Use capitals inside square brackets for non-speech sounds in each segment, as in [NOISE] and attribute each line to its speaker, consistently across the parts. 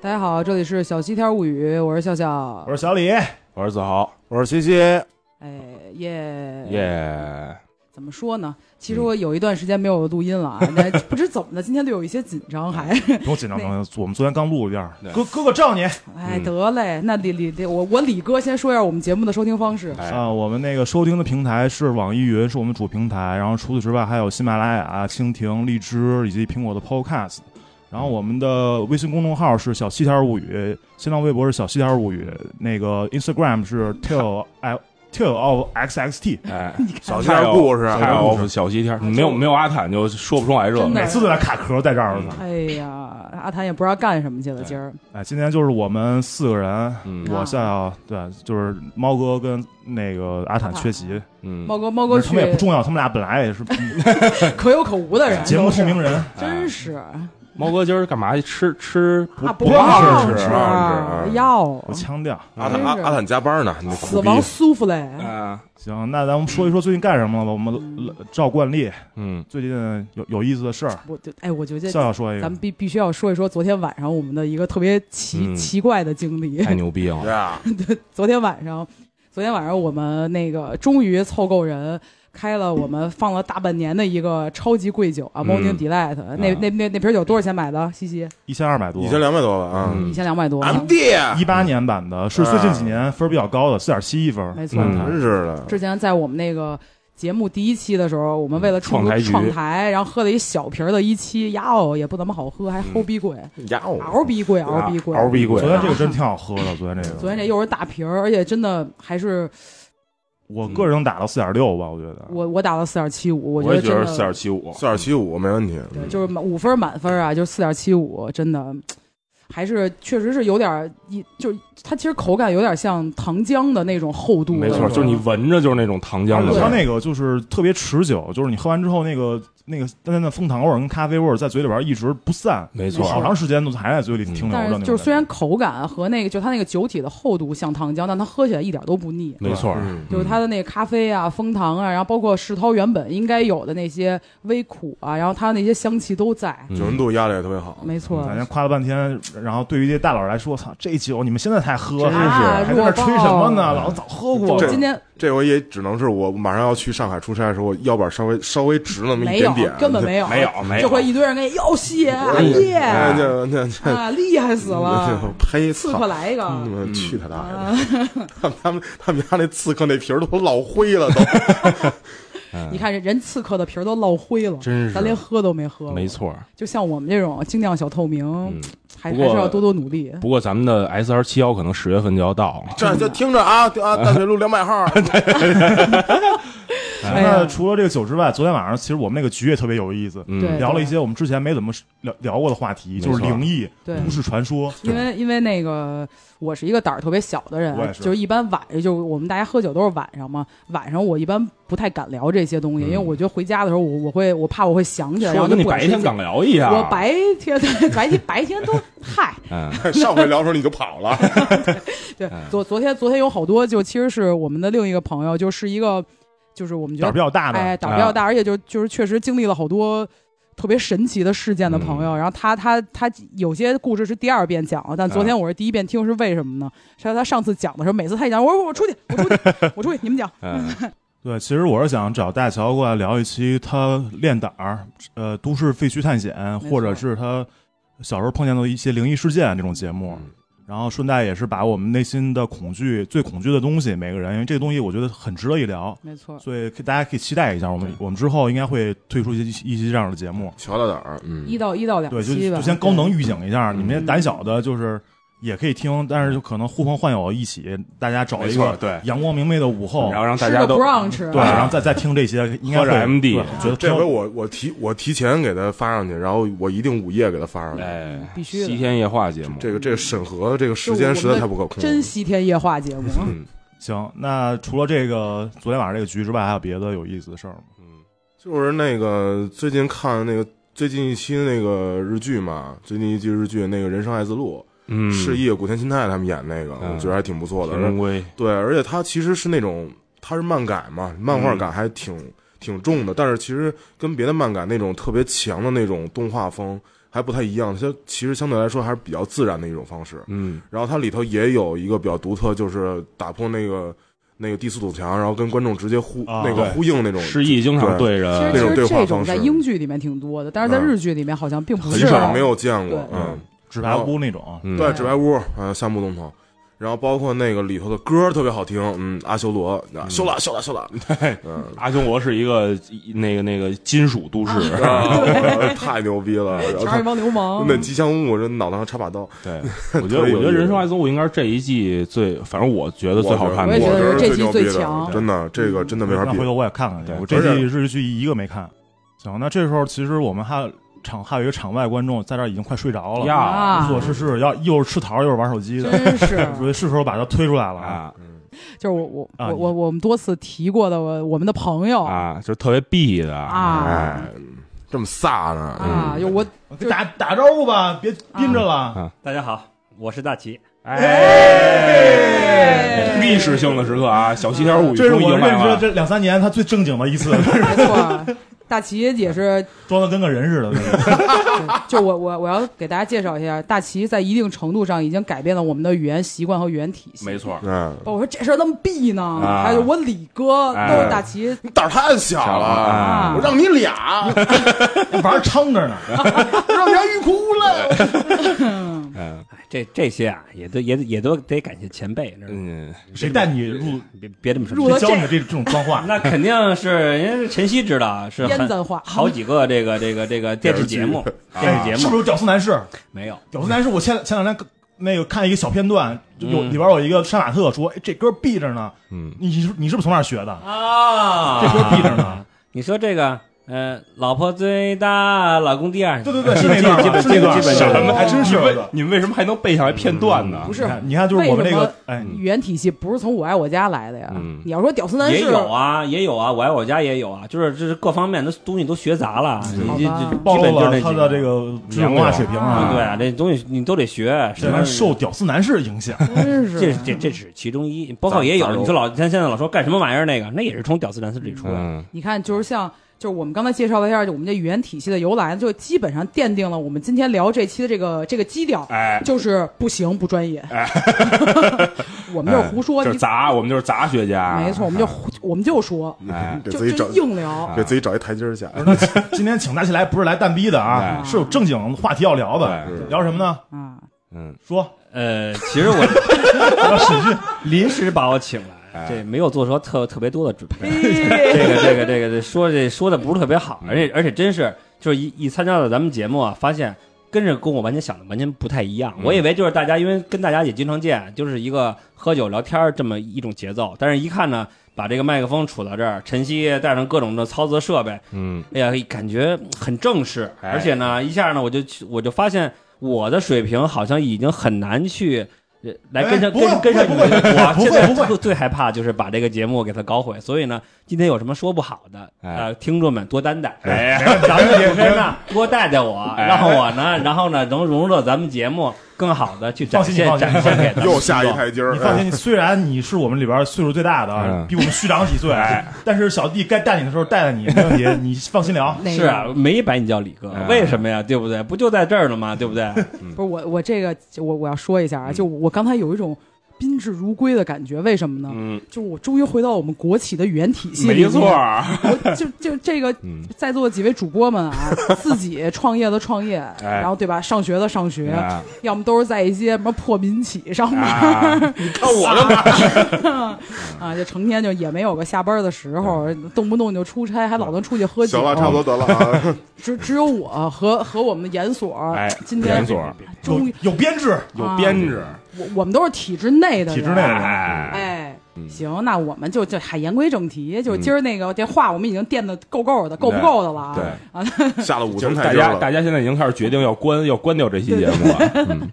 Speaker 1: 大家好，这里是小西天物语，我是笑笑
Speaker 2: 我。说小李，
Speaker 3: 我是子豪，我是西西，
Speaker 1: 哎耶
Speaker 3: 耶，
Speaker 1: 怎么说呢？其实我有一段时间没有录音了啊，那不知怎么的，今天对我有一些紧张，还
Speaker 4: 不用紧张，不用紧张我们昨天刚录一遍，
Speaker 3: 对
Speaker 2: 哥哥哥罩你
Speaker 1: 哎
Speaker 3: 嗯
Speaker 1: 得嘞。那李李李，我我李哥先说一下我们节目的收听方式。
Speaker 3: 哎，
Speaker 4: 啊，我们那个收听的平台是网易云，是我们主平台。然后除此之外，还有喜马拉雅、蜻蜓、荔枝以及苹果的 Podcast。然后我们的微信公众号是小西天儿物语，新浪微博是小西天儿物语，那个 Instagram 是 till
Speaker 1: 哎
Speaker 4: i till of xxt。
Speaker 3: [LAUGHS] 哎，
Speaker 1: 小
Speaker 3: 小
Speaker 1: 西
Speaker 3: 西
Speaker 1: 天
Speaker 3: 天故事，
Speaker 4: 还
Speaker 3: 啊还
Speaker 4: 有
Speaker 3: 有小西天，没有没有阿坦就说不出来这
Speaker 1: 真
Speaker 3: 个
Speaker 1: 的
Speaker 4: 每次都在卡壳，在这儿呢。
Speaker 1: 哎呀，阿谭也不知道干什么去了，
Speaker 3: 对
Speaker 1: 今儿啊
Speaker 4: 哎，今天就是我们四个人，
Speaker 3: 嗯
Speaker 4: 我夏夏对，就是猫哥跟那个阿坦缺席，
Speaker 3: 嗯，
Speaker 1: 猫哥猫哥去
Speaker 4: 他们也不重要，他们俩本来
Speaker 1: [LAUGHS]
Speaker 4: 也是
Speaker 1: 可有可无的人，
Speaker 4: 节目透明人。
Speaker 3: 哎
Speaker 1: 真是
Speaker 3: 猫哥今儿干嘛去吃吃不
Speaker 1: 啊
Speaker 3: 不让
Speaker 1: 吃
Speaker 3: 吃不让吃，
Speaker 1: 啊要
Speaker 4: 我强调，
Speaker 3: 阿
Speaker 5: 阿
Speaker 3: 坦
Speaker 1: 真
Speaker 5: 坦阿
Speaker 1: 是
Speaker 5: 阿坦加班呢，你
Speaker 1: 死
Speaker 5: 苦逼
Speaker 1: 亡苏芙蕾。
Speaker 3: 啊，
Speaker 4: 行，那咱们说一说最近干什么了吧？我们呃照惯例，
Speaker 3: 嗯，
Speaker 4: 最近有有意思的事儿，
Speaker 1: 我就哎，我觉得
Speaker 4: 笑笑说一
Speaker 1: 咱
Speaker 4: 个
Speaker 1: 们。必必须要说一说昨天晚上我们的一个特别奇、
Speaker 3: 嗯哎
Speaker 1: 奇怪的经历。
Speaker 3: 太牛逼了，
Speaker 5: 对啊，
Speaker 1: [LAUGHS] 昨天晚上，昨天晚上我们那个终于凑够人。开了我们放了大半年的一个超级贵酒啊
Speaker 3: 嗯
Speaker 1: ，Morning Delight，那
Speaker 3: 啊
Speaker 1: 那那那瓶酒多少钱买的？西西
Speaker 4: 一千二百多
Speaker 5: 一，千两百多吧啊。
Speaker 1: 一
Speaker 3: 嗯，
Speaker 1: 千两百多，
Speaker 5: 俺爹，
Speaker 4: 一八年版的，是最近几年分儿比较高的，四点七一分。
Speaker 1: 没错。
Speaker 3: 嗯
Speaker 5: 真是的，
Speaker 1: 之前在我们那个节目第一期的时候，我们为了
Speaker 3: 嗯创
Speaker 1: 出
Speaker 3: 台局
Speaker 1: 创台，然后喝了一小瓶儿的一期，呀哦，也不怎么好喝，还齁逼贵，
Speaker 5: 呀哦，
Speaker 1: 嗷逼贵，嗷逼贵，
Speaker 3: 嗯啊嗷逼贵
Speaker 4: 昨，天这个真挺好喝的，昨天这
Speaker 1: 昨
Speaker 4: 个，
Speaker 1: 天这又是大瓶儿，而且真的还是
Speaker 4: 我个人能打到四点六吧，我觉得。
Speaker 1: 我我打到四点七五，我觉
Speaker 3: 我
Speaker 1: 得
Speaker 3: 也觉
Speaker 1: 真
Speaker 3: 得
Speaker 1: 的
Speaker 3: 四点七五，
Speaker 5: 四点七五没问题。
Speaker 1: 对，就是满五分满分啊，就是四点七五，真的还是确实是有点儿一，就是它其实口感有点像糖浆的那种厚度的
Speaker 3: 没
Speaker 1: 那种，
Speaker 3: 错，就是你闻着就是那种糖浆
Speaker 4: 而
Speaker 3: 的
Speaker 4: 且
Speaker 3: 味
Speaker 4: 它
Speaker 3: 儿，
Speaker 4: 那个就是特别持久，就是你喝完之后，那个那个淡淡的枫糖味儿跟咖啡味儿在嘴里边一直不散，
Speaker 3: 没
Speaker 1: 没
Speaker 3: 错，
Speaker 4: 好长时间都还在嘴里停留着
Speaker 1: 但
Speaker 4: 那
Speaker 1: 是
Speaker 4: 种感觉。
Speaker 1: 就是虽然口感和那个就它那个酒体的厚度像糖浆，但它喝起来一点都不腻。
Speaker 3: 没错，
Speaker 5: 嗯
Speaker 1: 就是它的那个咖啡啊、枫糖啊，然后包括世涛原本应该有的那些微苦啊，然后它那些香气都在，
Speaker 3: 嗯
Speaker 5: 九十度压的也特别好，
Speaker 1: 没错。
Speaker 4: 咱先夸了半天，然后对于这些大佬来说，操，这酒你们现在才喝，
Speaker 3: 真是
Speaker 1: 啊
Speaker 4: 还在那儿吹
Speaker 1: 弱爆
Speaker 4: 什么呢？老子早喝过
Speaker 1: 我
Speaker 4: 了。
Speaker 5: 这
Speaker 1: 今天
Speaker 5: 这回也只能是我马上要去上海出差的时候，腰板稍微稍微直那么
Speaker 1: 没
Speaker 5: 一
Speaker 1: 有
Speaker 5: 点点，，
Speaker 1: 根本没有，
Speaker 3: 没有没有
Speaker 1: 这回一堆人跟你要血啊
Speaker 5: 哎
Speaker 1: 耶
Speaker 5: [LAUGHS] 哎，那那
Speaker 3: [LAUGHS]
Speaker 5: 那
Speaker 1: 啊，厉害死了
Speaker 5: 那，呸，
Speaker 1: 刺
Speaker 5: 操
Speaker 1: 客来一个。
Speaker 5: 你们
Speaker 3: 嗯
Speaker 5: 去他大
Speaker 1: 啊
Speaker 5: 爷！他们他们他们家那刺客那皮儿都老灰了，都
Speaker 1: 你看人人刺客的皮儿都落灰了，
Speaker 3: 真
Speaker 1: 咱连
Speaker 3: 是，
Speaker 1: 喝都没喝。
Speaker 3: 没，错，
Speaker 1: 就像我们这种精酿小透明，
Speaker 3: 嗯。
Speaker 1: 还
Speaker 3: 不
Speaker 1: 还
Speaker 3: 过
Speaker 1: 是要多多努力。
Speaker 3: 不过咱们的 S R 七幺可能十月份就要到了，
Speaker 5: 这就听着啊啊，大学路两百号，
Speaker 3: [LAUGHS]
Speaker 1: 哎
Speaker 4: 那
Speaker 1: 呀，
Speaker 4: 除了这个酒之外，昨天晚上其实我们那个局也特别有意思，
Speaker 3: 嗯，
Speaker 1: 对
Speaker 4: 聊了一些我们之前没怎么聊聊过的话题，
Speaker 3: 没
Speaker 4: 就
Speaker 3: 错
Speaker 4: 是灵异、
Speaker 1: 对。
Speaker 4: 都市传说。
Speaker 1: 因为因为那个我是一个胆儿特别小的人
Speaker 4: 我，也是
Speaker 1: 就是一般晚就我们大家喝酒都是晚上嘛，晚上我一般不太敢聊这些东西，
Speaker 3: 嗯
Speaker 1: 因为我觉得回家的时候我我会我怕我会想起来，然
Speaker 3: 说
Speaker 1: 后就
Speaker 3: 得跟你
Speaker 1: 不敢
Speaker 3: 白
Speaker 1: 睡
Speaker 3: 天啊
Speaker 1: 觉。
Speaker 3: 港聊一样，
Speaker 1: 我白天白天白天都
Speaker 3: [LAUGHS]
Speaker 1: 嗨，
Speaker 3: 嗯，
Speaker 5: 上回聊的时候你就跑了，
Speaker 1: 对
Speaker 3: 嗯，
Speaker 1: 昨昨天昨天有好多，就其实是我们的另一个朋友，就是一个，就是我们觉
Speaker 4: 胆儿
Speaker 1: 得
Speaker 4: 比较大的，
Speaker 1: 哎胆儿比较大，而且就就是确实经历了好多特别神奇的事件的朋友。然后他他他有些故事是第二遍讲了，但昨天我是第一遍听，是为什么呢？是他上次讲的时候，每次他一讲，我说我出去，我出去，我出去，你们讲。
Speaker 3: 嗯，
Speaker 4: 对，其实我是想找大乔过来聊一期他练胆儿，呃，都市废墟探险，
Speaker 1: 错
Speaker 4: 或者是他小时候碰见的一些灵异事件这种节目。
Speaker 3: 嗯
Speaker 4: 然后顺带也是把我们内心的恐惧、最恐惧的东西，每个人，因为这个东西我觉得很值得一聊，
Speaker 1: 没错，
Speaker 4: 所以可以大家可以期待一下，我们我们之后应该会推出一些一些这样的节目。
Speaker 5: 乔大胆儿，嗯
Speaker 1: 一到一到两
Speaker 4: 对，就
Speaker 1: 期吧，
Speaker 4: 就先高能预警一下，
Speaker 3: 嗯
Speaker 4: 你们这胆小的，就是也可以听，但是就可能呼朋唤友一起，大家找
Speaker 3: 没
Speaker 4: 一
Speaker 3: 错，
Speaker 4: 个
Speaker 3: 对，
Speaker 4: 阳光明媚的午后
Speaker 3: 然，后让大
Speaker 1: 吃
Speaker 3: 家
Speaker 1: 的
Speaker 3: 都
Speaker 1: 不让吃，
Speaker 4: 对，
Speaker 3: 啊
Speaker 4: 然后再再听这些，应该
Speaker 3: 喝
Speaker 4: 会
Speaker 3: 着 MD
Speaker 4: 对觉得
Speaker 5: 这回
Speaker 4: 挺有
Speaker 5: 我我提我提前给他发上去，然后我一定午夜给他发上去。
Speaker 3: 哎，
Speaker 1: 必须的
Speaker 3: 西天夜话节目，
Speaker 5: 这个这个审核这个时间实在太不可控了，
Speaker 1: 真西天夜话节目。
Speaker 3: 嗯
Speaker 4: 行。那除了这个昨天晚上这个局之外，还有别的有意思的事儿吗？
Speaker 3: 嗯
Speaker 5: 就是那个最近看那个最近一期那个日剧嘛，最近一期日剧那个《人生爱自路
Speaker 3: 嗯，》，
Speaker 5: 是叶古田新太他们演那个，
Speaker 3: 嗯
Speaker 5: 我觉得还挺不错的。
Speaker 3: 田中圭，
Speaker 5: 对，而且它其实是那种它是漫改嘛，漫画感还挺、挺重的，但是其实跟别的漫改那种特别强的那种动画风，还不太一样，它其实相对来说还是比较自然的一种方式。
Speaker 3: 嗯
Speaker 5: 然后它里头也有一个比较独特，就是打破那个那个第四堵墙，然后跟观众直接呼、
Speaker 4: 啊
Speaker 5: 那个
Speaker 4: 对
Speaker 5: 呼应那种，
Speaker 3: 失忆经常对
Speaker 1: 其实其
Speaker 3: 着
Speaker 5: 那种
Speaker 1: 实
Speaker 5: 对话
Speaker 1: 这
Speaker 5: 方
Speaker 1: 种在
Speaker 5: 式
Speaker 1: 英剧里面挺多的，但是在
Speaker 5: 嗯
Speaker 1: 日剧里面好像并不
Speaker 5: 很
Speaker 1: 是啊
Speaker 5: 少没有见过
Speaker 1: 对。
Speaker 5: 嗯，
Speaker 4: 纸牌屋那种，
Speaker 3: 嗯
Speaker 5: 对，纸牌屋，呃，夏目总统，然后包括那个里头的歌特别好听，嗯，阿修罗，啊修了修了修了，嗯，
Speaker 3: 阿修罗是一个那个那个金属都市，
Speaker 5: 啊太牛逼了，然后
Speaker 1: 全是一
Speaker 5: 他
Speaker 1: 帮流
Speaker 5: [LAUGHS]
Speaker 1: 氓。
Speaker 5: 那吉祥物，这脑袋上插把刀，
Speaker 3: [LAUGHS] 对，我觉得
Speaker 5: 特有
Speaker 3: 我觉得
Speaker 5: 意思
Speaker 3: 人生爱憎物应该是这一季最，反正我觉得最好看
Speaker 1: 我
Speaker 3: 的
Speaker 1: 也
Speaker 3: 一
Speaker 1: 觉
Speaker 3: 个。
Speaker 1: 得
Speaker 5: 我
Speaker 1: 这
Speaker 5: 最
Speaker 1: 季
Speaker 5: 牛
Speaker 1: 最
Speaker 5: 逼的
Speaker 1: 强
Speaker 5: 真的，这个真的没法
Speaker 4: 嗯那
Speaker 5: 比
Speaker 4: 回。头我也看看去
Speaker 3: 对。
Speaker 4: 我这
Speaker 5: 而
Speaker 4: 季
Speaker 5: 且
Speaker 4: 日剧一个没看。行，那这时候其实我们还场还有一个场外观众在这儿已经快睡着了，
Speaker 3: 呀
Speaker 1: 啊
Speaker 4: 无所事事，要又是吃桃又是玩手机的，
Speaker 1: 真是，
Speaker 4: [LAUGHS] 我觉得是时候把他推出来了啊！
Speaker 3: 啊
Speaker 1: 就是我我
Speaker 4: 啊
Speaker 1: 我
Speaker 4: 你
Speaker 1: 我我们多次提过的我我们的朋友
Speaker 3: 啊，就是特别 B 的
Speaker 1: 啊
Speaker 5: 哎，这么飒呢？嗯
Speaker 1: 啊，就我啊
Speaker 4: 给打打招呼吧，别憋着了。
Speaker 2: 大家好，我是大齐。
Speaker 3: 哎，历史性的时刻啊，小七条物语
Speaker 4: 这是
Speaker 3: 终于
Speaker 4: 我
Speaker 3: 迎
Speaker 4: 认
Speaker 3: 来
Speaker 4: 识的
Speaker 3: 了。
Speaker 4: 这两三年他最正经的一次，
Speaker 1: 没错， [LAUGHS] 大齐也是，
Speaker 4: [LAUGHS] 装的跟个人似的。
Speaker 1: 就我我我要给大家介绍一下，大齐在一定程度上已经改变了我们的语言习惯和语言体系。
Speaker 3: 没错，
Speaker 5: 哎，
Speaker 1: 包括我说这事儿那么避呢，
Speaker 3: 啊
Speaker 1: 还有我李哥
Speaker 3: 哎
Speaker 1: 都是大齐，
Speaker 5: 你嗯胆儿太小了，
Speaker 3: 啊，
Speaker 1: 啊
Speaker 5: 我让你俩，
Speaker 4: [LAUGHS]
Speaker 1: [LAUGHS]
Speaker 4: 玩撑着呢，
Speaker 5: 让你俩欲哭无泪。
Speaker 3: 嗯
Speaker 2: 哎这这些啊，也都也也都得感谢前辈，知道吗
Speaker 3: 嗯，
Speaker 4: 谁带你入？
Speaker 2: 别别这么说
Speaker 1: 入。了
Speaker 4: 谁教你
Speaker 1: 这
Speaker 4: 这这种脏话？
Speaker 2: [LAUGHS] 那肯定是人家晨曦知道，是
Speaker 1: 烟
Speaker 2: 很
Speaker 1: 咱话
Speaker 2: 好几个这个这个这个电视节目，啊电视节
Speaker 4: 哎是不
Speaker 2: 目
Speaker 4: 是有屌丝男士？
Speaker 2: 没有。
Speaker 4: 屌丝男士，我前前两天那个看一个小片段，就有
Speaker 2: 嗯
Speaker 4: 里边有一个杀马特说：“哎，这歌闭着呢。”
Speaker 3: 嗯，
Speaker 4: 你是你是不是从哪儿学的？
Speaker 2: 啊
Speaker 4: 这歌闭着
Speaker 2: [LAUGHS]
Speaker 4: 呢。
Speaker 2: 你说这个，呃，老婆最大，老公第二，
Speaker 4: 对对对，是那段
Speaker 2: 基
Speaker 4: 吧，
Speaker 2: 本
Speaker 4: 是
Speaker 2: 基
Speaker 4: 那
Speaker 2: 本
Speaker 4: 段，
Speaker 2: 基本
Speaker 4: 什
Speaker 2: 上
Speaker 4: 么？还真是
Speaker 3: 你为你们为什么还能背下来片段呢？
Speaker 1: 不
Speaker 4: 你
Speaker 1: 是
Speaker 4: 看，你看，就是我们这
Speaker 1: 为什
Speaker 4: 个
Speaker 1: 么，
Speaker 4: 哎，
Speaker 1: 语言体系不是从《我爱我家》来的呀。
Speaker 3: 嗯
Speaker 1: 你要说屌丝男
Speaker 2: 也
Speaker 1: 士，
Speaker 2: 有啊，也有啊，我爱我家也有啊，就是这是各方面的东西都学杂了，你
Speaker 1: 好
Speaker 2: 这
Speaker 1: 吧
Speaker 2: 这
Speaker 4: 暴
Speaker 2: 基本
Speaker 4: 露
Speaker 2: 就是
Speaker 4: 了
Speaker 2: 几
Speaker 4: 他的这个知识文化水平
Speaker 2: 啊，
Speaker 4: 啊。
Speaker 2: 对啊，这东西你都得学，什
Speaker 4: 这
Speaker 2: 么
Speaker 4: 玩意受屌丝男士影响，
Speaker 2: [LAUGHS]
Speaker 1: 真
Speaker 2: 这
Speaker 1: 是
Speaker 2: 这这只是其中一，包括也
Speaker 3: 咋
Speaker 2: 有
Speaker 3: 咋
Speaker 2: 你说老咱现在老说干什么玩意儿那个，那也是从屌丝男丝里出来的。
Speaker 3: 嗯，
Speaker 1: 你看，就是像，就是我们刚才介绍了一下，就我们这语言体系的由来，就基本上奠定了我们今天聊这期的这个这个基调，
Speaker 3: 哎，
Speaker 1: 就是不行不专业， [LAUGHS] 我们就是胡说，
Speaker 3: 哎就
Speaker 1: 你
Speaker 3: 是杂，我们就是杂学家，
Speaker 1: 没错，我们就胡我们就说， [LAUGHS]
Speaker 3: 哎啊
Speaker 5: 给
Speaker 1: 就
Speaker 5: 自己找
Speaker 1: 就硬聊，
Speaker 5: 给自己找一台阶儿下。
Speaker 4: 今天请大齐来不是来蛋逼的啊，
Speaker 1: 哎
Speaker 4: 是有正经话题要聊的
Speaker 3: 对。
Speaker 4: 聊什么呢？
Speaker 1: 啊，
Speaker 3: 嗯，
Speaker 4: 说
Speaker 2: 呃，其实我临时把我请来，这没有做出特特别多的准
Speaker 4: [LAUGHS]
Speaker 2: 备。
Speaker 1: 哎
Speaker 3: [LAUGHS]
Speaker 2: 这个这个这个这说这说的不是特别好，而且而且真是就是一一参加到咱们节目啊，发现跟着跟我完全想的完全不太一样。
Speaker 3: 嗯
Speaker 2: 我以为就是大家因为跟大家也经常见，就是一个喝酒聊天儿这么一种节奏，但是一看呢，把这个麦克风杵到这儿，晨曦带上各种的操作设备，
Speaker 3: 嗯，
Speaker 2: 哎呀，感觉很正式，
Speaker 3: 哎
Speaker 2: 而且呢，一下呢，我就去我就发现我的水平好像已经很难去。呃来跟上
Speaker 4: 哎不会
Speaker 2: 跟跟上你
Speaker 4: 不
Speaker 2: 们，
Speaker 4: 会
Speaker 2: 我
Speaker 4: 不会
Speaker 2: 现在
Speaker 4: 不会
Speaker 2: 最最害怕就是把这个节目给它搞毁。所以呢，今天有什么说不好的，
Speaker 3: 哎
Speaker 2: 呃，听众们多担待，
Speaker 3: 哎
Speaker 2: 咱们主持人呢多带带我，
Speaker 3: 哎
Speaker 2: 让我呢，然后呢能融入到咱们节目更好的去展
Speaker 4: 放心
Speaker 2: 现
Speaker 4: 放心
Speaker 2: 展现给咱们
Speaker 5: 又下一
Speaker 2: 听众
Speaker 5: 台阶儿哎
Speaker 4: 你，放心，虽然你是我们里边岁数最大的啊
Speaker 3: 嗯，
Speaker 4: 比我们虚长几岁，但是小弟该带你的时候带带你，没问题，你放心聊。
Speaker 1: 那个
Speaker 2: 是啊，没把你叫李哥
Speaker 3: 哎，
Speaker 2: 为什么呀？对不对？不就在这儿了吗？
Speaker 3: [LAUGHS]
Speaker 2: 对啊不对？
Speaker 1: 不是我，我这个我我要说一下
Speaker 3: 嗯
Speaker 1: 啊，就我刚才有一种宾至如归的感觉，为什么呢？
Speaker 3: 嗯，
Speaker 1: 就我终于回到我们国企的语言体系里
Speaker 3: 没
Speaker 1: 面
Speaker 3: 错，
Speaker 1: 我就就这个
Speaker 3: 嗯
Speaker 1: 在座的几位主播们
Speaker 3: [LAUGHS]
Speaker 1: 啊，自己创业的创业，
Speaker 3: 哎
Speaker 1: 然后对吧？上学的上学，
Speaker 3: 哎
Speaker 1: 要么都是在一些什么破民企上班
Speaker 3: 啊
Speaker 5: 看我的吧，
Speaker 1: [LAUGHS] 啊，就成天就也没有个下班的时候，动不动就出差，还老能出去喝酒
Speaker 5: 行。了，差不多得了啊。
Speaker 1: 只只有我和和我们的研所，
Speaker 3: 哎，
Speaker 1: 今
Speaker 3: 连
Speaker 1: 天
Speaker 3: 锁
Speaker 1: 终于
Speaker 4: 有有编制，啊
Speaker 3: 有编制，
Speaker 1: 我我们都是体制内的人，啊
Speaker 4: 体制内的人，
Speaker 3: 哎，
Speaker 1: 哎
Speaker 3: 嗯，
Speaker 1: 行，那我们就就还言归正题，就是今儿那个这话我们已经垫的够够的，够不够的了啊？
Speaker 3: 对。
Speaker 5: 下了五
Speaker 3: 就
Speaker 5: 层
Speaker 3: 是
Speaker 5: 台
Speaker 3: 大
Speaker 5: 阶
Speaker 3: 家，
Speaker 5: 儿
Speaker 3: 大
Speaker 5: 了。
Speaker 3: 家现在已经开始决定要关要关掉这期节目了。嗯，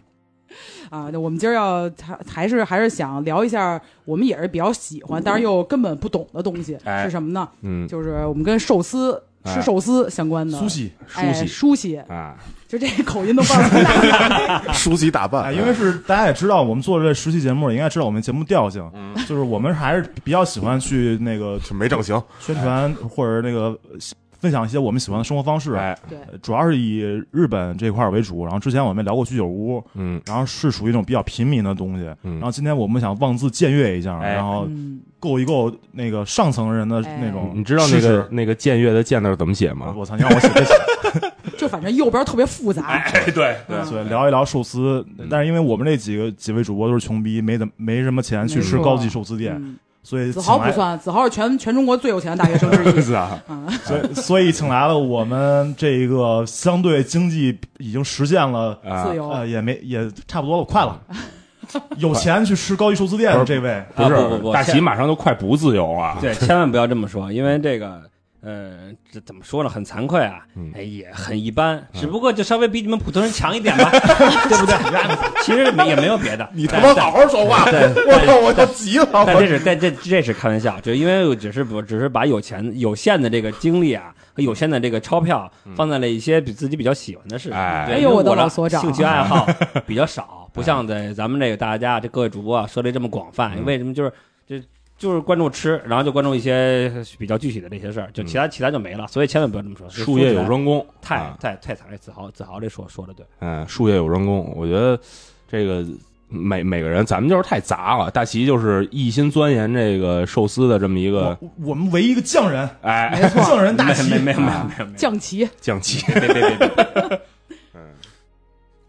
Speaker 1: 啊，那我们今儿要还还是还是想聊一下，我们也是比较喜欢，但是又根本不懂的东西、
Speaker 3: 哎
Speaker 1: 是什么呢？
Speaker 3: 嗯，
Speaker 1: 就是我们跟寿司。
Speaker 3: 哎
Speaker 1: 吃寿司相关的
Speaker 4: 苏，西，
Speaker 1: 哎，
Speaker 3: 熟悉
Speaker 1: 苏西，
Speaker 3: 啊，
Speaker 1: 就这口音都不知道从哪儿
Speaker 3: [LAUGHS]
Speaker 1: 来的
Speaker 5: 梳洗打
Speaker 4: 哎，
Speaker 5: 扮，
Speaker 4: 因为是大家也知道，我们做这实习节目，也应该知道我们节目调性，
Speaker 3: 嗯
Speaker 4: 就是我们还是比较喜欢去那个
Speaker 5: 是没整形，
Speaker 4: 宣传或者那个呃分享一些我们喜欢的生活方式。
Speaker 3: 哎，
Speaker 1: 对，
Speaker 4: 呃主要是以日本这块儿为主，然后之前我们也聊过居酒屋，
Speaker 3: 嗯
Speaker 4: 然后是属于一种比较平民的东西。
Speaker 3: 嗯
Speaker 4: 然后今天我们想妄自僭越一下，
Speaker 2: 哎
Speaker 4: 然后
Speaker 1: 嗯，
Speaker 4: 够一够那个上层人的
Speaker 1: 哎
Speaker 4: 那种、
Speaker 3: 你知道那
Speaker 4: 知
Speaker 3: 个
Speaker 4: 识
Speaker 3: 那个“僭越”的“僭”字怎么写
Speaker 4: 啊 [LAUGHS]
Speaker 3: 吗？
Speaker 4: 我操，你让我写这写，
Speaker 1: 就反正右边特别复杂，
Speaker 3: 哎，对
Speaker 1: 对
Speaker 4: 对，聊一聊寿
Speaker 3: [LAUGHS]
Speaker 4: 司。但是因为我们这几个几位主播都是穷逼，没怎么没什么钱
Speaker 3: 嗯
Speaker 4: 去
Speaker 1: 没
Speaker 4: 吃
Speaker 1: 错
Speaker 4: 高级寿
Speaker 3: 哎
Speaker 4: 司店，
Speaker 1: 嗯
Speaker 4: 所以
Speaker 1: 子
Speaker 4: 请
Speaker 1: 豪不
Speaker 4: 来
Speaker 1: 算，子豪是全全中国最有钱的大学生之一。
Speaker 4: 是啊，
Speaker 1: 嗯
Speaker 4: 所以所以请来了我们这一个相对经济已经实现了，
Speaker 3: 啊
Speaker 1: 自，由
Speaker 4: 呃，也没也差不多了，
Speaker 1: [LAUGHS]
Speaker 4: 快了，有钱去吃高级寿司店
Speaker 3: 不
Speaker 4: 的
Speaker 3: 是
Speaker 4: 这位，
Speaker 3: 不是
Speaker 2: 啊不不不
Speaker 3: 大齐马上都快不自由了。 [LAUGHS]
Speaker 2: 对，千万不要这么说，因为这个，呃，这怎么说呢？很惭愧啊
Speaker 3: 嗯，
Speaker 2: 哎，也很一般，只不过就稍微比你们普通人强一点
Speaker 3: [LAUGHS]
Speaker 2: 吧，对不对？其实没也没有别的，
Speaker 5: 你他妈好好说话！
Speaker 2: 对，
Speaker 5: 我操，我都急了！
Speaker 2: [LAUGHS] 但这
Speaker 5: 我
Speaker 3: [LAUGHS]
Speaker 2: 是但这这是开玩笑，就因为我只是不只是把有钱有限的这个精力啊和有限的这个钞票放在了一些比自己比较喜欢的事
Speaker 3: 嗯
Speaker 2: 情。
Speaker 3: 哎啊
Speaker 2: 对
Speaker 1: 哎
Speaker 2: 因
Speaker 1: 呦
Speaker 2: 为
Speaker 1: 我
Speaker 2: 我
Speaker 1: 的
Speaker 2: 的
Speaker 1: 老所长
Speaker 2: 兴趣爱好 [LAUGHS] 比较少，不像在咱们这个大家这各位主播啊涉猎这么广泛。
Speaker 3: 嗯
Speaker 2: 为什么就是就就是关注吃，然后就关注一些比较具体的这些事儿，就其他其他就没了。所以千万不要这么说，就
Speaker 3: 嗯术业
Speaker 2: 说
Speaker 3: 有
Speaker 2: 起来
Speaker 3: 专攻，
Speaker 2: 太
Speaker 3: 啊
Speaker 2: 太太惨了。子豪子豪这说说的对，
Speaker 3: 嗯，术业有专攻。我觉得这个每每个人，咱们就是太杂了。大齐就是一心钻研这个寿司的这么一个
Speaker 4: 我，我们唯一一个匠人，
Speaker 3: 哎，
Speaker 1: 没错，
Speaker 4: 匠人大旗
Speaker 2: 没，没没没
Speaker 1: 啊
Speaker 2: 没
Speaker 3: [LAUGHS]
Speaker 2: 有没有，
Speaker 1: 降旗。
Speaker 3: 降级。
Speaker 2: 别别别别，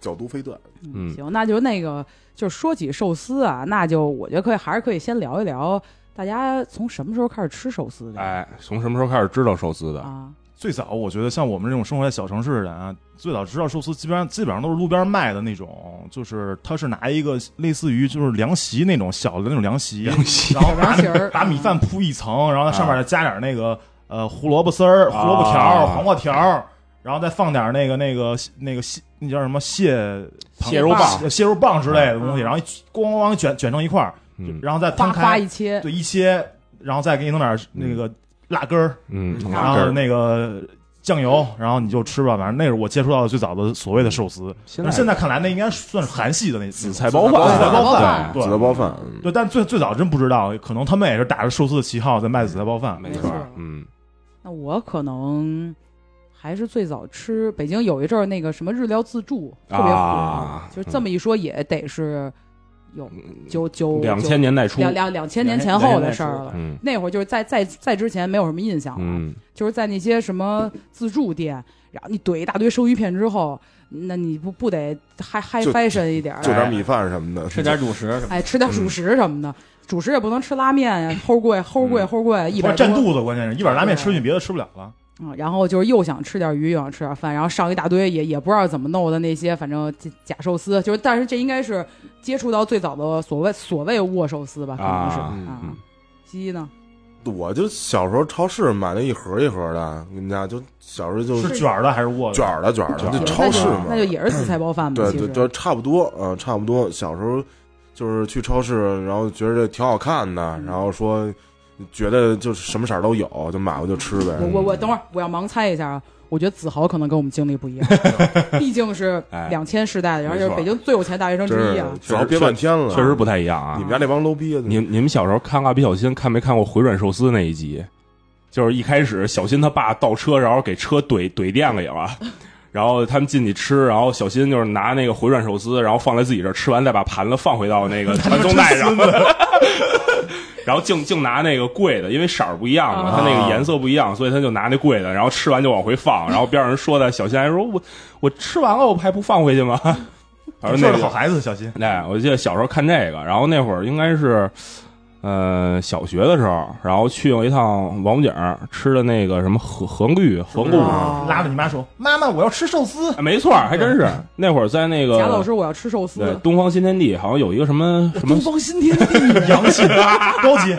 Speaker 5: 角度飞断，
Speaker 3: 嗯
Speaker 1: 行，那就那个，就是说起寿司啊，那就我觉得可以，还是可以先聊一聊大家从什么时候开始吃寿司的、
Speaker 3: [LAUGHS] 哎，从什么时候开始知道寿司的？
Speaker 1: 啊？
Speaker 4: 最早我觉得像我们这种生活在小城市的人啊，最早知道寿司基本上基本上都是路边卖的那种，就是他是拿一个类似于就是凉席那种小的那种凉席，然后
Speaker 1: 小凉席儿，
Speaker 4: 把米饭
Speaker 1: 啊
Speaker 4: 铺一层，然后在上面再加点那个呃胡萝卜丝儿、胡萝卜条儿、
Speaker 3: 啊
Speaker 4: 黄瓜条儿，然后再放点那个那个那个蟹，那叫什么蟹
Speaker 3: 蟹肉棒、
Speaker 4: 蟹肉棒之类的东西，
Speaker 1: 啊
Speaker 4: 然后一咣咣咣卷卷成一块儿，
Speaker 3: 嗯
Speaker 4: 然后再
Speaker 1: 夸
Speaker 4: 摊
Speaker 1: 夸一
Speaker 4: 开，
Speaker 1: 切，
Speaker 4: 对一切，然后再给你弄点那个辣根儿，
Speaker 3: 嗯，
Speaker 5: 然
Speaker 4: 然
Speaker 3: 那
Speaker 2: 啊
Speaker 4: 后
Speaker 3: 这
Speaker 4: 那个酱油，然后你就吃吧。反正那是我接触到的最早的所谓的寿司。但
Speaker 3: 现在
Speaker 4: 是现在看来，那应该算是韩系的那
Speaker 3: 紫菜包
Speaker 4: 紫
Speaker 3: 饭，
Speaker 4: 菜包
Speaker 1: 饭
Speaker 4: 对
Speaker 5: 紫菜包饭，嗯
Speaker 4: 对，但最最早真不知道，可能他们也是打着寿司的旗号在卖紫菜包饭。
Speaker 3: 没
Speaker 1: 没
Speaker 3: 错
Speaker 1: 错，
Speaker 3: 嗯，
Speaker 1: 那我可能还是最早吃北京有一阵儿那个什么日料自助特别火，
Speaker 3: 啊嗯
Speaker 1: 就是这么一说也得是有九九
Speaker 3: 两千年代
Speaker 1: 九
Speaker 3: 初，
Speaker 1: 两两两千年前后的事儿了。
Speaker 3: 嗯
Speaker 1: 那会儿就是在在在之前没有什么印象了，
Speaker 3: 嗯，
Speaker 1: 就是在那些什么自助店，然后你怼一大堆生鱼片之后，那你不不得嗨嗨
Speaker 5: 就
Speaker 1: fashion 一点儿，
Speaker 5: 嗯就点米饭什么的，
Speaker 2: 吃点主食什么的。
Speaker 1: 哎，吃点主食什么的，主食也不能吃拉面呀，齁贵齁贵
Speaker 3: 嗯
Speaker 1: 齁贵，一
Speaker 4: 不
Speaker 1: 百
Speaker 4: 是占
Speaker 1: 多
Speaker 4: 肚子，关键是一碗拉面吃进去，别的吃不了了。
Speaker 1: 嗯，然后就是又想吃点鱼，又想吃点饭，然后上一大堆也也不知道怎么弄的那些，反正假假寿司，就是但是这应该是接触到最早的所谓所谓握寿司吧，可能是
Speaker 3: 啊
Speaker 1: 啊
Speaker 3: 嗯。
Speaker 1: 鸡呢？
Speaker 5: 我就小时候超市买那一盒一盒的，你们家就小时候就是
Speaker 4: 卷儿的还是握的？
Speaker 5: 卷儿的卷儿
Speaker 4: 卷
Speaker 5: 的，
Speaker 4: 儿的
Speaker 5: 就超市嘛，
Speaker 1: 那就那就也是紫菜包饭吧，
Speaker 5: 对
Speaker 1: 嗯其
Speaker 5: 对
Speaker 1: 实
Speaker 5: 对，差不多啊、呃差不多。小时候就是去超市，然后觉得挺好看的，
Speaker 1: 嗯
Speaker 5: 然后说觉得就是什么色儿都有，就买回去吃呗。
Speaker 1: 我我我等会儿我要盲猜一下啊，我觉得子豪可能跟我们经历不一
Speaker 3: [LAUGHS]
Speaker 1: 样，毕竟是
Speaker 3: 哎
Speaker 1: 两千时代的，然后
Speaker 5: 没
Speaker 1: 就
Speaker 5: 错
Speaker 1: 是北京最有钱大学生
Speaker 5: 真
Speaker 1: 之一
Speaker 5: 是
Speaker 1: 啊。
Speaker 5: 早憋半天了，
Speaker 3: 确实不太一样
Speaker 5: 啊。
Speaker 3: 啊
Speaker 5: 你。们家那帮 low 逼啊，
Speaker 3: 你你们小时候看《蜡笔小新》，看没看过《回转寿司》那一集？就是一开始小新他爸倒车，然后给车怼怼店里了，啊然后他们进去吃，然后小新就是拿那个回转寿司，然后放在自己这儿吃完，再把盘子放回到那个传送带上， [LAUGHS] 然后净净拿那个贵的，因为色儿不一样嘛，
Speaker 1: 啊
Speaker 3: 他那个颜色不一样，所以他就拿那贵的，然后吃完就往回放，然后边上人说他，小新还说我我吃完了我还不放回去吗？ [LAUGHS] 反正
Speaker 4: 这
Speaker 3: 那
Speaker 4: 是
Speaker 3: 个
Speaker 4: 好孩子，小心。
Speaker 3: 哎，我记得小时候看这个，然后那会儿应该是，呃，小学的时候，然后去了一趟王府井儿吃的那个什么河河绿河固，
Speaker 1: 哦
Speaker 4: 拉着你妈说：“妈妈，我要吃寿
Speaker 3: [LAUGHS]
Speaker 4: 司。
Speaker 3: 哎没错儿，还真是那会儿在那
Speaker 1: 贾老
Speaker 3: 个
Speaker 1: 师，我要吃寿司
Speaker 3: 对，东方新天地，好像有一个什么什么
Speaker 1: 东，方新天地。”
Speaker 4: 洋气，高级。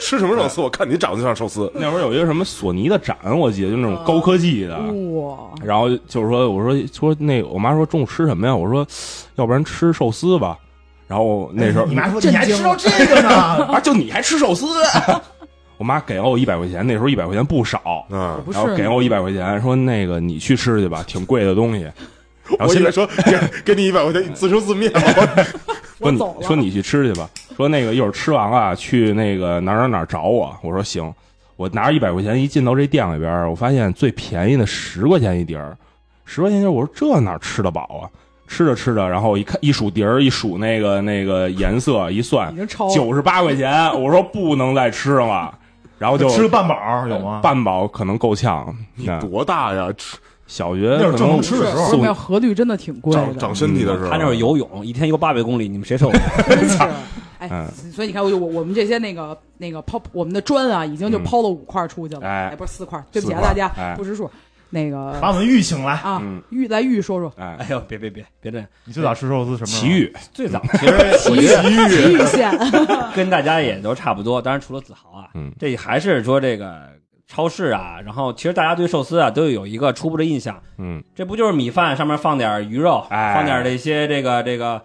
Speaker 5: 吃什么寿司？我看你长得就像
Speaker 1: [LAUGHS]
Speaker 5: 寿司。
Speaker 3: 那会儿有一个什么索尼的展，我记得就那种高科技的。
Speaker 1: 嗯哇，
Speaker 3: 然后就是说，我说说那我妈说中午吃什么呀？我说，要不然吃寿司吧。然后那时候
Speaker 4: 哎你妈说：“
Speaker 1: 震
Speaker 4: 你还
Speaker 1: 惊
Speaker 4: 吃到这个呢
Speaker 3: 啊，就你还吃寿司？我妈给了我一百块钱，那时候一百块钱不少，
Speaker 5: 嗯，
Speaker 1: 不是
Speaker 3: 然后给
Speaker 1: 呢
Speaker 3: 我一百块钱，说那个你去吃去吧，挺贵的
Speaker 1: [LAUGHS]
Speaker 3: 东西。然后
Speaker 5: 我以为
Speaker 3: 现在 [LAUGHS]
Speaker 5: 说给给你一百块钱，你自生自灭了。
Speaker 3: 说
Speaker 1: 我
Speaker 3: 你
Speaker 1: 走了。
Speaker 3: 说你去吃去吧，说那个一会儿吃完了去那个哪儿哪儿哪儿找我。我说行，我拿着一百块钱一进到这店里边儿，我发现最便宜的十块钱一碟儿，十块钱一碟儿，我说这哪吃得饱啊？吃着吃着，然后一看一数碟儿，一数那个那个颜色，一算
Speaker 1: 已经超
Speaker 3: 九十八块钱，我说不能再吃了，然 [LAUGHS] 后就
Speaker 4: 吃个半饱儿有吗？
Speaker 3: 呃半饱可能够呛。
Speaker 5: 你
Speaker 3: 看
Speaker 5: 多大呀？吃
Speaker 3: 小学
Speaker 4: 那会儿
Speaker 3: 可
Speaker 4: 正
Speaker 3: 能
Speaker 4: 能吃的时候
Speaker 1: 不是没有和绿真的挺贵
Speaker 5: 长
Speaker 1: 的，
Speaker 5: 长身体的
Speaker 3: 嗯
Speaker 5: 时候，
Speaker 2: 他那会儿游泳，一天游八百公里，你们谁受得了？
Speaker 3: [LAUGHS]
Speaker 1: 真是。哎
Speaker 3: 嗯，
Speaker 1: 所以你看，我就我我们这些那个那个抛我们的砖啊，已经就
Speaker 3: 嗯
Speaker 1: 抛了五块出去了，
Speaker 3: 哎
Speaker 1: 哎，不是四块，对不起啊，
Speaker 3: 四块
Speaker 1: 大家
Speaker 3: 哎
Speaker 1: 不识数。那个
Speaker 4: 把我们玉请来，
Speaker 1: 啊
Speaker 3: 嗯，
Speaker 1: 玉来玉说说
Speaker 3: 哎
Speaker 2: 哎呦，别别别别这样！
Speaker 4: 你最早吃寿司什么时候？
Speaker 3: 奇遇，
Speaker 2: 最早其实我觉
Speaker 3: [LAUGHS]
Speaker 2: 得
Speaker 1: 玉县，
Speaker 2: 跟大家也都差不多，当然除了子豪啊，
Speaker 3: 嗯
Speaker 2: 这还是说这个超市啊，然后其实大家对寿司啊都有一个初步的印象，
Speaker 3: 嗯，
Speaker 2: 这不就是米饭上面放点鱼肉，
Speaker 3: 哎
Speaker 2: 放点这些这个这个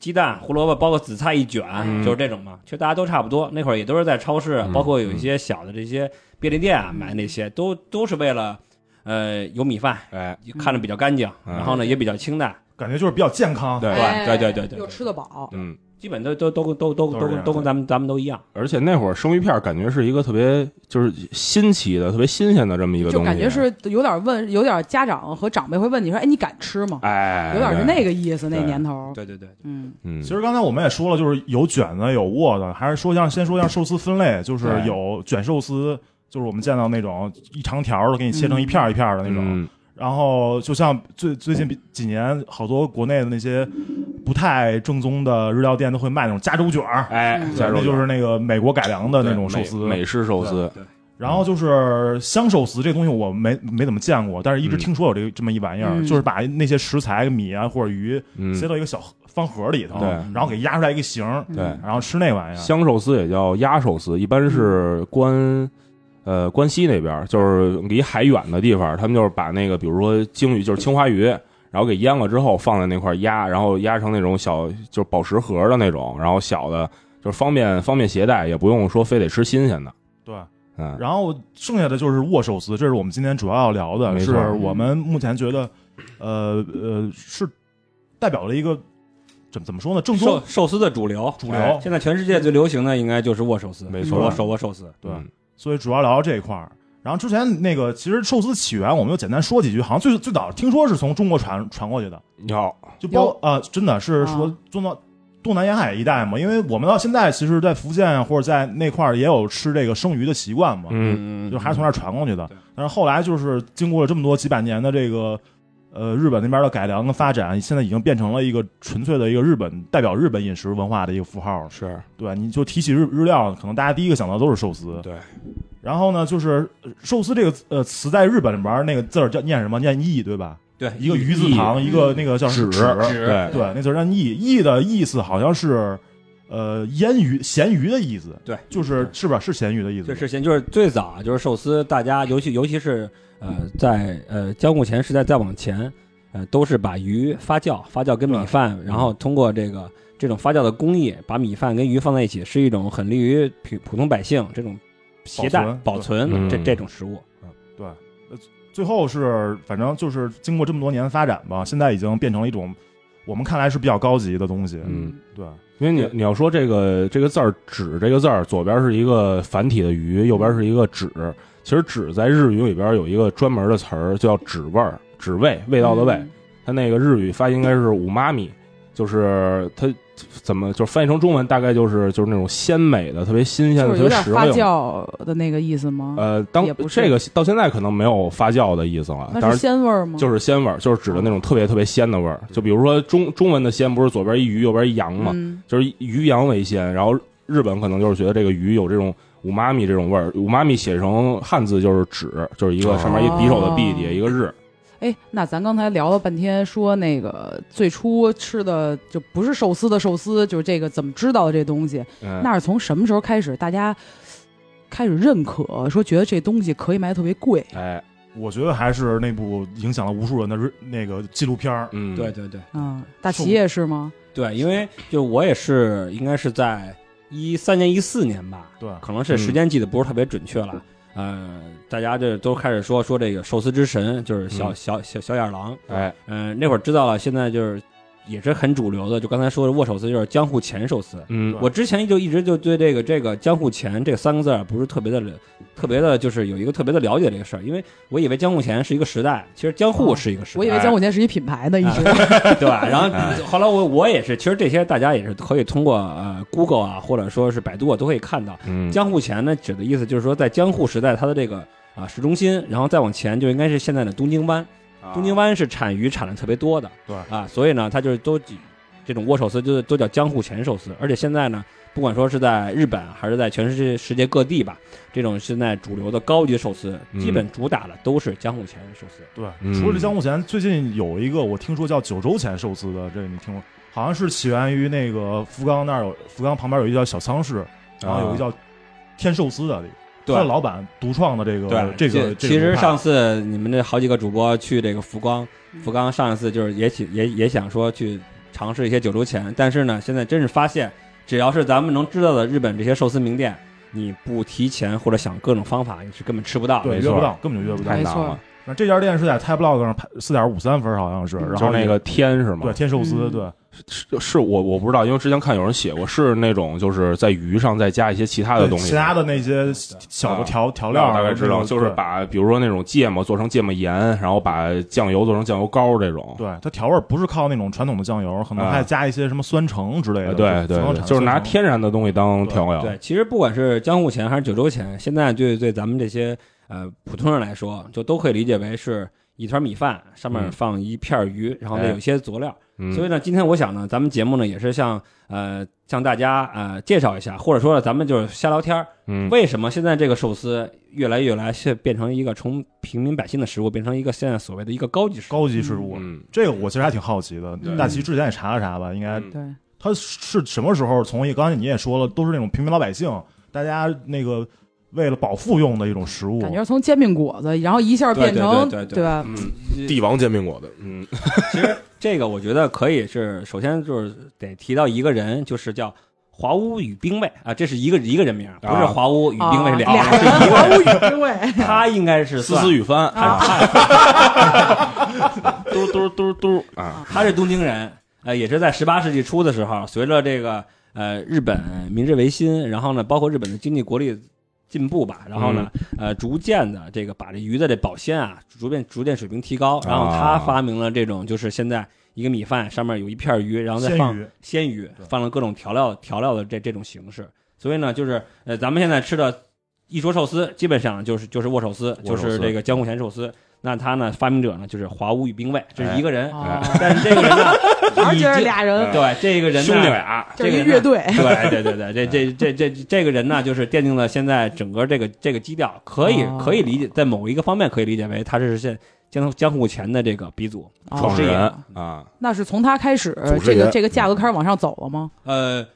Speaker 2: 鸡蛋、胡萝卜，包括紫菜一卷，
Speaker 3: 嗯
Speaker 2: 就是这种嘛。其实大家都差不多，那会儿也都是在超市，
Speaker 3: 嗯
Speaker 2: 包括有一些小的这些便利店啊、买那些，都都是为了呃有米饭，
Speaker 3: 哎，
Speaker 2: 看着比较干净，
Speaker 3: 嗯
Speaker 2: 然后呢也比较清淡，
Speaker 4: 感觉就是比较健康。
Speaker 3: 对，
Speaker 1: 哎
Speaker 2: 对对对对
Speaker 1: 又吃得饱，
Speaker 3: 嗯，
Speaker 2: 基本都都都都
Speaker 4: 都
Speaker 2: 都
Speaker 4: 是这
Speaker 2: 都
Speaker 4: 样
Speaker 2: 都跟咱们咱们都一样。
Speaker 3: 而且那会儿生鱼片儿感觉是一个特别就是新奇的、特别新鲜的这么一个
Speaker 1: 就
Speaker 3: 东西，啊
Speaker 1: 感觉是有点问，有点家长和长辈会问你说，哎，你敢吃吗？
Speaker 3: 哎，
Speaker 1: 有点是那
Speaker 3: 个，
Speaker 1: 个意思，那
Speaker 3: 对
Speaker 1: 年头，
Speaker 2: 对对对，
Speaker 1: 嗯，
Speaker 3: 嗯，
Speaker 4: 其实刚才我们也说了，就是有卷子有握的，还是说像先说一下寿司分类，就是
Speaker 3: 对
Speaker 4: 有卷寿司，就是我们见到那种一长条的，给你切成一片儿一片儿的那种。
Speaker 3: 嗯
Speaker 4: 然后就像最最近比几年，好多国内的那些不太正宗的日料店都会卖那种加州卷儿，
Speaker 3: 哎，
Speaker 1: 嗯
Speaker 3: 加
Speaker 4: 那
Speaker 3: 州
Speaker 4: 就是那个美国改良的那种
Speaker 3: 对
Speaker 4: 寿
Speaker 3: 美
Speaker 4: 司。
Speaker 3: 美式寿司，
Speaker 4: 然后就是香寿司这东西我没没怎么见过，但是一直
Speaker 3: 嗯
Speaker 4: 听说有这个这么一玩意儿，
Speaker 1: 嗯
Speaker 4: 就是把那些食材米啊或者鱼
Speaker 3: 嗯，
Speaker 4: 塞到一个小盒方盒里头，
Speaker 3: 对
Speaker 4: 然后给压出来一个形儿，
Speaker 3: 对，
Speaker 4: 然后吃那玩意儿。
Speaker 3: 香寿司也叫鸭寿司，一般是关。呃，关西那边儿就是离海远的地方，他们就是把那个，比如说鲸鱼，就是青花鱼，然后给腌了之后放在那块儿压，然后压成那种小就是宝石盒的那种，然后小的就是方便方便携带，也不用说非得吃新鲜的，
Speaker 4: 对，
Speaker 3: 嗯，
Speaker 4: 然后剩下的就是握寿司，这是我们今天主要要聊的，
Speaker 3: 没
Speaker 4: 是
Speaker 3: 错
Speaker 4: 我们目前觉得，呃呃，是代表了一个怎怎么说呢，正宗
Speaker 2: 寿寿司的主流，
Speaker 4: 主流。
Speaker 3: 哎
Speaker 2: 现在全世界最流行的应该就是握寿司，
Speaker 3: 没
Speaker 1: 错
Speaker 2: 手握手握寿司。
Speaker 4: 对
Speaker 3: 嗯
Speaker 4: 所以主要聊聊这一块儿。然后之前那个，其实寿司起源，我们就简单说几句。好像最最早听说是从中国传传过去的，
Speaker 3: 要
Speaker 4: 就包
Speaker 1: 哟
Speaker 4: 啊、真的是
Speaker 1: 啊
Speaker 4: 说中到东南沿海一带嘛。因为我们到现在，其实，在福建或者在那块儿也有吃这个生鱼的习惯嘛。
Speaker 3: 嗯
Speaker 2: 嗯
Speaker 4: 就还是从那儿传过去的
Speaker 2: 对。
Speaker 4: 但是后来就是经过了这么多几百年的这个呃日本那边的改良跟发展，现在已经变成了一个纯粹的一个日本代表日本饮食文化的一个符号了。
Speaker 3: 是
Speaker 4: 对，你就提起日日料，可能大家第一个想到都是寿司。
Speaker 3: 对，
Speaker 4: 然后呢，就是呃寿司这个呃词在日本里边那个字儿叫念什么？念意对吧？
Speaker 2: 对
Speaker 4: 一个鱼字旁，一个那个叫
Speaker 3: 纸
Speaker 4: 纸，
Speaker 3: 对
Speaker 4: 对，那字儿叫意。意的意思好像是。呃，腌鱼、咸鱼的意思，
Speaker 2: 对，
Speaker 4: 就是
Speaker 2: 对
Speaker 4: 是吧？是咸鱼的意思
Speaker 2: 这
Speaker 4: 吧，
Speaker 2: 事情就是最早啊就是寿司，大家尤其尤其是呃在呃江户前时代再往前，呃都是把鱼发酵，发酵跟米饭，然后通过这个这种发酵的工艺，把米饭跟鱼放在一起，是一种很利于普普通百姓这种携带保
Speaker 4: 保
Speaker 2: 存
Speaker 3: 对
Speaker 2: 这
Speaker 3: 嗯
Speaker 2: 这种食物。
Speaker 4: 对，呃，最后是反正就是经过这么多年的发展吧，现在已经变成了一种我们看来是比较高级的东西。
Speaker 3: 嗯，
Speaker 4: 对，
Speaker 3: 因为你你要说这个这个字儿“纸”这个字儿，左边是一个繁体的
Speaker 1: 嗯
Speaker 3: 鱼，右边是一个“纸”。其实“纸”在日语里边有一个专门的词儿叫“纸味儿”，纸味味道的味。
Speaker 1: 嗯
Speaker 3: 它那个日语发音应该是“五妈咪”，就是它怎么就是翻译成中文大概就是就是那种鲜美的、特别新鲜
Speaker 1: 就
Speaker 3: 的、
Speaker 1: 是
Speaker 3: 特
Speaker 1: 有
Speaker 3: 别
Speaker 1: 点
Speaker 3: 实
Speaker 1: 发
Speaker 3: 惠的。
Speaker 1: 酵的那个意思吗？
Speaker 3: 呃，当
Speaker 1: 也不是
Speaker 3: 这个到现在可能没有发酵的意思了，
Speaker 1: 那是
Speaker 3: 当然
Speaker 1: 鲜味儿吗？哦
Speaker 3: 就是鲜味儿，就是指的那种特别特别鲜的味儿。就比如说中中文的鲜，不是左边一鱼，右边一羊吗？
Speaker 1: 嗯
Speaker 3: 就是鱼羊为鲜，然后日本可能就是觉得这个鱼有这种五妈咪这种味儿，五妈咪写成汉字就是指，就是一个上面一匕首的匕，底下一个日，
Speaker 1: 哎，那咱刚才聊了半天，说那个最初吃的就不是寿司的寿司，就是这个怎么知道的这东西？
Speaker 3: 嗯，
Speaker 1: 那是从什么时候开始大家开始认可，说觉得这东西可以卖得特别贵？
Speaker 3: 哎，
Speaker 4: 我觉得还是那部影响了无数人的日那个纪录片儿。
Speaker 3: 嗯，
Speaker 2: 对，对对
Speaker 1: 嗯，大齐也是吗？
Speaker 2: 对，因为就我也是应该是在一三年一四年吧，
Speaker 4: 对，
Speaker 2: 可能是时间记得不是特别准确了。呃，大家这都开始说说这个寿司之神，就是小、
Speaker 3: 嗯
Speaker 2: 小小小野狼。呃
Speaker 3: 哎，
Speaker 2: 嗯、那会儿知道了，现在就是也是很主流的，就刚才说的握手司就是江户前寿
Speaker 1: 啊
Speaker 2: 司。
Speaker 3: 嗯
Speaker 4: 对
Speaker 2: 我之前就一直就对这个这个江户前这三个字儿不是特别的了特别的，就是有一个特别的了解这个事儿，因为我以为江户前是一个时代，其实江户是哎一个时代，
Speaker 1: 哦我以哎为江户前是一品牌呢，一直
Speaker 2: 对吧？
Speaker 1: [LAUGHS]
Speaker 2: 然后后来我我也是，其实这些大家也是可以通过呃 Google 啊，或者说是百度啊，都可以看到。
Speaker 3: 嗯，
Speaker 2: 江户前呢，指的意思就是说，在江户时代，它的这个啊市中心，然后再往前就应该是现在的东京湾。
Speaker 5: 啊
Speaker 2: 东京湾是产鱼产的特别多的，
Speaker 4: 对
Speaker 2: 啊，所以呢，它就是都这种握寿司就是都叫江户前寿司，而且现在呢，不管说是在日本还是在全世界世界各地吧，这种现在主流的高级寿司，
Speaker 3: 嗯
Speaker 2: 基本主打的都是江户前寿司。
Speaker 4: 对，
Speaker 3: 嗯
Speaker 4: 除了这江户前，最近有一个我听说叫九州前寿司的，这个你听过？好像是起源于那个福冈那儿有福冈旁边有一个叫小仓市，然
Speaker 3: 啊
Speaker 4: 后有一个叫天寿司的，
Speaker 2: 啊对
Speaker 4: 他的老板独创的这个这个。这
Speaker 2: 其
Speaker 4: 个
Speaker 2: 其实
Speaker 4: 门派
Speaker 2: 上次你们这好几个主播去这个福冈，
Speaker 1: 嗯
Speaker 2: 福冈上一次就是也想也也想说去尝试一些九州前，但是呢，现在真是发现，只要是咱们能知道的日本这些寿司名店，你不提前或者想各种方法，你是根本吃不到的。
Speaker 4: 对
Speaker 3: 没
Speaker 4: 约
Speaker 3: 错
Speaker 4: 不到，根本就约不到
Speaker 3: 太。
Speaker 1: 没
Speaker 3: 难
Speaker 1: 错
Speaker 3: 了，
Speaker 4: 那这家店是在 Tablog 上排四点五三分，好像是，然
Speaker 3: 嗯就
Speaker 4: 后
Speaker 3: 是那个天是吗？
Speaker 4: 对天寿司，
Speaker 1: 嗯
Speaker 4: 对
Speaker 3: 是是我我不知道，因为之前看有人写过，是那种就是在鱼上再加一些其他的
Speaker 4: 对
Speaker 3: 东西，
Speaker 4: 其他的那些小
Speaker 3: 啊
Speaker 4: 的调调料
Speaker 3: 料
Speaker 4: 啊，
Speaker 3: 大概知
Speaker 4: 那
Speaker 3: 道，
Speaker 4: 种
Speaker 3: 就是
Speaker 4: 对
Speaker 3: 把比如说那种芥末做成芥末盐，然后把酱油做成酱油膏这种。
Speaker 4: 对它调味儿不是靠那种传统的酱油，可能
Speaker 3: 啊
Speaker 4: 还加一些什么酸橙之类的，
Speaker 3: 呃对对
Speaker 4: 福冈
Speaker 3: 对，
Speaker 4: 产的
Speaker 3: 就是拿
Speaker 4: 酸橙
Speaker 3: 天然的东西当调料。
Speaker 2: 对，其实不管是江户前还是九州前，现在对对咱们这些呃普通人来说，就都可以理解为是一团米饭，上面
Speaker 3: 嗯
Speaker 2: 放一片鱼，然后呢
Speaker 3: 哎
Speaker 2: 有一些佐料。
Speaker 3: 嗯，
Speaker 2: 所以呢，今天我想呢，咱们节目呢也是向呃向大家呃介绍一下，或者说呢，咱们就是瞎聊天儿。
Speaker 3: 嗯
Speaker 2: 为什么现在这个寿司越来越来是变成一个从平民百姓的食物变成一个现在所谓的一个高级食物？
Speaker 4: 高级食物，
Speaker 3: 嗯
Speaker 4: 这个我其实还挺好奇的
Speaker 3: 对。
Speaker 4: 大齐之前也查了查吧，应该
Speaker 3: 嗯
Speaker 1: 对，
Speaker 4: 他是什么时候从一？刚才你也说了，都是那种平民老百姓，大家那个为了饱腹用的一种食物。
Speaker 1: 感觉是从煎饼果子，然后一下变成
Speaker 2: 哦对对对对对
Speaker 1: 吧？
Speaker 3: 嗯
Speaker 5: 帝王煎饼果子，
Speaker 3: 嗯
Speaker 2: 这个我觉得可以是，首先就是得提到一个人，就是叫华屋与兵卫啊，这是一个一个人名儿，不是
Speaker 3: 啊
Speaker 2: 华屋与兵卫是
Speaker 1: 俩
Speaker 2: 俩人，是一个
Speaker 1: 毫
Speaker 2: 人。
Speaker 1: 无语味。
Speaker 2: [LAUGHS] 他应该是
Speaker 3: 思
Speaker 2: 算
Speaker 3: 思雨帆哎
Speaker 1: 啊
Speaker 3: 嘟嘟嘟嘟 [LAUGHS] 啊，
Speaker 2: 他是东京人，呃，也是在十八世纪初的时候，随着这个呃日本明治维新，然后呢，包括日本的经济国力进步吧，然后呢，呃，逐渐的这个把这鱼的这保鲜啊，逐渐逐渐水平提高，然后他
Speaker 3: 啊
Speaker 2: 发明了这种就是现在一个米饭上面有一片鱼，然后再
Speaker 4: 鲜
Speaker 2: 放
Speaker 4: 鱼
Speaker 2: 鲜鱼
Speaker 4: 对，
Speaker 2: 放了各种调料调料的这这种形式。所以呢，就是呃，咱们现在吃的，一说寿司，基本上就是就是握寿司，
Speaker 3: 握
Speaker 2: 就
Speaker 3: 寿司
Speaker 2: 是这个江户前寿司。那他呢，发明者呢就是华屋与兵卫，这是一个人。
Speaker 1: 哦 [LAUGHS]
Speaker 2: 但是这个人呢，
Speaker 1: 然后
Speaker 2: 已
Speaker 1: 今儿
Speaker 2: 经
Speaker 1: 俩人
Speaker 2: 对这个人呢
Speaker 3: 兄弟，俩，
Speaker 1: 就是一
Speaker 2: 哎这个人呢
Speaker 1: 乐队，
Speaker 2: 对对对对，这这这这这个人呢，就是奠定了现在整个这个这个基调，可以
Speaker 1: 哦
Speaker 2: 可以理解，在某一个方面可以理解为他是现江江户前的这个鼻祖。
Speaker 1: 哦
Speaker 3: 创始人
Speaker 2: 哦
Speaker 3: 啊，
Speaker 1: 那是从他开始
Speaker 5: 祖，师
Speaker 1: 这
Speaker 5: 爷
Speaker 1: 个这个价格开始往上走了吗？
Speaker 2: 呃，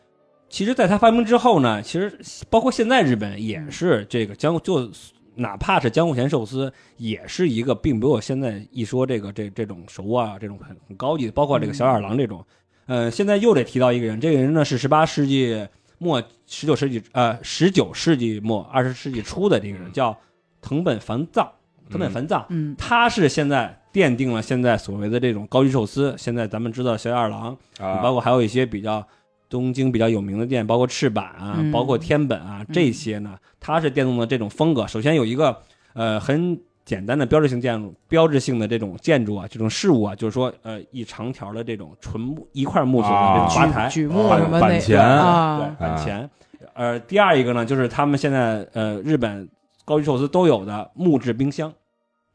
Speaker 2: 其实，在他发明之后呢，其实包括现在日本也是这个江就哪怕是江户前寿司，也是一个并没有现在一说这个这这种熟啊，这种很很高级的，包括这个小二郎这种。呃，现在又得提到一个人，这个人呢是十八世纪末、十九世纪呃十九世纪末、二十世纪初的这个人，叫藤本繁藏。藤本繁藏，
Speaker 1: 嗯，
Speaker 2: 他是现在奠定了现在所谓的这种高级寿司。现在咱们知道小野二郎，
Speaker 3: 啊，
Speaker 2: 包括还有一些比较东京比较有名的店，包括赤坂啊，
Speaker 1: 嗯
Speaker 2: 包括天本啊这些呢，它是电动的这种风格。首先有一个呃很简单的标志性建筑，标志性的这种建筑啊，这种事物啊，就是说呃一长条的这种纯木一块木头的这种
Speaker 3: 啊
Speaker 2: 吧台，
Speaker 1: 举目
Speaker 3: 板
Speaker 1: 什么那
Speaker 3: 板前
Speaker 1: 啊，
Speaker 2: 对，板前。呃，第二一个呢，就是他们现在呃日本高级寿司都有的木质冰箱，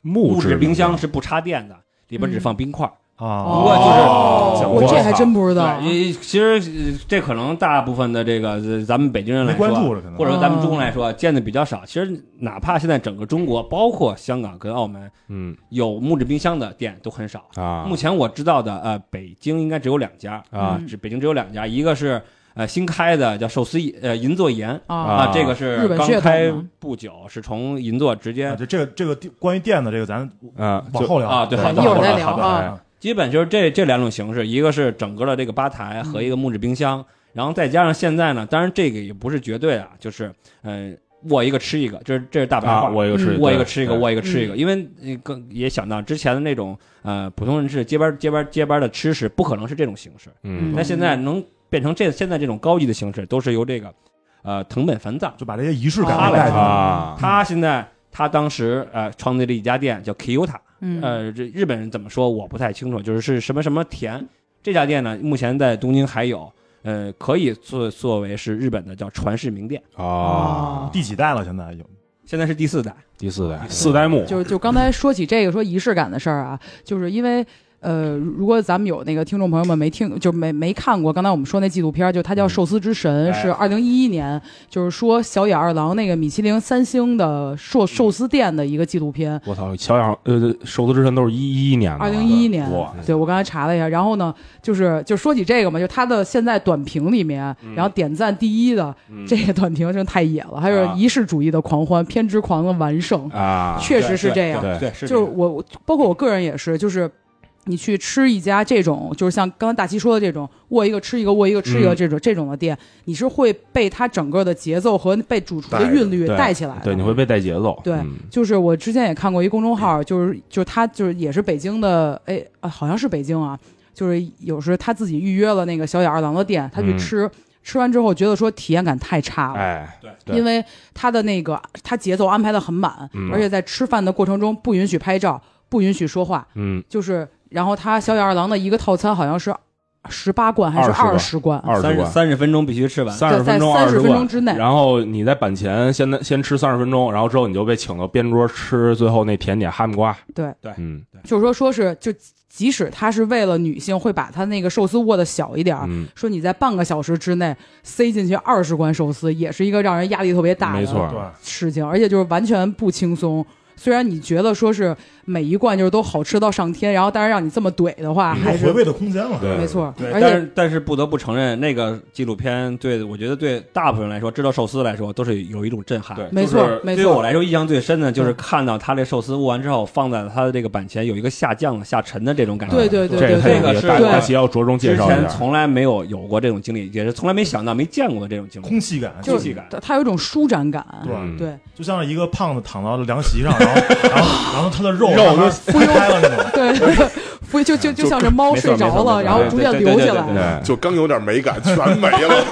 Speaker 2: 木
Speaker 3: 木
Speaker 2: 质冰箱
Speaker 3: 箱
Speaker 2: 是不插电的，里边只放冰块。
Speaker 4: 啊
Speaker 2: 不过就是
Speaker 1: 哦我这还真不知道啊
Speaker 2: 对，，也其实呃这可能大部分的这个呃咱们北京人来
Speaker 4: 没
Speaker 2: 说
Speaker 4: 关
Speaker 2: 啊，
Speaker 4: 注了，可能
Speaker 2: 或者说咱们中国人来说啊见的比较少。其实哪怕现在整个中国，包括香港跟澳门，
Speaker 3: 嗯
Speaker 2: 有木质冰箱的店都很少。
Speaker 3: 啊
Speaker 2: 目前我知道的，呃，北京应该只有两家，
Speaker 3: 啊
Speaker 1: 嗯
Speaker 2: 只北京只有两家，一个是呃新开的叫寿司呃银座盐
Speaker 1: 啊，
Speaker 2: 啊，这个是
Speaker 1: 日本
Speaker 2: 刚
Speaker 1: 血统
Speaker 2: 开
Speaker 1: 的
Speaker 2: 不久，是从银座直
Speaker 4: 啊
Speaker 2: 接
Speaker 4: 这这个这个地关于店的这个，咱
Speaker 3: 啊，
Speaker 4: 往
Speaker 3: 就
Speaker 4: 后聊
Speaker 2: 啊对好的
Speaker 1: 一会儿
Speaker 2: 好的
Speaker 1: 再聊
Speaker 3: 好的
Speaker 1: 啊。
Speaker 3: 哎
Speaker 2: 基本就是这这两种形式，一个是整个的这个吧台和一个木质冰箱，然后再加上现在呢，当然这个也不是绝对啊，就是嗯、呃我一个吃一个，这是这是大白话。
Speaker 3: 啊，我一个
Speaker 1: 嗯
Speaker 3: 吃，
Speaker 2: 我一个
Speaker 3: 对
Speaker 2: 吃一个，
Speaker 3: 对嗯
Speaker 2: 我一个吃一个，因为呃更也想到之前的那种呃普通人是接班接班接班的吃食，不可能是这种形式。
Speaker 3: 嗯
Speaker 1: 嗯
Speaker 2: 那现在能变成这现在这种高级的形式，都是由这个呃藤本繁藏，
Speaker 4: 就把这些仪式
Speaker 2: 啊
Speaker 4: 感给带进来。
Speaker 3: 啊，
Speaker 2: 他现在他当时呃创立了一家店叫 Kiyota，
Speaker 1: 嗯
Speaker 2: 呃这日本人怎么说我不太清楚，就是是什么什么田这家店呢，目前在东京还有。呃，可以作作为是日本的叫传世名店，
Speaker 3: 啊，
Speaker 4: 第几代了？现在有
Speaker 2: 现在是第四代，
Speaker 3: 第四代四代目，
Speaker 1: 就就刚才说起这个说仪式感的事儿啊，就是因为呃，如果咱们有那个听众朋友们没听，就没没看过刚才我们说那纪录片儿，就它
Speaker 3: 嗯
Speaker 1: 叫《寿司之神》，
Speaker 3: 哎
Speaker 1: 是二零一一年，就是说小野二郎那个米其林三星的
Speaker 3: 嗯
Speaker 1: 寿寿司店的一个纪录片。
Speaker 3: 我操，小养呃，寿司之神都是一一年的，
Speaker 1: 二零一一年
Speaker 3: 哇，
Speaker 1: 对我刚才查了一下，然后呢，就是就说起这个嘛，就他的现在短评里面，
Speaker 3: 嗯
Speaker 1: 然后点赞第一的、这个短评真太野了，还有
Speaker 3: 啊
Speaker 1: 仪式主义的狂欢，偏执狂的完胜，
Speaker 3: 啊，
Speaker 1: 确实是这样。
Speaker 3: 对
Speaker 2: 对，是
Speaker 1: 就是我我包括我个人也是，就是你去吃一家这种，就是像刚才大齐说的这种，握一个吃一个，握一个吃一个
Speaker 3: 嗯
Speaker 1: 这种、这种的店，你是会被它整个的节奏和被主厨的
Speaker 5: 带着
Speaker 1: 韵律
Speaker 3: 对
Speaker 1: 带起来的。
Speaker 3: 对，你会被带节奏，
Speaker 1: 对
Speaker 3: 嗯
Speaker 1: 就是我之前也看过一公众号，就是就是他就是也是北京的，哎啊，好像是北京啊，就是有时候他自己预约了那个小野二郎的店，他去
Speaker 3: 嗯
Speaker 1: 吃，吃完之后觉得说体验感太差了。
Speaker 3: 哎，对
Speaker 1: 因为他的那个他节奏安排的很满，
Speaker 3: 嗯
Speaker 1: 而且在吃饭的过程中不允许拍照，不允许说话，
Speaker 3: 嗯，
Speaker 1: 就是然后他小野二郎的一个套餐好像是十八罐还是
Speaker 3: 20
Speaker 1: 二
Speaker 3: 个
Speaker 1: 十罐，
Speaker 3: 二
Speaker 2: 三
Speaker 3: 十
Speaker 2: 十
Speaker 3: 万。
Speaker 2: 三十分钟必须吃完，
Speaker 3: 三十
Speaker 1: 在
Speaker 3: 分钟，
Speaker 1: 在
Speaker 3: 二
Speaker 1: 30
Speaker 3: 十
Speaker 1: 分钟之内
Speaker 3: 然后你在板前先先吃三十分钟，然后之后你就被请到边桌吃最后那甜点哈密瓜。
Speaker 1: 对
Speaker 2: 对
Speaker 3: 嗯
Speaker 1: 就是说说是就即使他是为了女性会把他那个寿司握的小一点儿。
Speaker 3: 嗯，
Speaker 1: 说你在半个小时之内塞进去二十罐寿司，也是一个让人压力特别大的
Speaker 3: 没错，
Speaker 4: 对
Speaker 1: 事情，而且就是完全不轻松。虽然你觉得说是每一罐就是都好吃到上天，然后但是让你这么怼的话，还
Speaker 4: 有
Speaker 1: 是
Speaker 4: 回味的空间了。
Speaker 3: 对
Speaker 1: 没错
Speaker 2: 嗯对，。
Speaker 1: 而
Speaker 2: 但
Speaker 1: 且
Speaker 2: 是但是不得不承认，那个纪录片对我觉得对大部分人来说，知道寿司来说都是有一种震撼。
Speaker 3: 对，
Speaker 1: 没
Speaker 3: 就是
Speaker 1: 错，没
Speaker 2: 对于我
Speaker 1: 错，嗯
Speaker 2: 来说，印象最深的就是
Speaker 1: 对
Speaker 2: 看到他这寿司握完之后，放在他的这个板前有一个下降的、下沉的这种感觉。
Speaker 1: 对对对
Speaker 3: 这
Speaker 1: 对对
Speaker 3: 个
Speaker 2: 这个
Speaker 3: 也
Speaker 2: 是
Speaker 3: 大
Speaker 1: 对
Speaker 3: 大齐要着重介
Speaker 2: 之
Speaker 3: 绍一
Speaker 2: 前
Speaker 3: 下。
Speaker 2: 从来没有有过这种经历，也是从来没想到、没见过的这种经历。
Speaker 4: 空气感，
Speaker 1: 就
Speaker 2: 空气
Speaker 1: 是
Speaker 2: 感
Speaker 1: 它它有一种舒展感，
Speaker 3: 嗯
Speaker 4: 对，
Speaker 1: 对
Speaker 4: 就像是一个胖子躺到了凉席上，然后然后然后他的肉慢慢
Speaker 1: 不由
Speaker 4: 开了那种。
Speaker 1: 对， [LAUGHS] 不就就就像是猫
Speaker 2: 没错
Speaker 1: 睡着
Speaker 2: 没错
Speaker 1: 了，
Speaker 2: 没错
Speaker 1: 然后逐渐流起来
Speaker 2: 对
Speaker 1: 了。
Speaker 3: 对，
Speaker 5: 就刚有点美感，全
Speaker 1: [LAUGHS]
Speaker 5: 没了。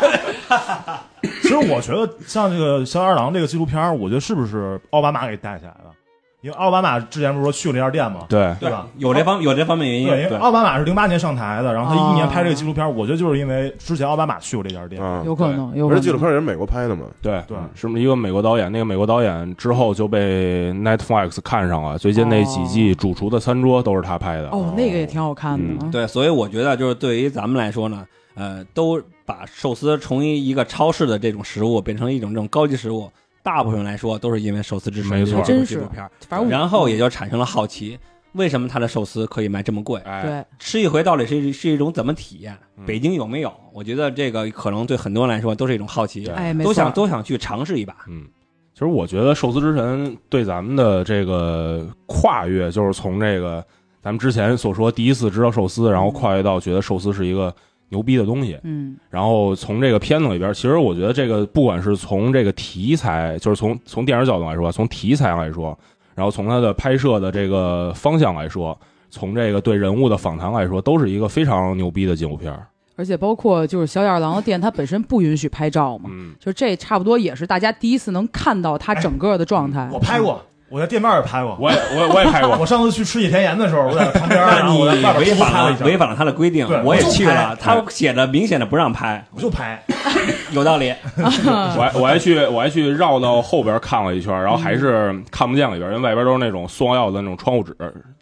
Speaker 4: 其实我觉得像这个小野二郎这个纪录片儿，我觉得是不是奥巴马给带起来的？因为奥巴马之前不是说去了那家店吗？
Speaker 3: 对
Speaker 4: 对吧？
Speaker 2: 有这方有这方面原因。
Speaker 4: 对，因为
Speaker 2: 对，
Speaker 3: 啊
Speaker 4: 奥巴马是零八年上台的，然后他一年
Speaker 1: 啊
Speaker 4: 拍这个纪录片儿，我觉得就是因为之前奥巴马去过这家店，
Speaker 5: 啊，
Speaker 1: 有可能，有可
Speaker 5: 而
Speaker 1: 能。
Speaker 5: 且纪录片也是美国拍的嘛，
Speaker 3: 对
Speaker 4: 对
Speaker 3: 是不是一个美国导演？那个美国导演之后就被 Netflix 看上了，最近那几季《主厨的餐桌》都是他拍的。
Speaker 1: 哦，那个也挺好看的。啊
Speaker 3: 嗯
Speaker 2: 对，所以我觉得就是对于咱们来说呢，呃，都把寿司从一个超市的这种食物变成一种这种高级食物，大部分人来说都是因为《寿司之神》
Speaker 3: 没错
Speaker 2: 这
Speaker 1: 还真
Speaker 2: 部
Speaker 1: 是
Speaker 2: 纪录片儿，
Speaker 1: 反正我
Speaker 2: 然后也就产生了好奇，为什么它的寿司可以卖这么贵？
Speaker 3: 哎，
Speaker 1: 对，
Speaker 2: 吃一回到底是是一种怎么体验？
Speaker 3: 嗯
Speaker 2: 北京有没有？我觉得这个可能对很多人来说都是一种好奇
Speaker 3: 对，
Speaker 1: 哎，没
Speaker 2: 都想
Speaker 1: 错，
Speaker 2: 都想去尝试一把。
Speaker 3: 嗯，其实我觉得《寿司之神》对咱们的这个跨越，就是从这个咱们之前所说第一次知道寿司，然后跨越到觉得寿司是一个牛逼的东西。
Speaker 1: 嗯，
Speaker 3: 然后从这个片子里边，其实我觉得这个不管是从这个题材，就是从从电影角度来说，从题材来说，然后从它的拍摄的这个方向来说，从这个对人物的访谈来说，都是一个非常牛逼的纪录片儿。
Speaker 1: 而且包括就是小野二郎的店，它本身不允许拍照嘛，
Speaker 3: 嗯，
Speaker 1: 就这差不多也是大家第一次能看到它整个的状态。
Speaker 4: 嗯我拍过，我在店面儿也拍过。
Speaker 3: 我也我也我也拍过，
Speaker 4: 我上次去吃野田盐的时候，我在旁边儿，然
Speaker 2: 那
Speaker 4: 后
Speaker 2: 你
Speaker 4: 我在外边
Speaker 2: 违
Speaker 4: 偷
Speaker 2: 反
Speaker 4: 拍了一
Speaker 2: 了
Speaker 4: 张，
Speaker 2: 违反了他的规定
Speaker 4: 对，
Speaker 2: 我也
Speaker 4: 我就
Speaker 2: 去
Speaker 4: 拍
Speaker 2: 了，他写的明显的不让拍，
Speaker 4: 我就拍。
Speaker 2: 有道理。
Speaker 1: 嗯
Speaker 3: 我还我还去我还去绕到后边看了一圈，然后
Speaker 1: 嗯
Speaker 3: 还是看不见里边，因为外边都是那种塑料的那种窗户纸，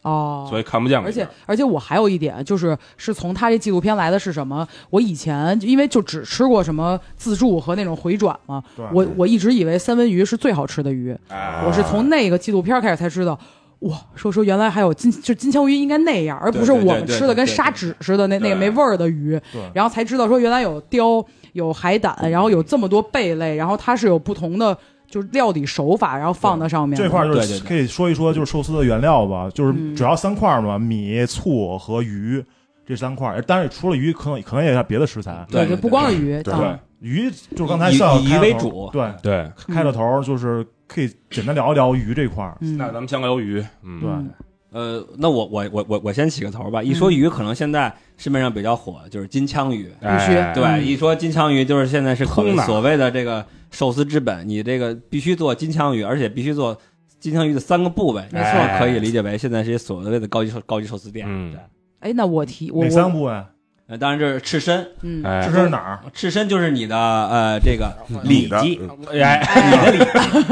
Speaker 1: 哦，
Speaker 3: 所以看不见里
Speaker 1: 而且
Speaker 3: 边。
Speaker 1: 而且我还有一点就是，是从他这纪录片来的是什么？我以前就因为就只吃过什么自助和那种回转嘛
Speaker 4: 对，
Speaker 1: 我我一直以为三文鱼是最好吃的鱼，
Speaker 3: 哎
Speaker 1: 我是从那个纪录片开始才知道。哇，说说原来还有金，就金枪鱼应该那样，而不是
Speaker 2: 对对
Speaker 1: 我们
Speaker 2: 对
Speaker 1: 吃的
Speaker 2: 对
Speaker 1: 跟
Speaker 2: 对
Speaker 1: 砂纸似的那那个没味儿的鱼
Speaker 4: 对，
Speaker 1: 然后才知道说原来有鲷、有海胆，然后有这么多贝类，然后它是有不同的就是料理手法，然后放到上面的。
Speaker 4: 这块儿就
Speaker 2: 对对
Speaker 4: 是
Speaker 2: 对
Speaker 4: 可以说一说，就是寿司的原料吧，就是
Speaker 1: 嗯
Speaker 4: 主要三块儿嘛，米、醋和鱼这三块儿。当然，除了鱼，可能可能也有点别的食材。
Speaker 1: 对，
Speaker 2: 对
Speaker 1: 就不光是鱼，
Speaker 5: 对
Speaker 1: 啊
Speaker 4: 鱼就是刚才
Speaker 2: 以
Speaker 4: 笑笑
Speaker 2: 以
Speaker 4: 开了
Speaker 2: 为
Speaker 4: 头
Speaker 2: 主
Speaker 4: 对，
Speaker 3: 对，
Speaker 4: 开了头就是可以简单聊一聊鱼这块儿。
Speaker 1: 嗯
Speaker 3: 那咱们先聊鱼，嗯，
Speaker 4: 对
Speaker 1: 嗯
Speaker 2: 呃，那我我我我我先起个头吧。一说
Speaker 1: 嗯
Speaker 2: 鱼，可能现在市面上比较火就是金枪鱼，
Speaker 1: 必须
Speaker 3: 哎
Speaker 2: 对，
Speaker 1: 嗯
Speaker 2: 一说金枪鱼就是现在是可
Speaker 3: 通的
Speaker 2: 所谓的这个寿司之本，你这个必须做金枪鱼，而且必须做金枪鱼的三个部位，
Speaker 1: 没
Speaker 3: 错
Speaker 2: 这可以理解为现在是一所谓的高级寿高级寿司店。
Speaker 3: 嗯
Speaker 2: 对，
Speaker 1: 哎，那我提我
Speaker 4: 哪三
Speaker 1: 我
Speaker 4: 部位？
Speaker 2: 呃，当然这是赤身，
Speaker 1: 嗯，
Speaker 3: 哎
Speaker 4: 这是哪儿？
Speaker 2: 赤身就是你的呃这个里
Speaker 5: 你的
Speaker 2: 脊，
Speaker 3: 哎，
Speaker 1: 哎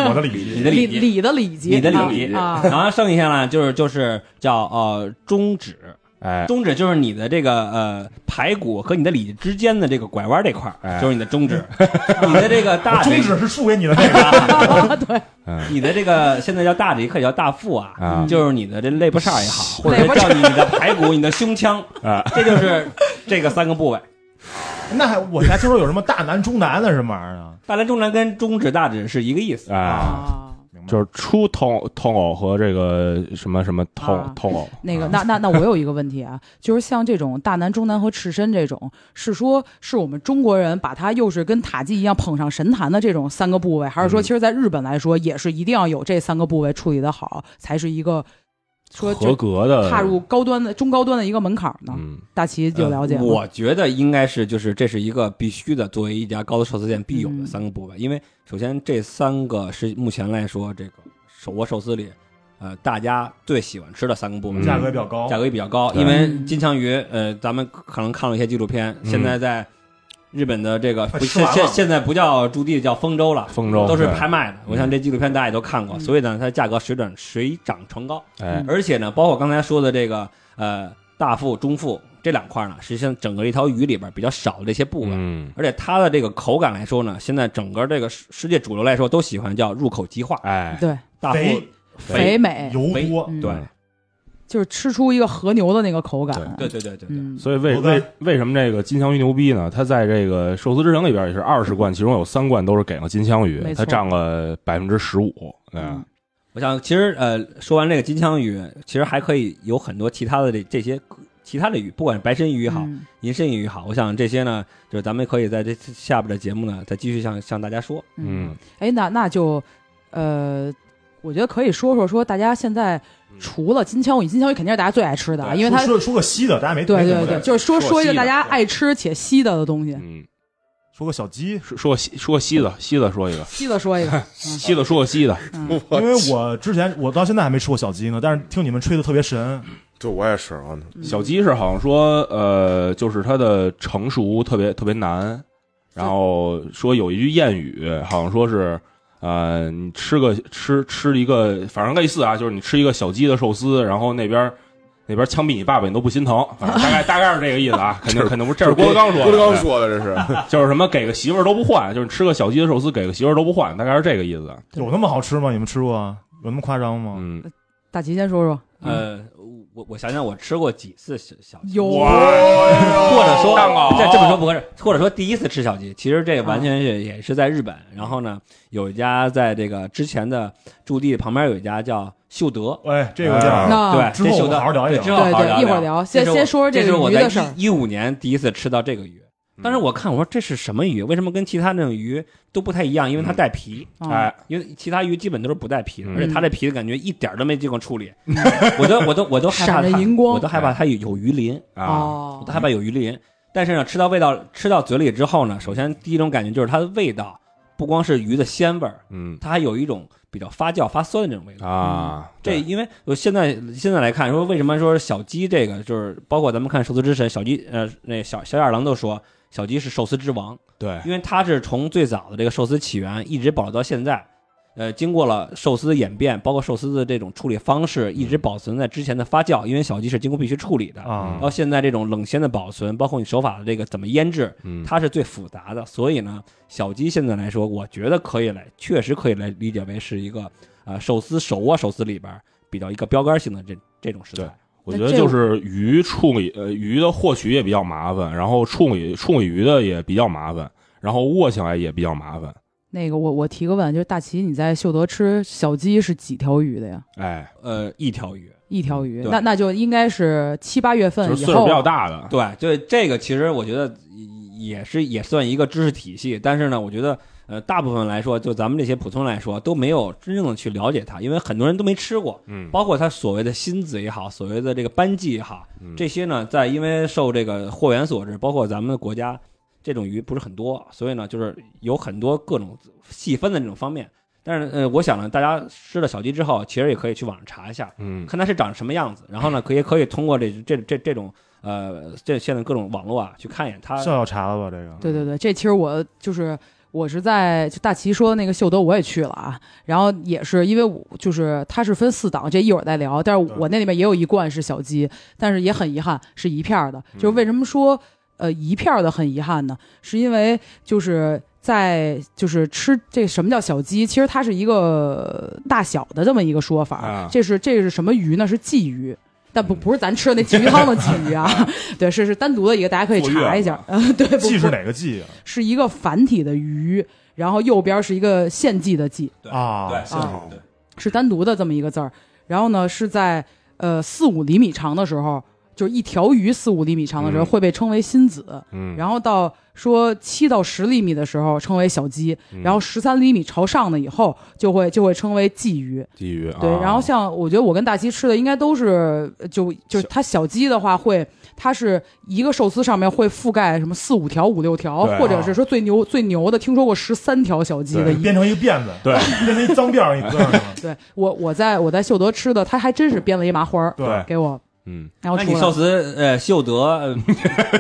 Speaker 4: 我的礼 [LAUGHS]
Speaker 2: 你
Speaker 4: 仪。
Speaker 2: 的
Speaker 1: 里
Speaker 2: 里脊，
Speaker 1: 里的里脊，
Speaker 2: 你的
Speaker 1: 啊
Speaker 2: 里脊
Speaker 1: 啊，
Speaker 2: [LAUGHS]
Speaker 3: [LAUGHS]
Speaker 2: 然后剩下呢就是就是叫呃中指，
Speaker 3: 哎，
Speaker 2: 中指就是你的这个呃排骨和你的里脊之间的这个拐弯这块
Speaker 3: 哎
Speaker 2: 儿，就是你的
Speaker 3: [LAUGHS]
Speaker 2: 中指，你的这个大
Speaker 4: 中
Speaker 2: 腿
Speaker 4: 指是竖给你的那个，
Speaker 2: [LAUGHS]
Speaker 3: 嗯
Speaker 2: 你的这个现在叫大指，也可以叫大腹啊，
Speaker 3: 啊
Speaker 2: 就是你的这肋巴扇也好，或者
Speaker 1: 肋巴
Speaker 2: 叫你的排骨、你的胸腔，
Speaker 3: [LAUGHS] 啊，
Speaker 2: 这就是这个三个部位。
Speaker 4: 那还我还听说有什么大男中男的什么玩意儿啊？
Speaker 2: 大连中南跟中指、大指是一个意思。
Speaker 3: 哎，
Speaker 1: 啊。
Speaker 4: 明白
Speaker 3: 就是出通通偶和这个什么什么
Speaker 1: 啊
Speaker 3: 通通偶，嗯
Speaker 1: 那个，那那那我有一个问题啊，就是像这种大南、中南和赤身这种，是说是我们中国人把它又是跟塔基一样捧上神坛的这种三个部位，还是说
Speaker 3: 嗯
Speaker 1: 其实在日本来说也是一定要有这三个部位处理的好，才是一个说
Speaker 3: 合
Speaker 1: 就
Speaker 3: 格的
Speaker 1: 踏入高端的中高端的一个门槛呢？
Speaker 3: 嗯
Speaker 1: 大齐有了解吗？
Speaker 2: 呃我觉得应该是就是这是一个必须的，作为一家高的寿司店必有
Speaker 1: 嗯
Speaker 2: 的三个部位，因为首先这三个是目前来说这个手握寿司里，呃，大家最喜欢吃的三个部位。
Speaker 3: 嗯
Speaker 4: 价格也比较高，
Speaker 2: 价格也比较高，
Speaker 3: 对
Speaker 2: 因为
Speaker 1: 嗯
Speaker 2: 金枪鱼，呃，咱们可能看了一些纪录片，
Speaker 3: 嗯
Speaker 2: 现在在日本的这个
Speaker 4: 快
Speaker 2: 不
Speaker 4: 吃
Speaker 2: 现
Speaker 4: 完了
Speaker 2: 现现在不叫驻地，叫丰州了，
Speaker 3: 丰州
Speaker 2: 都是
Speaker 3: 对
Speaker 2: 拍卖的。我想这纪录片大家也都看过，
Speaker 1: 嗯
Speaker 2: 所以呢，它的价格水涨水涨船高，
Speaker 3: 哎
Speaker 2: 而且呢，包括刚才说的这个呃大腹、中腹这两块呢，实际上整个一条鱼里边比较少的这些部位。
Speaker 3: 嗯
Speaker 2: 而且它的这个口感来说呢，现在整个这个世世界主流来说都喜欢叫入口即化，
Speaker 3: 哎
Speaker 1: 对
Speaker 2: 大腹
Speaker 4: 肥
Speaker 1: 肥美，
Speaker 4: 油
Speaker 2: 肥
Speaker 4: 多，
Speaker 1: 嗯
Speaker 2: 对
Speaker 1: 就是吃出一个和牛的那个口感。
Speaker 2: 对对对对对，
Speaker 1: 嗯，
Speaker 3: 所以为
Speaker 4: 鹅肝
Speaker 3: 为为什么这个金枪鱼牛逼呢？它在这个寿司之城里边也是二十罐，其中有三罐都是给了金枪鱼
Speaker 1: 没，错
Speaker 3: 它占了百分之十五，对
Speaker 1: 嗯
Speaker 2: 我想，其实呃，说完这个金枪鱼，其实还可以有很多其他的这这些其他的鱼，不管是白身鱼也好，
Speaker 1: 嗯
Speaker 2: 银身鱼也好，我想这些呢，就是咱们可以在这下边的节目呢，再继续向向大家说。
Speaker 1: 嗯，哎，那那就，呃，我觉得可以说说说大家现在除了金枪鱼，金枪鱼肯定是大家最爱吃的啊，因为它
Speaker 4: 说说个稀的，大家没
Speaker 1: 对
Speaker 4: 没
Speaker 1: 对
Speaker 4: 没
Speaker 1: 对，就是说
Speaker 2: 说
Speaker 1: 说一个
Speaker 2: 稀
Speaker 1: 大
Speaker 2: 的
Speaker 1: 家
Speaker 2: 对
Speaker 1: 爱吃且稀的的东西。
Speaker 3: 嗯，
Speaker 4: 说个小鸡，
Speaker 3: 说说西说西子，西子说一个，
Speaker 1: [LAUGHS] 稀的说一个，
Speaker 3: 西子说个西子，
Speaker 1: 嗯，
Speaker 4: 因为我之前我到现在还没吃过小鸡呢，但是听你们吹的特别神，
Speaker 5: 对，我也是，啊我
Speaker 3: 小鸡是好像说，呃，就是它的成熟特别特别难，然后说有一句谚语，好像说是，呃，你吃个吃吃一个，反正类似啊，就是你吃一个小鸡的寿司，然后那边那边枪毙你爸爸你都不心疼，反正大概大概是这个意思
Speaker 5: [LAUGHS]
Speaker 3: 啊，肯定肯定不是，这是郭德纲说的，
Speaker 5: 郭德纲说的这
Speaker 1: [LAUGHS]
Speaker 5: 是，
Speaker 3: 对，就是什么给个媳妇儿都不换，就是吃个小鸡的寿司给个媳妇儿都不换，大概是这个意思，
Speaker 1: 对
Speaker 4: 有那么好吃吗？你们吃过啊？有那么夸张吗？
Speaker 3: 嗯，
Speaker 1: 大齐先说说，
Speaker 2: 呃，我我想想，我吃过几次小小鸡，
Speaker 1: 有
Speaker 5: 啊哎
Speaker 2: 或者说
Speaker 3: 蛋
Speaker 4: 哦
Speaker 3: 糕
Speaker 2: 这这么说不合适，或者说第一次吃小鸡，其实这个完全
Speaker 4: 嗯
Speaker 2: 是也是在日本。然后呢，有一家在这个之前的驻地旁边有一家叫秀德，
Speaker 4: 哎，这个
Speaker 5: 啊
Speaker 4: 叫
Speaker 1: 那
Speaker 2: 对，
Speaker 4: 之后
Speaker 2: 这秀
Speaker 4: 我们
Speaker 2: 的
Speaker 4: 好好聊一聊
Speaker 2: 对之后好好
Speaker 1: 对对一会儿聊先
Speaker 2: 这是我
Speaker 1: 先说这
Speaker 2: 这
Speaker 1: 个
Speaker 2: 是我
Speaker 1: 鱼的
Speaker 2: 在
Speaker 1: 事儿
Speaker 2: 一五年第一次吃到这个鱼，
Speaker 4: 嗯
Speaker 2: 当时我看我说这是什么鱼？为什么跟其他那种鱼都不太一样？因为
Speaker 4: 嗯
Speaker 2: 它带皮。
Speaker 1: 啊
Speaker 3: 哎，
Speaker 2: 因为其他鱼基本都是不带皮的，
Speaker 3: 嗯
Speaker 2: 而且它这皮的感觉一点儿都没经过处理，我都我都我都害怕
Speaker 1: 闪着
Speaker 2: 它
Speaker 1: 荧光
Speaker 2: 我都害怕它有有鱼鳞，
Speaker 3: 啊，
Speaker 1: 哦
Speaker 2: 我都害怕有鱼鳞。但是呢，吃到味道吃到嘴里之后呢，首先第一种感觉就是它的味道不光是鱼的鲜味儿，
Speaker 3: 嗯
Speaker 2: 它还有一种比较发酵发酸的那种味道。
Speaker 5: 嗯
Speaker 3: 啊，
Speaker 2: 这因为我现在现在来看，说为什么说小鸡这个就是包括咱们看《寿司之神》，小鸡呃那小小野郎都说小鸡是寿司之王，
Speaker 3: 对
Speaker 2: 因为它是从最早的这个寿司起源一直保留到现在，呃，经过了寿司的演变，包括寿司的这种处理方式，一直保存在之前的发酵，因为小鸡是经过必须处理的。
Speaker 4: 啊，
Speaker 2: 到现在这种冷鲜的保存，包括你手法的这个怎么腌制，
Speaker 3: 嗯
Speaker 2: 它是最复杂的。所以呢，小鸡现在来说，我觉得可以来，确实可以来理解为是一个呃寿司手握寿司里边儿比较一个标杆性的这这种食材。
Speaker 3: 我
Speaker 1: 那
Speaker 3: 觉得
Speaker 1: 这
Speaker 3: 就
Speaker 1: 个
Speaker 3: 是鱼处理，呃，鱼的获取也比较麻烦，然后处理处理鱼的也比较麻烦，然后握起来也比较麻烦。
Speaker 1: 那个我我提个问，就是大齐你在秀德吃小鸡是几条鱼的呀？
Speaker 3: 哎，
Speaker 2: 呃，一条鱼。
Speaker 1: 一条鱼，
Speaker 2: 对
Speaker 1: 那那就应该是七八月份
Speaker 3: 就是
Speaker 1: 以
Speaker 3: 岁数比较
Speaker 1: 后，
Speaker 3: 大的，
Speaker 2: 对，对，这个其实我觉得也也是也算一个知识体系，但是呢，我觉得呃，大部分来说，就咱们这些普通人来说，都没有真正的去了解它，因为很多人都没吃过，
Speaker 3: 嗯，
Speaker 2: 包括它所谓的新子也好，所谓的这个班季也好
Speaker 3: 嗯，
Speaker 2: 这些呢，在因为受这个货源所致，包括咱们的国家这种鱼不是很多，所以呢，就是有很多各种细分的这种方面。但是，呃，我想呢，大家吃了小鸡之后，其实也可以去网上查一下，
Speaker 3: 嗯
Speaker 2: 看它是长什么样子。然后呢，可以可以通过这这这这种呃，这现在各种网络啊，去看一眼它。
Speaker 4: 笑笑查了吧，这
Speaker 3: 啊
Speaker 4: 个
Speaker 1: 对对对，这其实我就是我是在就大齐说的那个秀德我也去了啊，然后也是因为我就是它是分四档，这一会儿再聊，但是我那里面也有一罐是小鸡，但是也很遗憾是一片儿的，就是
Speaker 3: 嗯
Speaker 1: 为什么说呃一片儿的很遗憾呢？是因为就是。在就是吃这什么叫小鸡？其实它是一个大小的这么一个说法。
Speaker 3: 啊
Speaker 1: 这是这是什么鱼呢？是鲫鱼，但不
Speaker 3: 嗯
Speaker 1: 不是咱吃的那鲫鱼汤的鲫鱼
Speaker 3: [LAUGHS]
Speaker 1: 啊，对，是是单独的一个，大家可以
Speaker 3: 坐月
Speaker 1: 查一下
Speaker 3: 吧。
Speaker 1: 嗯， [LAUGHS] 对，不
Speaker 4: 记
Speaker 1: 不
Speaker 4: 是哪个记啊
Speaker 1: 是一个繁体的鱼，然后右边是一个献祭的祭，
Speaker 2: 对
Speaker 4: 啊？
Speaker 2: 对，
Speaker 1: 啊
Speaker 5: 好
Speaker 1: 是单独的这么一个字儿。然后呢，是在呃四五厘米长的时候，就是一条鱼四五厘米长的时候
Speaker 3: 嗯
Speaker 1: 会被称为新子，
Speaker 3: 嗯，
Speaker 1: 然后到说七到十厘米的时候称为小鸡，
Speaker 3: 嗯
Speaker 1: 然后十三厘米朝上的以后就会就会称为鲫鱼。
Speaker 3: 鲫鱼，
Speaker 1: 对，
Speaker 3: 啊
Speaker 1: 然后像我觉得我跟大鸡吃的应该都是呃就就是它小鸡的话会，它是一个寿司上面会覆盖什么四五条、五六条，
Speaker 3: 对
Speaker 1: 或者是说最牛最牛的，听说过十三条小鸡的
Speaker 4: 对
Speaker 1: 一。
Speaker 4: 变成一个辫子，
Speaker 3: 对，
Speaker 4: 变成一脏辫儿，你知道吗？
Speaker 1: 对我我在我在秀德吃的，他还真是编了一麻花儿
Speaker 4: 对，
Speaker 1: 给我，
Speaker 3: 嗯，
Speaker 1: 然后
Speaker 2: 那
Speaker 1: 出
Speaker 2: 你
Speaker 1: 来
Speaker 2: 寿司呃，秀德，
Speaker 1: [LAUGHS]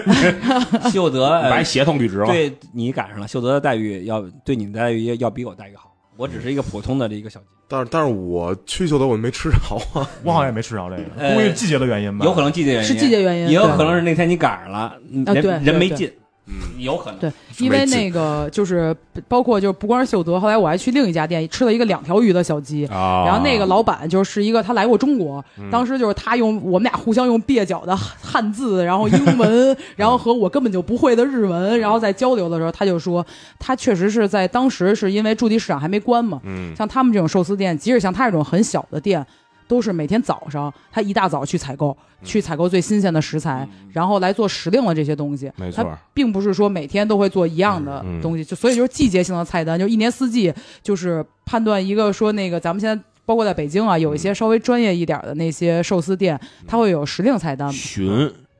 Speaker 2: 呃秀德，
Speaker 3: 你
Speaker 1: 哎
Speaker 3: 把
Speaker 2: 呃、
Speaker 3: 协同捋直了，
Speaker 2: 对你赶上了，秀德的待遇要对你的待遇要要比我待遇好。我只是一个普通的这一个小鸡，
Speaker 5: 但是但是我去秀德我没吃着啊，
Speaker 4: 我好像也没吃着这个，
Speaker 2: 呃
Speaker 4: 估计是季节的原因吧。
Speaker 2: 有可能季节原因，
Speaker 1: 是季节原因，
Speaker 2: 也有
Speaker 1: 对
Speaker 2: 可能是那天你赶上了，嗯
Speaker 1: 啊对
Speaker 2: 人人没
Speaker 1: 对
Speaker 2: 进，嗯有可能。
Speaker 1: 对，因为那个就是包括就是不光是秀德，后来我还去另一家店吃了一个两条鱼的小鸡，
Speaker 3: 啊，嗯
Speaker 1: 然后那个老板就是一个，他来过中国，当时就是他用我们俩互相用蹩脚的汉字，然后英
Speaker 3: [LAUGHS]
Speaker 1: 文，然后和我根本就不会的日文，然后在交流的时候，他就说，他确实是在当时是因为驻地市场还没关嘛，
Speaker 3: 嗯
Speaker 1: 像他们这种寿司店，即使像他这种很小的店，都是每天早上他一大早去采购，去采购最新鲜的食材，然后来做时令的这些东西，
Speaker 3: 没
Speaker 1: 他
Speaker 3: 错，
Speaker 1: 并不是说每天都会做一样的
Speaker 3: 嗯嗯
Speaker 1: 东西，就所以就是季节性的菜单，就是一年四季，就是判断一个说那个咱们现在包括在北京啊，有一些稍微专业一点的那些寿司店，
Speaker 3: 嗯
Speaker 1: 它会有时令菜单。
Speaker 3: 巡，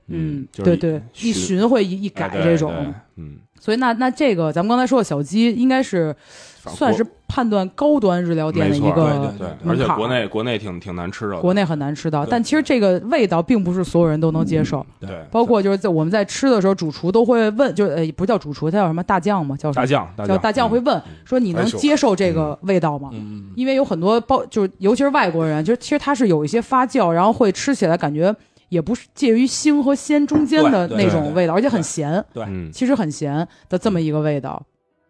Speaker 1: 嗯，
Speaker 3: 就
Speaker 1: 对
Speaker 3: 是
Speaker 1: 对，一
Speaker 3: 巡
Speaker 1: 巡会一一改
Speaker 3: 哎对
Speaker 1: 这种，
Speaker 3: 对嗯，
Speaker 1: 所以那那这个咱们刚才说的小鸡应该是
Speaker 3: 反
Speaker 1: 算是嗯判断高端日料店的一
Speaker 3: 没错
Speaker 1: 个
Speaker 2: 对
Speaker 3: 对，
Speaker 1: 门
Speaker 3: 而且
Speaker 1: 槛儿
Speaker 3: 国内国内挺挺难吃的，
Speaker 1: 国内很难吃到，
Speaker 2: 对
Speaker 1: 但其实这个味道并不是所有人都能接受，
Speaker 3: 对，
Speaker 1: 包括就是在我们在吃的时候，主厨都会问，就是呃不叫主厨，他叫什么大酱吗？叫什
Speaker 3: 大
Speaker 1: 么？
Speaker 3: 酱大
Speaker 1: 叫
Speaker 3: 酱
Speaker 1: 大酱会
Speaker 3: 嗯
Speaker 1: 问说你能接受这个味道吗？
Speaker 2: 嗯，
Speaker 1: 因为有很多包就是尤其是外国人，就是其实它是有一些发酵，然后会吃起来感觉也不是介于腥和鲜中间的
Speaker 2: 对对
Speaker 1: 那种味道，而且很咸，
Speaker 3: 嗯
Speaker 1: 其实很咸的这么一个味道。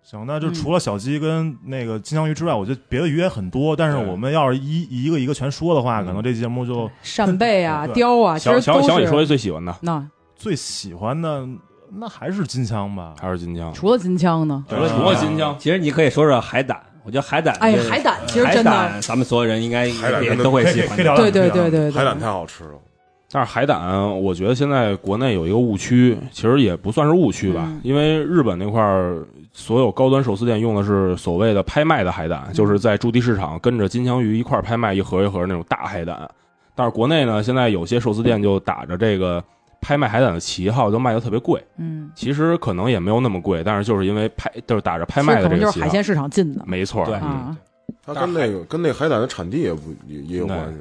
Speaker 4: 行，那就除了小鸡跟那个金枪鱼之外，我觉得别的鱼也很多。但是
Speaker 3: 对
Speaker 4: 我们要是一一个一个全说的话，
Speaker 3: 嗯
Speaker 4: 可能这节目就
Speaker 1: 扇贝啊、
Speaker 4: 对
Speaker 1: 雕啊，其
Speaker 3: 小
Speaker 1: 实
Speaker 3: 小
Speaker 1: 都
Speaker 3: 小李说
Speaker 1: 是
Speaker 3: 一最喜欢的
Speaker 1: 那
Speaker 4: 最喜欢的那还是金枪吧。
Speaker 3: 还是金枪，
Speaker 1: 除了金枪呢？
Speaker 3: 除了除了金枪，
Speaker 2: 啊其实你可以说说海胆，我觉得海胆，
Speaker 1: 哎，海胆其实
Speaker 2: 海
Speaker 1: 真的，
Speaker 2: 胆，咱们所有人应该
Speaker 5: 海胆
Speaker 2: 也
Speaker 5: 真的
Speaker 2: 都会
Speaker 4: 可以
Speaker 2: 喜
Speaker 4: 可以
Speaker 2: 欢
Speaker 4: 可以
Speaker 2: 的。
Speaker 4: 聊
Speaker 1: 对
Speaker 4: 聊
Speaker 1: 对
Speaker 4: 可以聊
Speaker 1: 对对，对
Speaker 5: 海胆太好吃了，
Speaker 3: 但是海胆，我觉得现在国内有一个误区，其实也不算是误区吧，
Speaker 1: 嗯
Speaker 3: 因为日本那块儿所有高端寿司店用的是所谓的拍卖的海胆，
Speaker 1: 嗯
Speaker 3: 就是在驻地市场跟着金枪鱼一块儿拍卖一盒一盒那种大海胆。但是国内呢，现在有些寿司店就打着这个拍卖海胆的旗号，就卖的特别贵。
Speaker 1: 嗯，
Speaker 3: 其实可能也没有那么贵，但是就是因为拍就是打着拍卖
Speaker 1: 其实
Speaker 3: 的
Speaker 1: 可
Speaker 3: 这
Speaker 1: 能
Speaker 3: 个
Speaker 1: 就是
Speaker 3: 旗
Speaker 1: 海
Speaker 3: 号，
Speaker 1: 鲜市场进的
Speaker 3: 没错，
Speaker 2: 对
Speaker 3: 嗯
Speaker 1: 啊。
Speaker 5: 它跟那个跟那海胆的产地也不也也有关系。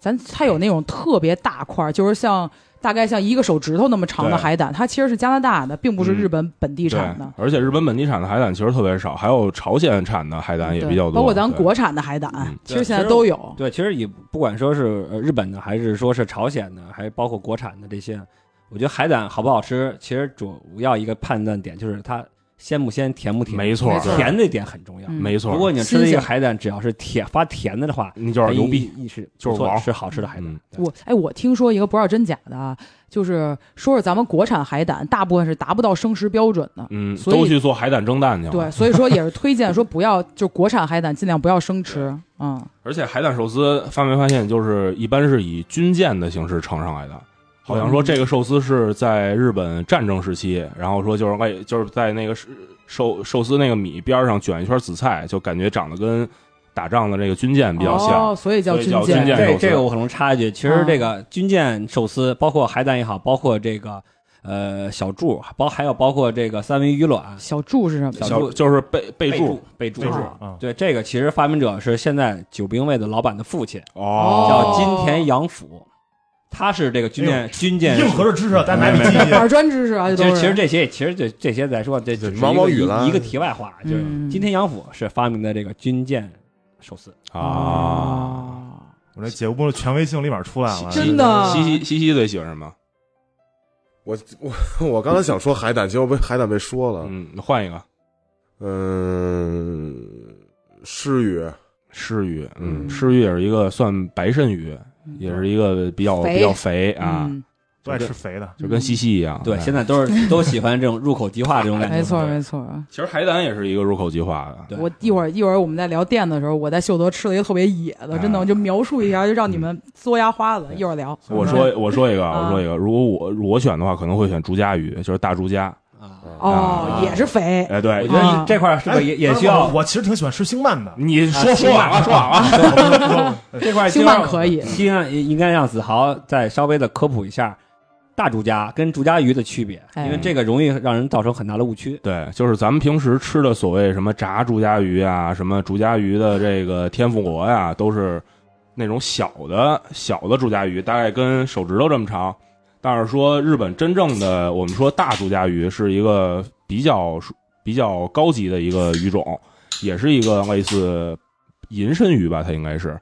Speaker 1: 咱它有那种特别大块儿，就是像大概像一个手指头那么长的
Speaker 3: 对
Speaker 1: 海胆，它其实是加拿大的，并不是
Speaker 3: 嗯
Speaker 1: 日本本地
Speaker 3: 对
Speaker 1: 产的。，
Speaker 3: 而且日本本地产的海胆其实特别少，还有朝鲜产的海胆也
Speaker 1: 对
Speaker 3: 比较多，
Speaker 1: 包括咱
Speaker 3: 对
Speaker 1: 国产的海胆
Speaker 3: 嗯，
Speaker 1: 其实现在
Speaker 2: 其实
Speaker 1: 都有。
Speaker 2: 对，其实也不管说是呃日本的，还是说是朝鲜的，还是包括国产的这些，我觉得海胆好不好吃，其实主要一个判断点就是它鲜不鲜、甜不甜。
Speaker 3: 没错
Speaker 1: 没，错
Speaker 2: 甜这点很重要。
Speaker 1: 嗯
Speaker 3: 没错。
Speaker 2: 如果你吃
Speaker 1: 新
Speaker 2: 的一
Speaker 1: 鲜
Speaker 2: 个海胆，只要是甜发甜的的话，哎
Speaker 3: 你就是牛逼，，
Speaker 2: 一是
Speaker 3: 就是
Speaker 2: 不错
Speaker 3: 王
Speaker 2: 是好吃的海
Speaker 3: 嗯
Speaker 2: 胆。
Speaker 1: 我哎，我听说一个不知道真假的，啊，就是说是咱们国产海胆大部分是达不到生食标准的。
Speaker 3: 嗯，
Speaker 1: 所以
Speaker 3: 都去做海胆蒸蛋去了。
Speaker 1: 对，，所以说也是推荐说不要，就国产海胆尽量不要生吃，嗯，
Speaker 3: 而且海胆寿司发没发现，就是一般是以军舰的形式呈上来的，好像
Speaker 1: 嗯
Speaker 3: 说这个寿司是在日本战争时期，然后说就是哎，就是在那个寿寿寿司那个米边上卷一圈紫菜，就感觉长得跟打仗的那个军舰比较像。
Speaker 1: 哦，所以叫
Speaker 3: 所以叫
Speaker 1: 舰。
Speaker 3: 军舰
Speaker 2: 这
Speaker 3: 寿司
Speaker 2: 这个我可能插一句，其
Speaker 1: 啊
Speaker 2: 实这个军舰寿司，包括海胆也好，包括这个呃小柱，包还有包括这个三文鱼卵、
Speaker 1: 小柱是什么？
Speaker 2: 小
Speaker 3: 小
Speaker 2: 柱
Speaker 3: 就是备备注、
Speaker 2: 备注、
Speaker 4: 备注
Speaker 2: 啊
Speaker 4: 啊
Speaker 2: 对，这个其实发明者是现在九兵卫的老板的父亲，
Speaker 1: 哦
Speaker 2: 叫金田洋辅，他是这个军舰、军舰
Speaker 4: 硬核的知识，大家买笔记记。
Speaker 1: 板砖知识啊，这
Speaker 2: 其
Speaker 1: 都是
Speaker 2: 实其实这些其实这这些来说，这只是一个
Speaker 5: 毛毛雨了
Speaker 2: 一一个题外话，就是
Speaker 1: 嗯
Speaker 2: 今天杨府是发明的这个军舰寿司，
Speaker 1: 哦
Speaker 3: 哦啊。
Speaker 1: 啊，
Speaker 4: 我这节目的权威性立马出来了。
Speaker 1: 哦真的啊
Speaker 3: 西西西西最喜欢什么？
Speaker 5: 我我我刚才想说海胆，结果被海胆被说了。
Speaker 3: 嗯，换一个
Speaker 5: 嗯，诗雨 [LAUGHS]
Speaker 3: 狮鱼，嗯，
Speaker 1: 嗯
Speaker 3: 狮鱼也是一个算白肾鱼，也是一个比较
Speaker 1: 肥
Speaker 3: 比较肥啊，
Speaker 1: 嗯
Speaker 4: 都爱吃肥的，
Speaker 3: 就跟西西一样。
Speaker 2: 对，
Speaker 3: 哎
Speaker 2: 现在都是都喜欢这种入口即化这种感觉，
Speaker 1: 没错没错。啊
Speaker 3: 其实海胆也是一个入口即化的。
Speaker 2: 对
Speaker 1: 我一会儿一会儿我们在聊店的时候，我在秀德吃了一个特别野的，真的，
Speaker 3: 哎
Speaker 1: 我就描述一下，就让你们嘬牙花子。一会儿聊，
Speaker 3: 嗯我说我说一个，
Speaker 1: 啊
Speaker 3: 我说一个，如果我我选的话，可能会选竹夹鱼，就是大竹夹。
Speaker 2: 啊。
Speaker 1: 哦
Speaker 3: 啊，
Speaker 1: 也是肥，
Speaker 3: 哎，
Speaker 2: 我
Speaker 3: 对
Speaker 2: 觉，得
Speaker 1: 啊
Speaker 2: 你这块儿是不是
Speaker 4: 哎
Speaker 2: 也也需要
Speaker 4: 我我其实挺喜欢吃星鳗的，
Speaker 3: 你
Speaker 2: 啊
Speaker 3: 说说完了，
Speaker 2: 行吧
Speaker 3: 说完了。
Speaker 4: [LAUGHS]
Speaker 2: 这块儿
Speaker 1: 星
Speaker 2: 慢
Speaker 1: 鳗可以
Speaker 2: 希望应该让子豪再稍微的科普一下大竹夹跟竹夹鱼的区别，
Speaker 1: 哎
Speaker 2: 因为这个容易让人造成很大的误区。
Speaker 3: 对，就是咱们平时吃的所谓什么炸竹夹鱼啊，什么竹夹鱼的这个天妇罗呀、都是那种小的小的竹夹鱼，大概跟手指头这么长。但是说日本真正的我们说大竹夹鱼是一个比较比较高级的一个鱼种，也是一个类似银身鱼吧，它应该是。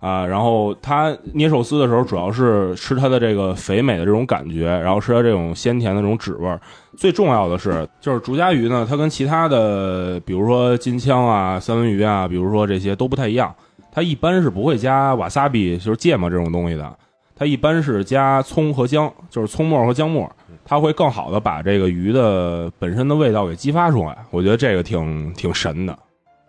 Speaker 3: 啊，然后它捏寿司的时候，主要是吃它的这个肥美的这种感觉，然后吃它这种鲜甜的这种脂味儿。最重要的是，就是竹夹鱼呢，它跟其他的，比如说金枪啊、三文鱼啊，比如说这些都不太一样。它一般是不会加瓦萨比，就是芥末这种东西的。它一般是加葱和姜，就是葱末和姜末，它会更好的把这个鱼的本身的味道给激发出来。我觉得这个挺挺神的。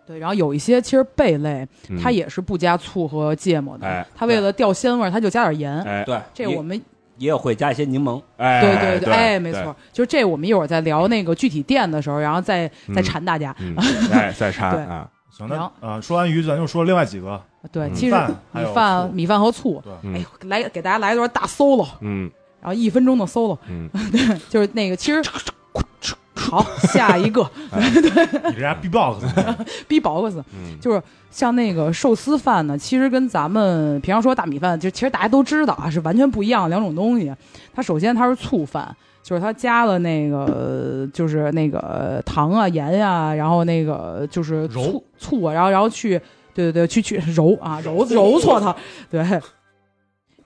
Speaker 1: 对，然后有一些其实贝类，
Speaker 3: 嗯、
Speaker 1: 它也是不加醋和芥末的
Speaker 3: 哎，
Speaker 1: 它为了调鲜味儿，它就加点盐。
Speaker 3: 哎
Speaker 2: 对，
Speaker 1: 这
Speaker 2: 也
Speaker 1: 我们
Speaker 2: 也有会加一些柠檬，
Speaker 3: 哎
Speaker 1: 对对
Speaker 3: 对，
Speaker 1: 哎，没错，就是这我们一会儿在聊那个具体店的时候，然后再再
Speaker 3: 嗯
Speaker 1: 馋大家。
Speaker 3: 嗯，哎再掺
Speaker 1: 对
Speaker 3: 啊，
Speaker 4: 行，那
Speaker 1: 行
Speaker 4: 啊、说完鱼，咱就说另外
Speaker 1: [LAUGHS]
Speaker 4: 几个。
Speaker 1: 对，
Speaker 3: 嗯
Speaker 1: 其实
Speaker 4: 饭还
Speaker 1: 米
Speaker 4: 有
Speaker 1: 饭、
Speaker 4: 醋
Speaker 1: 米饭和醋，
Speaker 3: 嗯
Speaker 1: 哎呦，来给大家来一段大 solo，
Speaker 3: 嗯
Speaker 1: 然后一分钟的 solo， [LAUGHS]
Speaker 3: 嗯，
Speaker 1: 就是那个其
Speaker 3: [LAUGHS]
Speaker 1: 实。好，下一个 [LAUGHS]
Speaker 4: 你这家 B-box，
Speaker 1: B box
Speaker 3: 嗯
Speaker 1: 就是像那个寿司饭呢，其实跟咱们平常说大米饭，就其实大家都知道啊，是完全不一样的两种东西。它首先它是醋饭，就是它加了那个呃就是那个呃糖啊、盐啊，然后那个就是醋醋啊，然后然后去对对对去去揉啊揉揉搓它，对。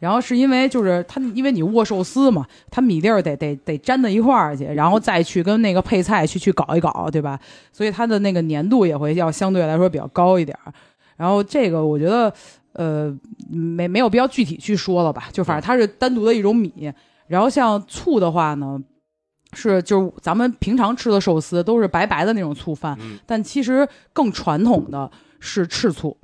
Speaker 1: 然后是因为就是它，因为你握寿司嘛，它米粒儿得得得粘到一块儿去，然后再去跟那个配菜去去搞一搞，对吧？所以它的那个粘度也会要相对来说比较高一点儿。然后这个我觉得，呃，没没有必要具体去说了吧，就反正它是单独的一种米。然后像醋的话呢，是就是咱们平常吃的寿司都是白白的那种醋饭，
Speaker 3: 嗯
Speaker 1: 但其实更传统的是赤醋，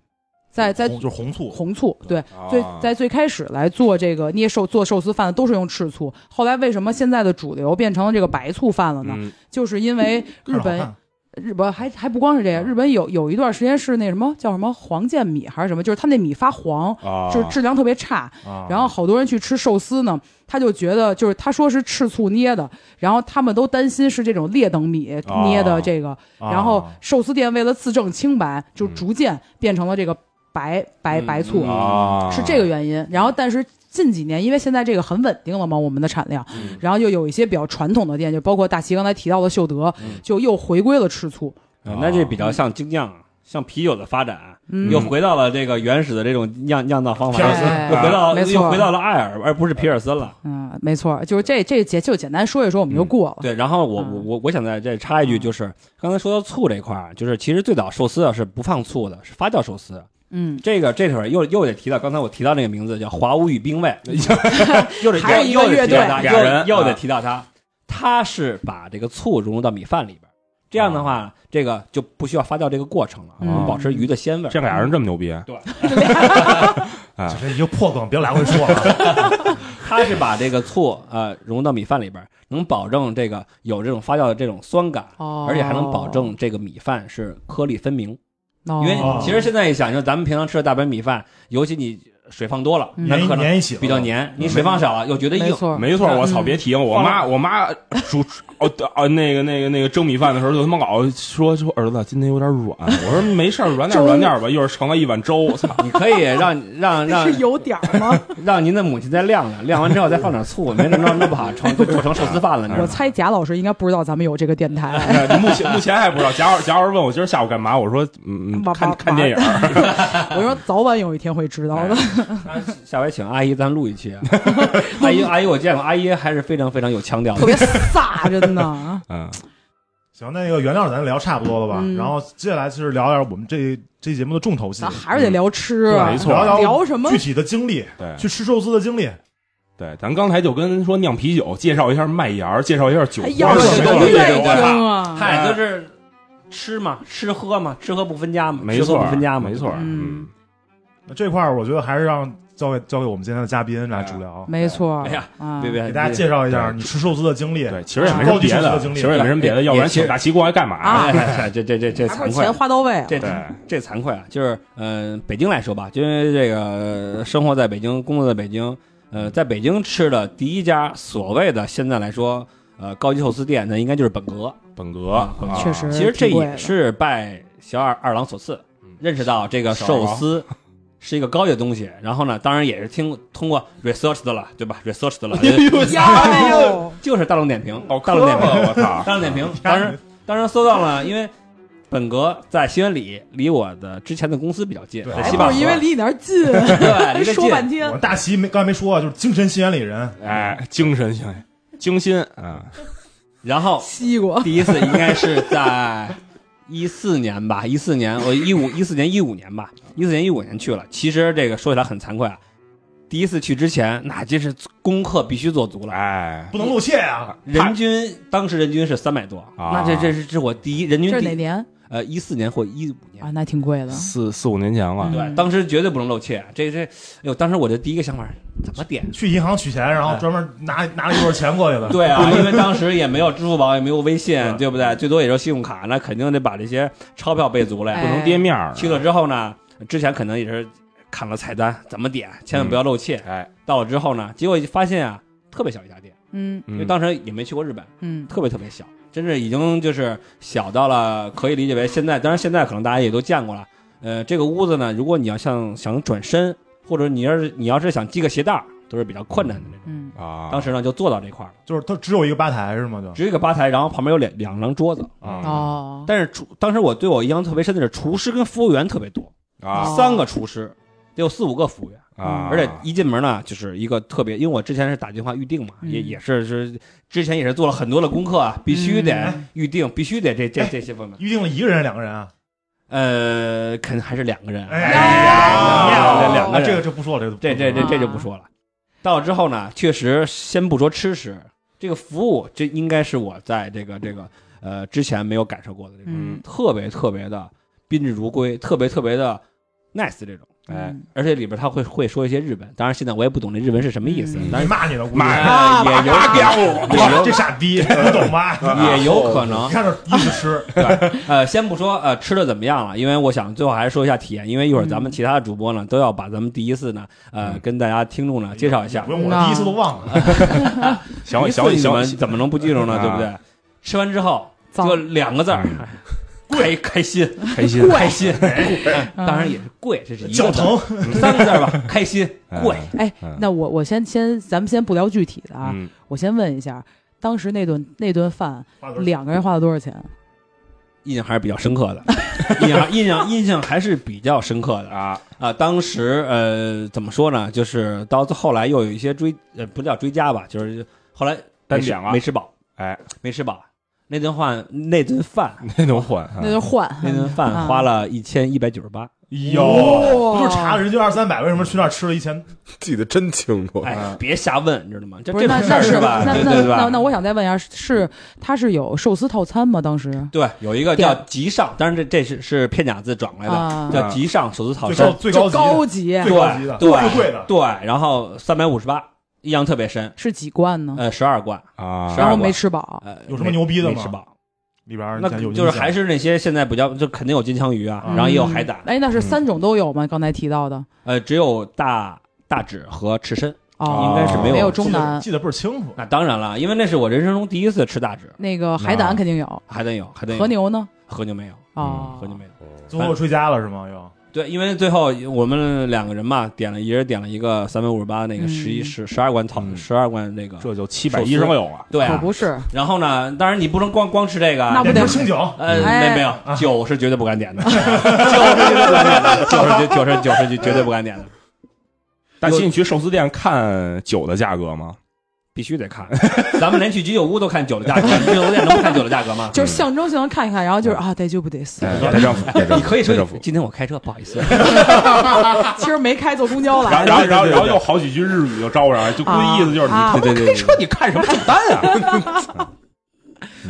Speaker 1: 在在
Speaker 4: 红就是红醋，
Speaker 1: 红醋对。
Speaker 3: 啊
Speaker 1: 最在最开始来做这个捏寿做寿司饭的都是用赤醋，后来为什么现在的主流变成了这个白醋饭了呢？
Speaker 3: 嗯
Speaker 1: 就是因为日
Speaker 4: 嗯看着好
Speaker 1: 本
Speaker 4: 看啊
Speaker 1: 日本还还不光是这样，日本有有一段时间是那什么叫什么黄剑米还是什么，就是它那米发黄，
Speaker 3: 啊，
Speaker 1: 就是质量特别差。
Speaker 4: 啊，
Speaker 1: 然后好多人去吃寿司呢，他就觉得就是他说是赤醋捏的，然后他们都担心是这种劣等米
Speaker 3: 啊
Speaker 1: 捏的这个，
Speaker 4: 啊
Speaker 1: 然后寿司店为了自证清白，就
Speaker 3: 嗯
Speaker 1: 逐渐变成了这个白白白醋。
Speaker 3: 啊
Speaker 1: 是这个原因。然后，但是近几年，因为现在这个很稳定了嘛，我们的产量，然后就有一些比较传统的店，就包括大齐刚才提到的秀德，就又回归了吃醋。
Speaker 2: 呃那这比较像精酿，像啤酒的发展，
Speaker 1: 嗯
Speaker 2: 又回到了这个原始的这种酿酿造方法，
Speaker 4: 皮尔斯
Speaker 1: 哎
Speaker 2: 又回到
Speaker 1: 没
Speaker 2: 了
Speaker 1: 错
Speaker 2: 又回到了艾尔，而不是皮尔森了。
Speaker 1: 嗯，没错，就是这这节就简单说一说，我们就过了。
Speaker 2: 对，然后我
Speaker 1: 嗯
Speaker 2: 我我我想在这插一句，
Speaker 1: 嗯
Speaker 2: 就是刚才说到醋这块儿，就是其实最早寿司啊是不放醋的，是发酵寿司。
Speaker 1: 嗯，
Speaker 2: 这个这会儿又又得提到刚才我提到那个名字叫华屋与
Speaker 1: [LAUGHS]
Speaker 2: 兵卫，又得提
Speaker 1: 还
Speaker 2: 到
Speaker 1: 有一个
Speaker 2: 又得提到他，
Speaker 3: 乐队俩人
Speaker 2: 又又得
Speaker 3: 啊
Speaker 2: 提到他，他是把这个醋融入到米饭里边儿，这
Speaker 3: 啊
Speaker 2: 样的话，这个就不需要发酵这个过程了，我
Speaker 1: 嗯
Speaker 3: 啊
Speaker 2: 们保持鱼的鲜味儿。
Speaker 1: [LAUGHS]
Speaker 3: 这俩人这么牛逼，
Speaker 2: 对，
Speaker 3: 啊
Speaker 4: 这已经破梗，别来回说了。 [LAUGHS]
Speaker 2: 它是把这个醋呃融到米饭里边儿，能保证这个有这种发酵的这种酸感，
Speaker 1: 哦，
Speaker 2: 而且还能保证这个米饭是颗粒分明。
Speaker 1: 哦，
Speaker 2: 因为其实现在一想，就咱们平常吃的大白米饭，尤其你水放多了，那
Speaker 4: 粘
Speaker 2: 可能
Speaker 4: 粘一起了嗯
Speaker 2: 比较粘；你水放少了，又觉得
Speaker 1: 没
Speaker 2: 硬。
Speaker 1: 错，
Speaker 3: 没错，我操，别提我妈，我妈煮哦哦那个那个那个蒸米饭的时候，就他妈老说说儿子今天有点软，我说没事儿，
Speaker 1: [LAUGHS]
Speaker 3: 软点儿软点儿吧，一会儿盛了一碗粥，操，
Speaker 2: 你可以让让让
Speaker 1: 是有点儿
Speaker 2: [LAUGHS]
Speaker 1: 吗？
Speaker 2: 让您的母亲再晾晾，晾完之后再放点醋，没准弄弄不好成就做成寿司饭了。你知道
Speaker 1: 我
Speaker 2: 吗
Speaker 1: 猜贾老师应该不知道咱们有这个电台，
Speaker 3: 哎目前目前还不知道。贾老贾老师问我今儿下午干嘛，我说嗯
Speaker 1: [LAUGHS] 玩
Speaker 3: 看
Speaker 1: 玩
Speaker 3: 看电影儿，
Speaker 1: 我说早晚有一天会知道的。
Speaker 2: 下回请阿姨咱录
Speaker 1: [LAUGHS]
Speaker 2: 一期啊。阿姨阿姨，我见过阿姨还是非常非常有腔调
Speaker 1: 特
Speaker 2: 的。
Speaker 1: 别
Speaker 2: [LAUGHS]
Speaker 1: 飒，真的。
Speaker 3: 嗯，
Speaker 4: 行，那个原料咱聊差不多了吧？
Speaker 1: 嗯
Speaker 4: 然后接下来其实聊点我们这这节目的重头戏
Speaker 1: 咱，还是得聊吃
Speaker 4: 对，
Speaker 1: 啊，
Speaker 3: 没错
Speaker 4: 聊
Speaker 1: 聊什么
Speaker 4: 具体的经历，
Speaker 3: 对
Speaker 4: 去吃寿司的经历，
Speaker 3: 对，咱刚才就跟说酿啤酒，介绍一下麦芽儿，介绍一下酒
Speaker 1: 哎
Speaker 3: 花
Speaker 1: 呀，
Speaker 3: 儿，
Speaker 1: 我
Speaker 3: 什
Speaker 2: 这
Speaker 1: 都
Speaker 3: 么
Speaker 2: 都
Speaker 3: 东西
Speaker 2: 对
Speaker 1: 愿
Speaker 3: 这
Speaker 1: 意
Speaker 3: 玩意儿
Speaker 1: 听啊。
Speaker 2: 嗨，就是吃嘛，吃喝嘛，吃喝不分家嘛，
Speaker 3: 没
Speaker 2: 吃喝
Speaker 3: 错
Speaker 2: 不分家嘛，
Speaker 3: 没错，
Speaker 1: 嗯
Speaker 3: 嗯，
Speaker 4: 那这块儿我觉得还是让交给交给我们今天的嘉宾来主聊，
Speaker 1: 没错，
Speaker 2: 哎呀
Speaker 1: 啊
Speaker 2: 别别，
Speaker 4: 给大家介绍一下
Speaker 3: 对
Speaker 4: 你吃寿司的经历。 [LAUGHS]
Speaker 3: 对，其实也没什
Speaker 4: 高
Speaker 3: 么别
Speaker 4: 级寿司的
Speaker 3: 的，
Speaker 4: 经历
Speaker 3: 其实也没什么别的，
Speaker 2: 也
Speaker 3: 要不然
Speaker 2: 也其实
Speaker 3: 请大西过来干嘛呀？
Speaker 1: 啊
Speaker 2: 哎哎哎这这这这
Speaker 1: 还不是
Speaker 2: 惭愧
Speaker 1: 钱
Speaker 2: 啊，
Speaker 1: 花到位啊。
Speaker 2: 这
Speaker 3: 对
Speaker 2: 这惭愧啊，就是呃，北京来说吧，因为这个呃生活在北京，工作在北京，呃，在北京吃的第一家所谓的现在来说，呃，高级寿司店，那应该就是本格。
Speaker 3: 本格
Speaker 2: 本，格
Speaker 3: 啊
Speaker 1: 确实
Speaker 2: 其实这
Speaker 1: 挺贵的
Speaker 2: 也是拜小二二郎所赐，认识到这个寿
Speaker 3: [LAUGHS]
Speaker 2: 司是一个高级的东西。然后呢，当然也是听通过 research 的了，对吧？research
Speaker 3: [LAUGHS]
Speaker 2: 的了，哎 [LAUGHS]
Speaker 1: 哟，
Speaker 2: 就是大众点评
Speaker 3: 好，
Speaker 2: 大
Speaker 3: 磕
Speaker 2: 众点评，
Speaker 3: 巴，我操！
Speaker 2: 大众点评。当然，当然搜到了，因为本格在西园里，离我的之前的公司比较近，
Speaker 4: 对
Speaker 2: 在
Speaker 1: 还
Speaker 2: 西
Speaker 1: 哎不
Speaker 2: 坝
Speaker 1: 是
Speaker 2: 河
Speaker 1: 因为离你那儿
Speaker 2: [LAUGHS]
Speaker 1: 近，
Speaker 2: 对哎离得
Speaker 1: 说
Speaker 2: 近
Speaker 1: 半
Speaker 4: 我
Speaker 1: 天
Speaker 4: 们大齐没刚才没说啊，就是精神吸引里人，
Speaker 3: 哎，精神性，精心啊，
Speaker 2: 然后
Speaker 1: 西瓜，
Speaker 2: 第一次应该是在一四年吧，一四年我一五一四年一五年吧，一四年一五年去了。其实这个说起来很惭愧啊，第一次去之前，那真是功课必须做足了。
Speaker 3: 哎，
Speaker 4: 不能露怯啊！
Speaker 2: 人均当时人均是三百多，
Speaker 3: 啊
Speaker 2: 那这这是这是我第一人均
Speaker 1: 这是哪
Speaker 2: 第
Speaker 1: 年
Speaker 2: 呃一四年或一五年
Speaker 1: 啊？，那挺贵的。
Speaker 3: 四四五年前了，
Speaker 2: 对，当时绝对不能露怯。这这，哎呦，当时我的第一个想法是怎么点？
Speaker 4: 去银行取钱，然后专门拿拿了一摞钱过
Speaker 1: [LAUGHS]
Speaker 4: 去的。
Speaker 2: 哎对啊，因为当时也没有支付宝，也没有微信，
Speaker 1: 嗯
Speaker 2: 对不对？最多也就信用卡，那肯定得把这些钞票备足了呀
Speaker 1: 哎
Speaker 3: 不。能跌面儿。
Speaker 2: 去了之后呢，之前可能也是看了菜单怎么点，千万不要
Speaker 1: 嗯
Speaker 2: 露怯。
Speaker 3: 哎，
Speaker 2: 到了之后呢，结果发现啊，特别小一家店，
Speaker 1: 嗯
Speaker 2: 因
Speaker 3: 因
Speaker 2: 为当时也没去过日本，
Speaker 1: 嗯，
Speaker 2: 特别特别小，真是已经就是小到了可以理解为现在，当然现在可能大家也都见过了。呃，这个屋子呢，如果你要像想转身，或者你要是你要是想系个鞋带儿，都是比较困难的那种。
Speaker 1: 嗯，
Speaker 3: 啊，
Speaker 2: 当时呢就坐到这块儿了，
Speaker 4: 就是它只有一个吧台是吗？就
Speaker 2: 只有一个吧台，然后旁边有两两张桌子。
Speaker 3: 啊
Speaker 1: 哦，
Speaker 2: 嗯但是厨当时我对我印象特别深的是，厨师跟服务员特别多，
Speaker 3: 啊
Speaker 2: 三个厨师得有四五个服务员。
Speaker 3: 啊，
Speaker 2: 而且一进门呢，就是一个特别，因为我之前是打电话预定嘛，
Speaker 1: 嗯
Speaker 2: 也也是是之前也是做了很多的功课啊，必须得
Speaker 1: 嗯
Speaker 2: 预定，必须得
Speaker 1: [LAUGHS]
Speaker 2: 这这
Speaker 4: 哎
Speaker 2: 这些方面。
Speaker 4: 预定了一个人还是两个人啊？
Speaker 2: 呃，肯定还是两个人，
Speaker 4: 哎啊
Speaker 1: 呀
Speaker 2: 两个人
Speaker 4: 这个就不说了，
Speaker 2: 这
Speaker 4: 这
Speaker 2: 这
Speaker 4: 个不说
Speaker 2: 这
Speaker 4: 了啊
Speaker 2: 这就不说了。到了之后呢，确实先不说吃食，这个服务这应该是我在这个这个呃之前没有感受过的这种，
Speaker 1: 嗯
Speaker 2: 特别特别的宾至如归，特别特别的 nice 这种。
Speaker 3: 哎，
Speaker 2: 而且里边他会会说一些日本，当然现在我也不懂这日文是什么意思，
Speaker 1: 嗯
Speaker 2: 但
Speaker 4: 你
Speaker 3: [LAUGHS]
Speaker 2: 是
Speaker 4: 骂你呢，估计
Speaker 3: 骂
Speaker 2: 呃
Speaker 3: [LAUGHS]
Speaker 2: 也有
Speaker 1: 啊
Speaker 2: 也有
Speaker 4: 这傻逼不懂吧？啊
Speaker 2: 也有可
Speaker 4: 你
Speaker 2: 能。
Speaker 4: 看这一直吃，
Speaker 2: 呃，先不说呃吃的怎么样了，因为我想最后还是说一下体验，因为一会儿咱们其他的主播呢都要把咱们第一次呢呃
Speaker 3: 嗯
Speaker 2: 跟大家听众呢介绍一下
Speaker 4: 不。用我第一次都忘了。
Speaker 3: 行
Speaker 2: 第一次
Speaker 3: 行
Speaker 2: 你们
Speaker 3: 行，
Speaker 2: 怎么能不记住呢？
Speaker 3: 啊
Speaker 2: 对不对？吃完之后
Speaker 1: 脏
Speaker 2: 就两个字儿
Speaker 3: 嗯，
Speaker 2: 开开心，
Speaker 3: 开心
Speaker 2: 开心。哎 [LAUGHS] 当然也是贵，这是一
Speaker 4: 脚
Speaker 2: 个字儿，
Speaker 4: 疼，
Speaker 2: 三个字儿吧，开心
Speaker 3: 嗯
Speaker 2: 贵。
Speaker 1: 哎，
Speaker 2: 嗯
Speaker 1: 那我我先先，咱们先不聊具体的啊，
Speaker 3: 嗯，
Speaker 1: 我先问一下，当时那顿那顿饭两个人花了多少
Speaker 2: 啊
Speaker 1: 钱？
Speaker 2: 印象还是比较深刻的， [LAUGHS] 印象印象印象还是比较深刻的啊、
Speaker 3: 啊，
Speaker 2: 当时呃，怎么说呢？就是到后来又有一些追，呃，不叫追加吧，就是后来
Speaker 3: 单
Speaker 2: 没吃
Speaker 3: 点了
Speaker 2: 没吃饱，
Speaker 3: 哎，
Speaker 2: 没吃饱。那顿饭那顿饭
Speaker 3: 那能换啊
Speaker 1: 那就换，
Speaker 2: 那顿
Speaker 1: 嗯
Speaker 2: 饭
Speaker 1: 啊
Speaker 2: 花了一千一百九十八，
Speaker 4: 有，
Speaker 1: 哇
Speaker 4: 不就是查人就二三百，为什么去那儿吃了一千？
Speaker 5: 记得真清
Speaker 4: 嗯
Speaker 5: 楚。
Speaker 2: 哎，别瞎问，你知道吗？这
Speaker 1: 不是
Speaker 2: 这
Speaker 1: 那
Speaker 2: 种事
Speaker 1: 那
Speaker 2: 儿
Speaker 1: 是
Speaker 2: 吧？
Speaker 1: 那
Speaker 2: 对
Speaker 1: 那
Speaker 2: 对
Speaker 1: 那
Speaker 2: 吧？
Speaker 1: 那我想再问一下，是它是有寿司套餐吗？当时
Speaker 2: 对，有一个叫极上，当然这这是是片假字转过来
Speaker 1: 啊
Speaker 2: 的，叫极上手撕套
Speaker 4: 最
Speaker 2: 餐
Speaker 4: 高，最
Speaker 1: 就
Speaker 4: 高级
Speaker 1: 高
Speaker 4: 的，
Speaker 1: 级
Speaker 4: 最高级的，
Speaker 2: 对
Speaker 4: 最贵的。
Speaker 2: 对，然后三百五十八，印象特别深，
Speaker 1: 是几罐呢？
Speaker 2: 呃，十二罐，
Speaker 3: 啊
Speaker 2: 十
Speaker 1: 然
Speaker 2: 二
Speaker 1: 后
Speaker 2: 罐
Speaker 1: 没吃饱，
Speaker 2: 呃，
Speaker 4: 有什么牛逼的
Speaker 2: 没
Speaker 4: 吗
Speaker 2: 没吃饱，
Speaker 4: 里边儿
Speaker 2: 那
Speaker 4: 有
Speaker 2: 就是还
Speaker 4: 是
Speaker 2: 是那些现在比较，就肯定有金枪鱼啊，然后也有海胆
Speaker 1: 嗯，哎，那是三种都有吗？刚才提到的
Speaker 2: 呃，只有大大指和赤身，
Speaker 1: 哦，
Speaker 2: 应该是没有
Speaker 1: 没有中南
Speaker 4: 记得倍儿清楚。
Speaker 2: 那当然了，因为那是我人生中第一次吃大指，
Speaker 1: 那个海胆肯定有，
Speaker 2: 海胆有，海啊胆有
Speaker 1: 和，牛呢？
Speaker 2: 和牛没有，
Speaker 1: 哦
Speaker 2: 和，牛没有。
Speaker 4: 最后追加了是吗？又
Speaker 2: 对，因为最后我们两个人嘛，点了一人点了一个三百五十八那个
Speaker 1: 嗯
Speaker 2: 十一十十二罐草
Speaker 3: 嗯
Speaker 2: 十二罐那个，
Speaker 3: 这就七百一十六了。
Speaker 2: 对
Speaker 1: 可
Speaker 2: 啊。
Speaker 1: 不是，
Speaker 2: 然后呢，当然你不能光光吃这个啊，
Speaker 1: 那不
Speaker 4: 点
Speaker 1: 得
Speaker 4: 瓶清酒，
Speaker 2: [LAUGHS] 呃，
Speaker 1: 哎
Speaker 2: 没没
Speaker 4: 啊
Speaker 2: 有，酒是绝对不敢
Speaker 4: [LAUGHS]
Speaker 2: 点的，酒是绝对不敢点的，酒是绝酒是酒是绝对不敢点的，
Speaker 3: 大西，你去寿司店看酒的价格吗？
Speaker 2: 必须得看。咱们连去居酒屋都看酒的价格，居酒屋店能不看酒的价格吗？
Speaker 1: 就是象征性的看一看，然后就是
Speaker 2: 嗯
Speaker 1: 啊，得就不得死。
Speaker 3: 哎太政府，太政府
Speaker 2: 你可以
Speaker 3: 太
Speaker 2: 说
Speaker 3: 政府。
Speaker 2: 今天我开车，不好意思。
Speaker 1: [LAUGHS] 其实没开，坐公交啊
Speaker 3: 然后，
Speaker 1: 来
Speaker 3: 然
Speaker 1: 的。
Speaker 3: 后，然后，然后又好几句日语就招上来，就故意意思就是你
Speaker 1: 啊
Speaker 3: 他妈
Speaker 2: 对对
Speaker 3: 开
Speaker 2: 对
Speaker 3: 车，你看什么单啊？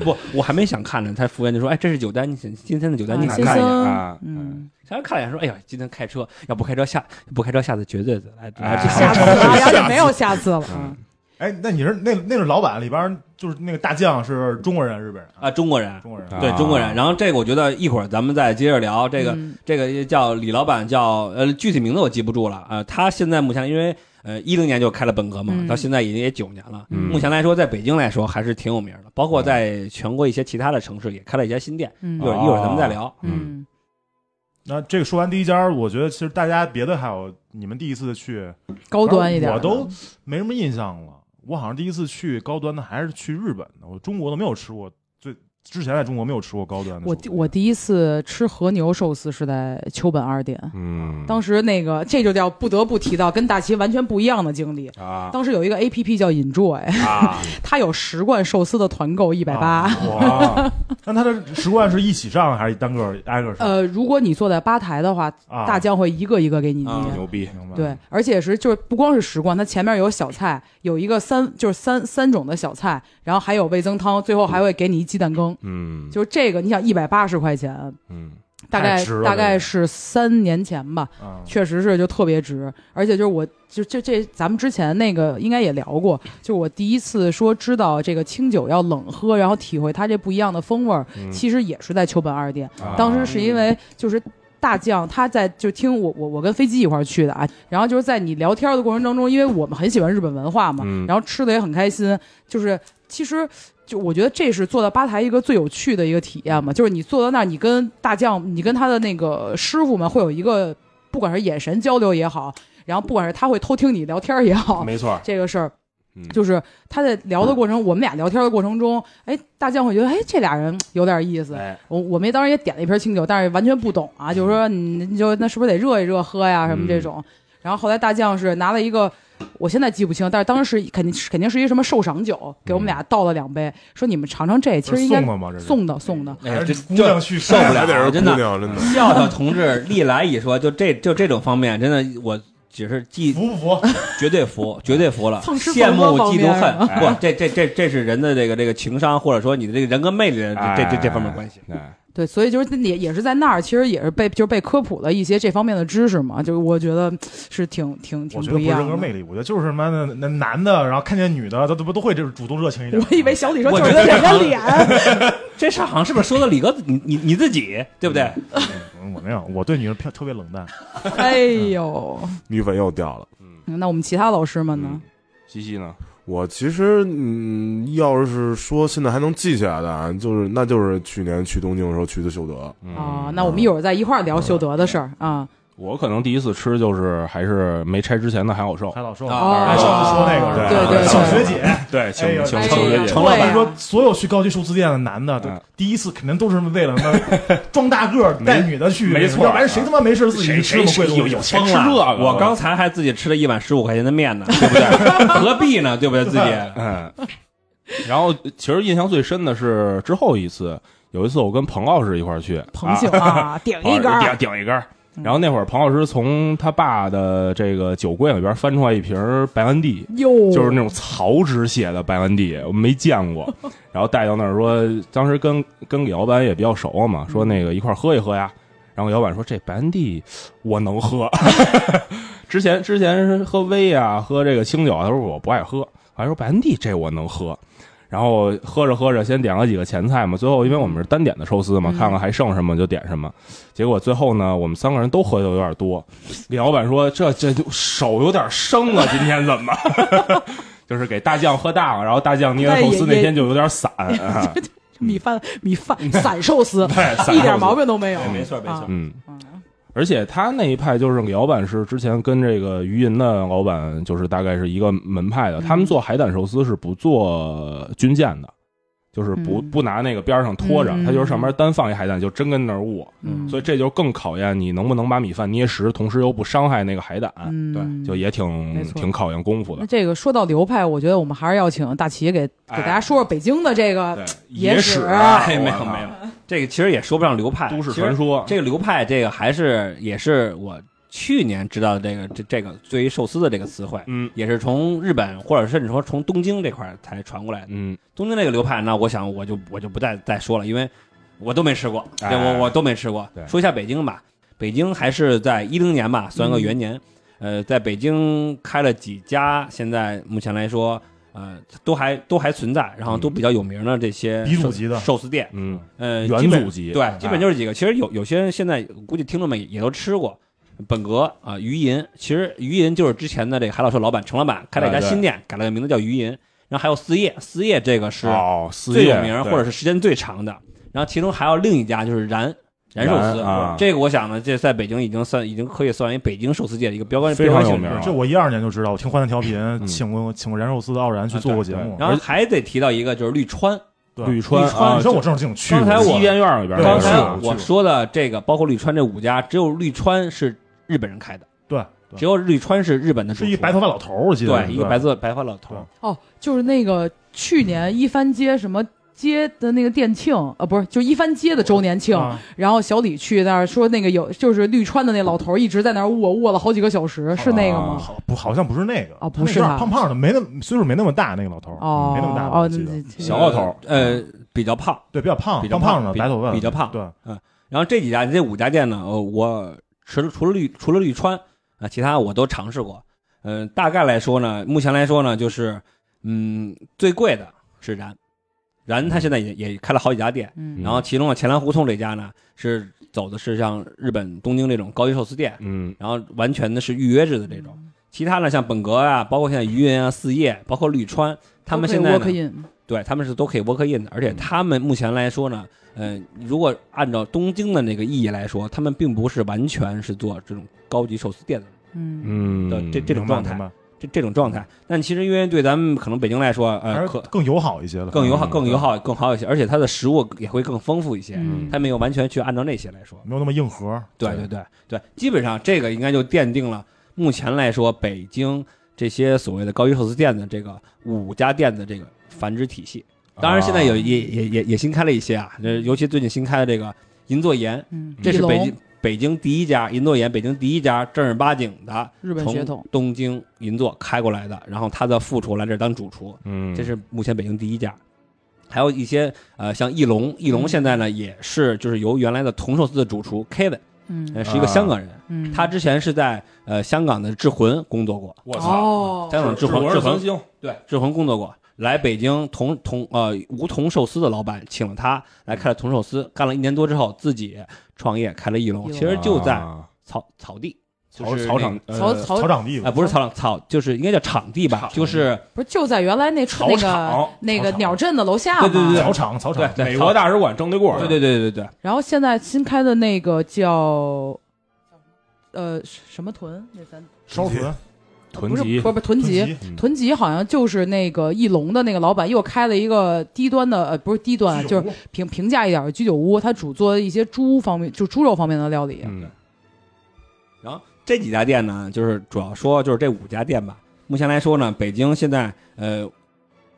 Speaker 2: 不，我还没想看呢，他服务员就说：“哎，这是酒单，你请今天的酒单，你
Speaker 1: 啊
Speaker 2: 看
Speaker 1: 先
Speaker 2: 看
Speaker 3: 一
Speaker 2: 一
Speaker 1: 生
Speaker 2: 眼。
Speaker 3: 眼啊，
Speaker 1: 嗯，
Speaker 2: 然后看了一眼说：“哎呀，今天开车，要不开车下不开车下次绝对的来
Speaker 3: 哎
Speaker 2: 来这 [LAUGHS]
Speaker 1: 下次了，然后就没有下次了。嗯
Speaker 4: 哎，那你是那那个老板里边儿就是那个大将是中国人、日本人、
Speaker 2: 啊中国人。”
Speaker 4: 中国人
Speaker 3: 啊
Speaker 2: 对中国人，然后这个我觉得一会儿咱们再接着聊这个，
Speaker 1: 嗯
Speaker 2: 这个叫李老板叫呃具体名字我记不住了呃，他现在目前因为呃一零年就开了本格嘛，
Speaker 1: 嗯
Speaker 2: 到现在已经也九年了，
Speaker 3: 嗯
Speaker 2: 目前来说在北京来说还是挺有名的，包
Speaker 4: 哦
Speaker 2: 括在全国一些其他的城市也开了一些新店，一会
Speaker 1: 嗯
Speaker 4: 哦
Speaker 2: 儿一会儿咱们再聊。
Speaker 1: 嗯，
Speaker 4: 那这个说完第一家儿，我觉得其实大家别的还有你们第一次去
Speaker 1: 高端一点的，
Speaker 4: 我都没什么印象了。我好像第一次去高端的还是去日本的，我中国的没有吃过，最之前在中国没有吃过高端的啊
Speaker 1: 我
Speaker 4: 寿
Speaker 1: 第
Speaker 4: 司。
Speaker 1: 我第一次吃和牛寿司是在秋本二店，
Speaker 3: 嗯，
Speaker 1: 当时那个这就叫不得不提到跟大齐完全不一样的经历。
Speaker 3: 啊
Speaker 1: 当时有一个 A P P 叫 Enjoy，
Speaker 3: 啊，
Speaker 1: [LAUGHS] 它有十罐寿司的团购一百
Speaker 4: 啊
Speaker 1: 八。
Speaker 4: 哇！那他的十罐是一起上还是单个儿挨个儿上？
Speaker 1: 呃，如果你坐在吧台的话，
Speaker 4: 啊，
Speaker 1: 呃大将会一个一个给你捏。
Speaker 2: 啊
Speaker 3: 牛逼！
Speaker 4: 明白。
Speaker 1: 对，而且是就是不光是十罐，它前面有小菜，有一个三就是三三种的小菜，然后还有味增汤，最后还会给你一鸡蛋羹。
Speaker 3: 嗯
Speaker 1: 就是这个，你想一百八十块钱，
Speaker 3: 嗯
Speaker 1: 大概
Speaker 4: 太值了
Speaker 1: 大
Speaker 4: 这
Speaker 1: 概
Speaker 4: 个
Speaker 1: 是三年前吧，
Speaker 4: 啊，
Speaker 1: 确实是就特别值，而且就是我就这这咱们之前那个应该也聊过，就是我第一次说知道这个清酒要冷喝，然后体会它这不一样的风味儿，
Speaker 3: 嗯，
Speaker 1: 其实也是在秋本二店。
Speaker 3: 啊
Speaker 1: 当时是因为就是大将他在就听我我我跟飞机一块儿去的啊，然后就是在你聊天的过程当中，因为我们很喜欢日本文化嘛，
Speaker 3: 嗯
Speaker 1: 然后吃的也很开心，就是其实。就我觉得这是坐到吧台一个最有趣的一个体验嘛，就是你坐到那儿，你跟大将，你跟他的那个师傅们会有一个，不管是眼神交流也好，然后不管是他会偷听你聊天儿也好，
Speaker 3: 没错，
Speaker 1: 这个事儿
Speaker 3: 嗯，
Speaker 1: 就是他在聊的过程，我们俩聊天的过程中，哎，大将会觉得，哎，这俩人有点意思。
Speaker 2: 哎，
Speaker 1: 我我们当时也点了一瓶清酒，但是完全不懂啊，就是说你你就那是不是得热一热喝呀什么这种。然后后来大将是拿了一个，我现在记不清，但是当时肯定是肯定是一什么受赏酒，给我们俩倒了两杯，说你们尝尝这，其
Speaker 4: 这
Speaker 1: 实
Speaker 4: 是
Speaker 1: 应该
Speaker 4: 送的吗？这是
Speaker 1: 送的送的。
Speaker 2: 哎呀，
Speaker 4: 还
Speaker 2: 这
Speaker 4: 是姑娘
Speaker 2: 这
Speaker 4: 去
Speaker 2: 受不了，
Speaker 5: 还得是
Speaker 2: 真
Speaker 5: 姑
Speaker 2: 的。
Speaker 1: 嗯
Speaker 5: 娘，真的。
Speaker 2: 笑笑同志历来一说，就这就这种方面，真的我只是既
Speaker 4: [LAUGHS] 服不
Speaker 1: [LAUGHS]
Speaker 4: 服？
Speaker 2: 绝对服，绝对服了，
Speaker 1: 蹭吃
Speaker 2: 羡
Speaker 1: 蹭
Speaker 2: 慕
Speaker 1: 喝方
Speaker 2: 嫉
Speaker 1: 面
Speaker 2: 妒
Speaker 1: 啊
Speaker 2: 恨，不，这这这这是人的这个这个情商，或者说你的这个人格魅力的这这这这方面关系。
Speaker 3: 哎，
Speaker 1: 对，所以就是也也是在那儿，其实也是被就是被科普了一些这方面的知识嘛，就是我觉得是挺挺挺
Speaker 4: 我觉得
Speaker 1: 一
Speaker 4: 不是
Speaker 1: 样啊
Speaker 4: 人
Speaker 1: 的
Speaker 4: 格。魅力，我觉得就是什么那那男的，然后看见女的，他都不都会就是主动热情一点。
Speaker 1: 我以为小李说
Speaker 2: 我
Speaker 1: 就
Speaker 2: 觉
Speaker 1: 是
Speaker 2: 得
Speaker 1: 跟人家脸，
Speaker 2: 这事儿好像是不是说的李哥你你你自己对不对？
Speaker 4: 嗯我没有，我对女人偏特别冷淡。
Speaker 1: 哎呦，
Speaker 5: 女粉又掉了。
Speaker 1: 那我们其他老师们呢
Speaker 3: 嗯？西西呢？
Speaker 5: 我其实，嗯，要是说现在还能记起来的啊，就是那就是去年去东京的时候去的秀德，
Speaker 1: 啊，
Speaker 3: 嗯
Speaker 1: 那我们一会儿再一块儿聊修德的事儿啊。
Speaker 3: 我可能第一次吃就是还是没拆之前的海老寿
Speaker 4: 海，老寿，
Speaker 2: 啊
Speaker 4: 哎，上次说那个是吧
Speaker 1: 对对对
Speaker 4: 小学姐，
Speaker 3: [LAUGHS] 对，请
Speaker 4: 哎呦
Speaker 3: 请
Speaker 4: 哎
Speaker 3: 请学
Speaker 1: 呀
Speaker 3: 姐
Speaker 4: 程老
Speaker 1: 对啊
Speaker 4: 板说，所有去高级寿司店的男的，都
Speaker 3: 嗯
Speaker 4: 第一次肯定都是为了那装大个儿带女的去，
Speaker 3: 没错
Speaker 4: 要不然谁他妈没事自己去吃那啊么贵
Speaker 2: 哎
Speaker 4: 的东西
Speaker 3: 钱吃
Speaker 2: 疯
Speaker 3: 这
Speaker 2: 了
Speaker 3: 个？
Speaker 2: 我刚才还自己吃了一碗十五块钱的面呢，对
Speaker 1: [LAUGHS]
Speaker 2: 不对？何必呢？对不对？
Speaker 4: [LAUGHS]
Speaker 2: 自己
Speaker 3: 嗯，然后其实印象最深的是之后一次，有一次我跟彭老师一块儿去，
Speaker 1: 彭
Speaker 3: 啊
Speaker 1: 醒啊，顶一
Speaker 3: 彭
Speaker 1: 根
Speaker 3: 老师
Speaker 1: 儿
Speaker 3: 顶顶一根儿，
Speaker 1: 嗯
Speaker 3: 然后那会儿，彭老师从他爸的这个酒柜里边翻出来一瓶白兰地，
Speaker 1: 哟，
Speaker 3: 就是那种曹植写的白兰地，我没见过。然后带到那儿说，当时跟跟给老板也比较熟嘛，说那个一块儿喝一喝呀。然后老板说这白兰地我能喝，之前之前是喝威啊，喝这个清酒啊，他说我不爱喝，还说白兰地这我能喝。然后喝着喝着，先点了几个前菜嘛，最后因为我们是单点的寿司嘛，
Speaker 1: 嗯
Speaker 3: 看看还剩什么就点什么。结果最后呢，我们三个人都喝的有点多，李老板说这这就手有点生啊，今天怎么？就是给大酱喝大了，然后大酱捏的寿司那天就有
Speaker 1: [LAUGHS]
Speaker 3: 点散，啊
Speaker 1: 米饭米饭散寿司， [LAUGHS]
Speaker 3: 对，散
Speaker 1: 一点
Speaker 3: 寿司
Speaker 1: 毛。病都没有。
Speaker 2: 哎没错没错
Speaker 1: 啊，
Speaker 3: 嗯，
Speaker 1: 嗯
Speaker 3: 而且他那一派就是李老板是之前跟这个鱼银的老板就是大概是一个门派的，他
Speaker 1: 嗯
Speaker 3: 们做海胆寿司是不做军舰的，就是不、
Speaker 1: 嗯
Speaker 3: 不拿那个边儿上拖着，
Speaker 1: 嗯
Speaker 3: 他就是上边单放一海胆就真跟那儿握，
Speaker 1: 嗯，
Speaker 3: 所以
Speaker 1: 以
Speaker 3: 这就更考验你能不能把米饭捏实，同时又不伤害那个海胆，
Speaker 1: 嗯，
Speaker 3: 啊就也挺
Speaker 1: 没错
Speaker 3: 挺考验功夫的
Speaker 1: 那。这个说到流派，我觉得我们还是要请大齐给给
Speaker 3: 哎
Speaker 1: 大家说说北京的这
Speaker 3: 对
Speaker 1: 个，野
Speaker 3: 野
Speaker 1: 史
Speaker 3: 史啊
Speaker 2: 哎，没
Speaker 3: 我
Speaker 2: 有
Speaker 3: 靠
Speaker 2: 没有，这个其实也说不上流派，
Speaker 3: 都市
Speaker 2: 其实
Speaker 3: 传说，
Speaker 2: 这个流派，这个还是也是我去年知道的这个这这个对于寿司的这个词汇，
Speaker 3: 嗯
Speaker 2: 也是从日本或者甚至说从东京这块儿才传过来的。
Speaker 3: 嗯，
Speaker 2: 东京这个流派，那我想我就我就不再再说了，因为我都没吃过，
Speaker 3: 哎
Speaker 2: 对，我我都没吃过
Speaker 3: 对。
Speaker 2: 说一下北京吧，北京还是在一零年吧，算个元
Speaker 3: 嗯
Speaker 2: 年。呃，在北京开了几家，现在目前来说，呃，都还都还存在，然后都比较有名的这些
Speaker 4: 鼻祖
Speaker 2: 寿
Speaker 4: 级的
Speaker 2: 寿司店，
Speaker 3: 嗯，
Speaker 2: 呃，
Speaker 3: 元
Speaker 2: 基本
Speaker 3: 祖啊级
Speaker 2: 对，基本就是几个。其实有有些人现在估计听众们也都吃过，本格啊、鱼银。其实鱼银就是之前的这个海老社老板程老板开了一家
Speaker 3: 哎对对
Speaker 2: 新店，改了个名字叫鱼银。然后还有四叶，四叶这个是
Speaker 3: 哦，四
Speaker 2: 最
Speaker 3: 叶
Speaker 2: 有名儿或者是时间最长的。然后其中还有另一家就是燃燃寿司
Speaker 3: 燃啊
Speaker 2: 这个我想呢，这在北京已经算已经可以算为北京寿司界的一个标杆
Speaker 3: 非常
Speaker 2: 标杆性
Speaker 3: 有名
Speaker 2: 人物
Speaker 3: 儿
Speaker 4: 这我一二年就知道，我听《欢乐调频》
Speaker 2: 嗯
Speaker 4: 请过请过燃寿司的傲然去做过节目。
Speaker 2: 然后还得提到一个就是绿川，
Speaker 4: 对
Speaker 3: 绿川
Speaker 4: 绿川，
Speaker 3: 啊
Speaker 4: 你说我正经去过，
Speaker 2: 刚才我
Speaker 3: 西边院里边儿
Speaker 4: 对
Speaker 3: 那
Speaker 2: 刚
Speaker 3: 个
Speaker 2: 才
Speaker 3: 是
Speaker 4: 我去过
Speaker 2: 我说的这个包括绿川这五家，只有绿川是日本人开的。
Speaker 4: 对，
Speaker 2: 只
Speaker 4: 对
Speaker 2: 有绿川是日本的主厨，
Speaker 4: 是一白头发老头儿，我记得
Speaker 2: 对一个白色白发老头儿，
Speaker 1: 哦，就是那个去年一番街什么街的那个店庆，呃，不是，就一番街的周年庆，
Speaker 4: 啊
Speaker 1: 然后小李去那儿说那个有，就是绿川的那老头儿一直在那儿握握了好几个小时，是那个吗？
Speaker 4: 好不好像不是那个
Speaker 1: 哦不是他
Speaker 4: 那个胖胖的，没那么岁数没那么大那个老头儿，嗯
Speaker 1: 哦，
Speaker 4: 没那么大吧
Speaker 1: 哦，
Speaker 4: 我记得
Speaker 1: 那那
Speaker 3: 小老头儿
Speaker 2: 呃，比较胖。
Speaker 4: 对，比较胖，
Speaker 2: 比较
Speaker 4: 胖
Speaker 2: 胖
Speaker 4: 的，
Speaker 2: 比
Speaker 4: 白头发的，
Speaker 2: 比较胖
Speaker 4: 对，
Speaker 2: 然后这几家这五家店呢，呃，我除了除了绿除了绿川啊、其他我都尝试过。嗯、大概来说呢，目前来说呢，就是嗯，最贵的是燃，燃它现在也也开了好几家店，
Speaker 1: 嗯，
Speaker 2: 然后其中的前南胡同这家呢，是走的是像日本东京这种高级寿司店，
Speaker 3: 嗯
Speaker 2: 然后完全的是预约制的这种。
Speaker 1: 嗯
Speaker 2: 其他呢，像本格啊，包括现在鱼云啊、四叶，包括绿川，他们现在呢
Speaker 1: 可以 work in，嗯
Speaker 2: 对，他们是都可以 work in 的，而且他们目前来说呢，呃，如果按照东京的那个意义来说，他们并不是完全是做这种高级寿司店的
Speaker 1: 嗯
Speaker 3: 嗯
Speaker 2: 的这这种
Speaker 4: 明白
Speaker 2: 状态
Speaker 4: 明，白
Speaker 2: 这这种状态。但其实因为对咱们可能北京来说，
Speaker 4: 还
Speaker 2: 呃，
Speaker 4: 是
Speaker 2: 可
Speaker 4: 更友好一些的，
Speaker 2: 更友好、
Speaker 3: 嗯
Speaker 2: 更友好、更好一些，而且它的食物也会更丰富一些。
Speaker 1: 嗯
Speaker 2: 他没有完全去按照那些来说，
Speaker 4: 没有那么硬核。
Speaker 2: 对对对对，基本上这个应该就奠定了目前来说北京这些所谓的高级寿司店的这个五家店的这个繁殖体系。
Speaker 3: 哦
Speaker 2: 当然，现
Speaker 3: 啊
Speaker 2: 在有也也也也新开了一些啊，呃尤其最近新开的这个银座盐，
Speaker 1: 嗯，
Speaker 2: 这
Speaker 1: 翼
Speaker 2: 是
Speaker 1: 龙
Speaker 2: 北京北京第一家银座盐，北京第一家正儿八经的
Speaker 1: 日本血
Speaker 2: 从
Speaker 1: 统，
Speaker 2: 东京银座开过来的，然后他的副厨来这儿当主厨，
Speaker 3: 嗯，
Speaker 2: 这是目前北京第一家。还有一些呃，像翼龙，翼龙现在呢也是就是由原来的同寿司的主厨 Kevin，呃
Speaker 1: 嗯
Speaker 2: 是一个香港人，
Speaker 1: 嗯，
Speaker 2: 他之前是在呃香港的志魂工作过，
Speaker 3: 我操，
Speaker 1: 哦，
Speaker 2: 香港志魂志魂
Speaker 3: 星，
Speaker 2: 对志魂工作过，来北京同同呃无桐寿司的老板请了他来开了同寿司，干了一年多之后自己创业开了翼龙，
Speaker 1: 翼龙
Speaker 2: 其实就在
Speaker 3: 啊
Speaker 2: 草草地，
Speaker 3: 草
Speaker 2: 哦就是
Speaker 3: 草
Speaker 2: 那
Speaker 3: 场
Speaker 1: 曹
Speaker 3: 呃
Speaker 1: 曹
Speaker 4: 草场地
Speaker 2: 啊、不是草场草就是应该叫场地吧
Speaker 3: 场，
Speaker 2: 就是
Speaker 1: 不是就在原来那车那
Speaker 3: 草场
Speaker 1: 个那个
Speaker 4: 草场
Speaker 1: 鸟镇的楼下吗？
Speaker 2: 对对对对
Speaker 4: 草场草
Speaker 2: 对
Speaker 4: 场，
Speaker 2: 对
Speaker 3: 美国
Speaker 2: 的，
Speaker 3: 大使馆正对过儿，
Speaker 2: 对对对对对对，
Speaker 1: 然后现在新开的那个叫呃什什么屯？那咱
Speaker 4: 烧豚
Speaker 3: 囤
Speaker 1: 不是
Speaker 3: 积
Speaker 1: 不是不是屯
Speaker 4: 豚
Speaker 1: 集。
Speaker 3: 嗯
Speaker 4: 脊
Speaker 1: 屯集好像就是那个翼龙的那个老板又开了一个低端的，呃，不是低端，
Speaker 4: 居酒
Speaker 1: 就
Speaker 4: 屋
Speaker 1: 是平平价一点的居酒屋，他主做一些猪方面，就猪肉方面的料理。
Speaker 3: 嗯
Speaker 2: 然后这几家店呢，就是主要说就是这五家店吧。目前来说呢，北京现在呃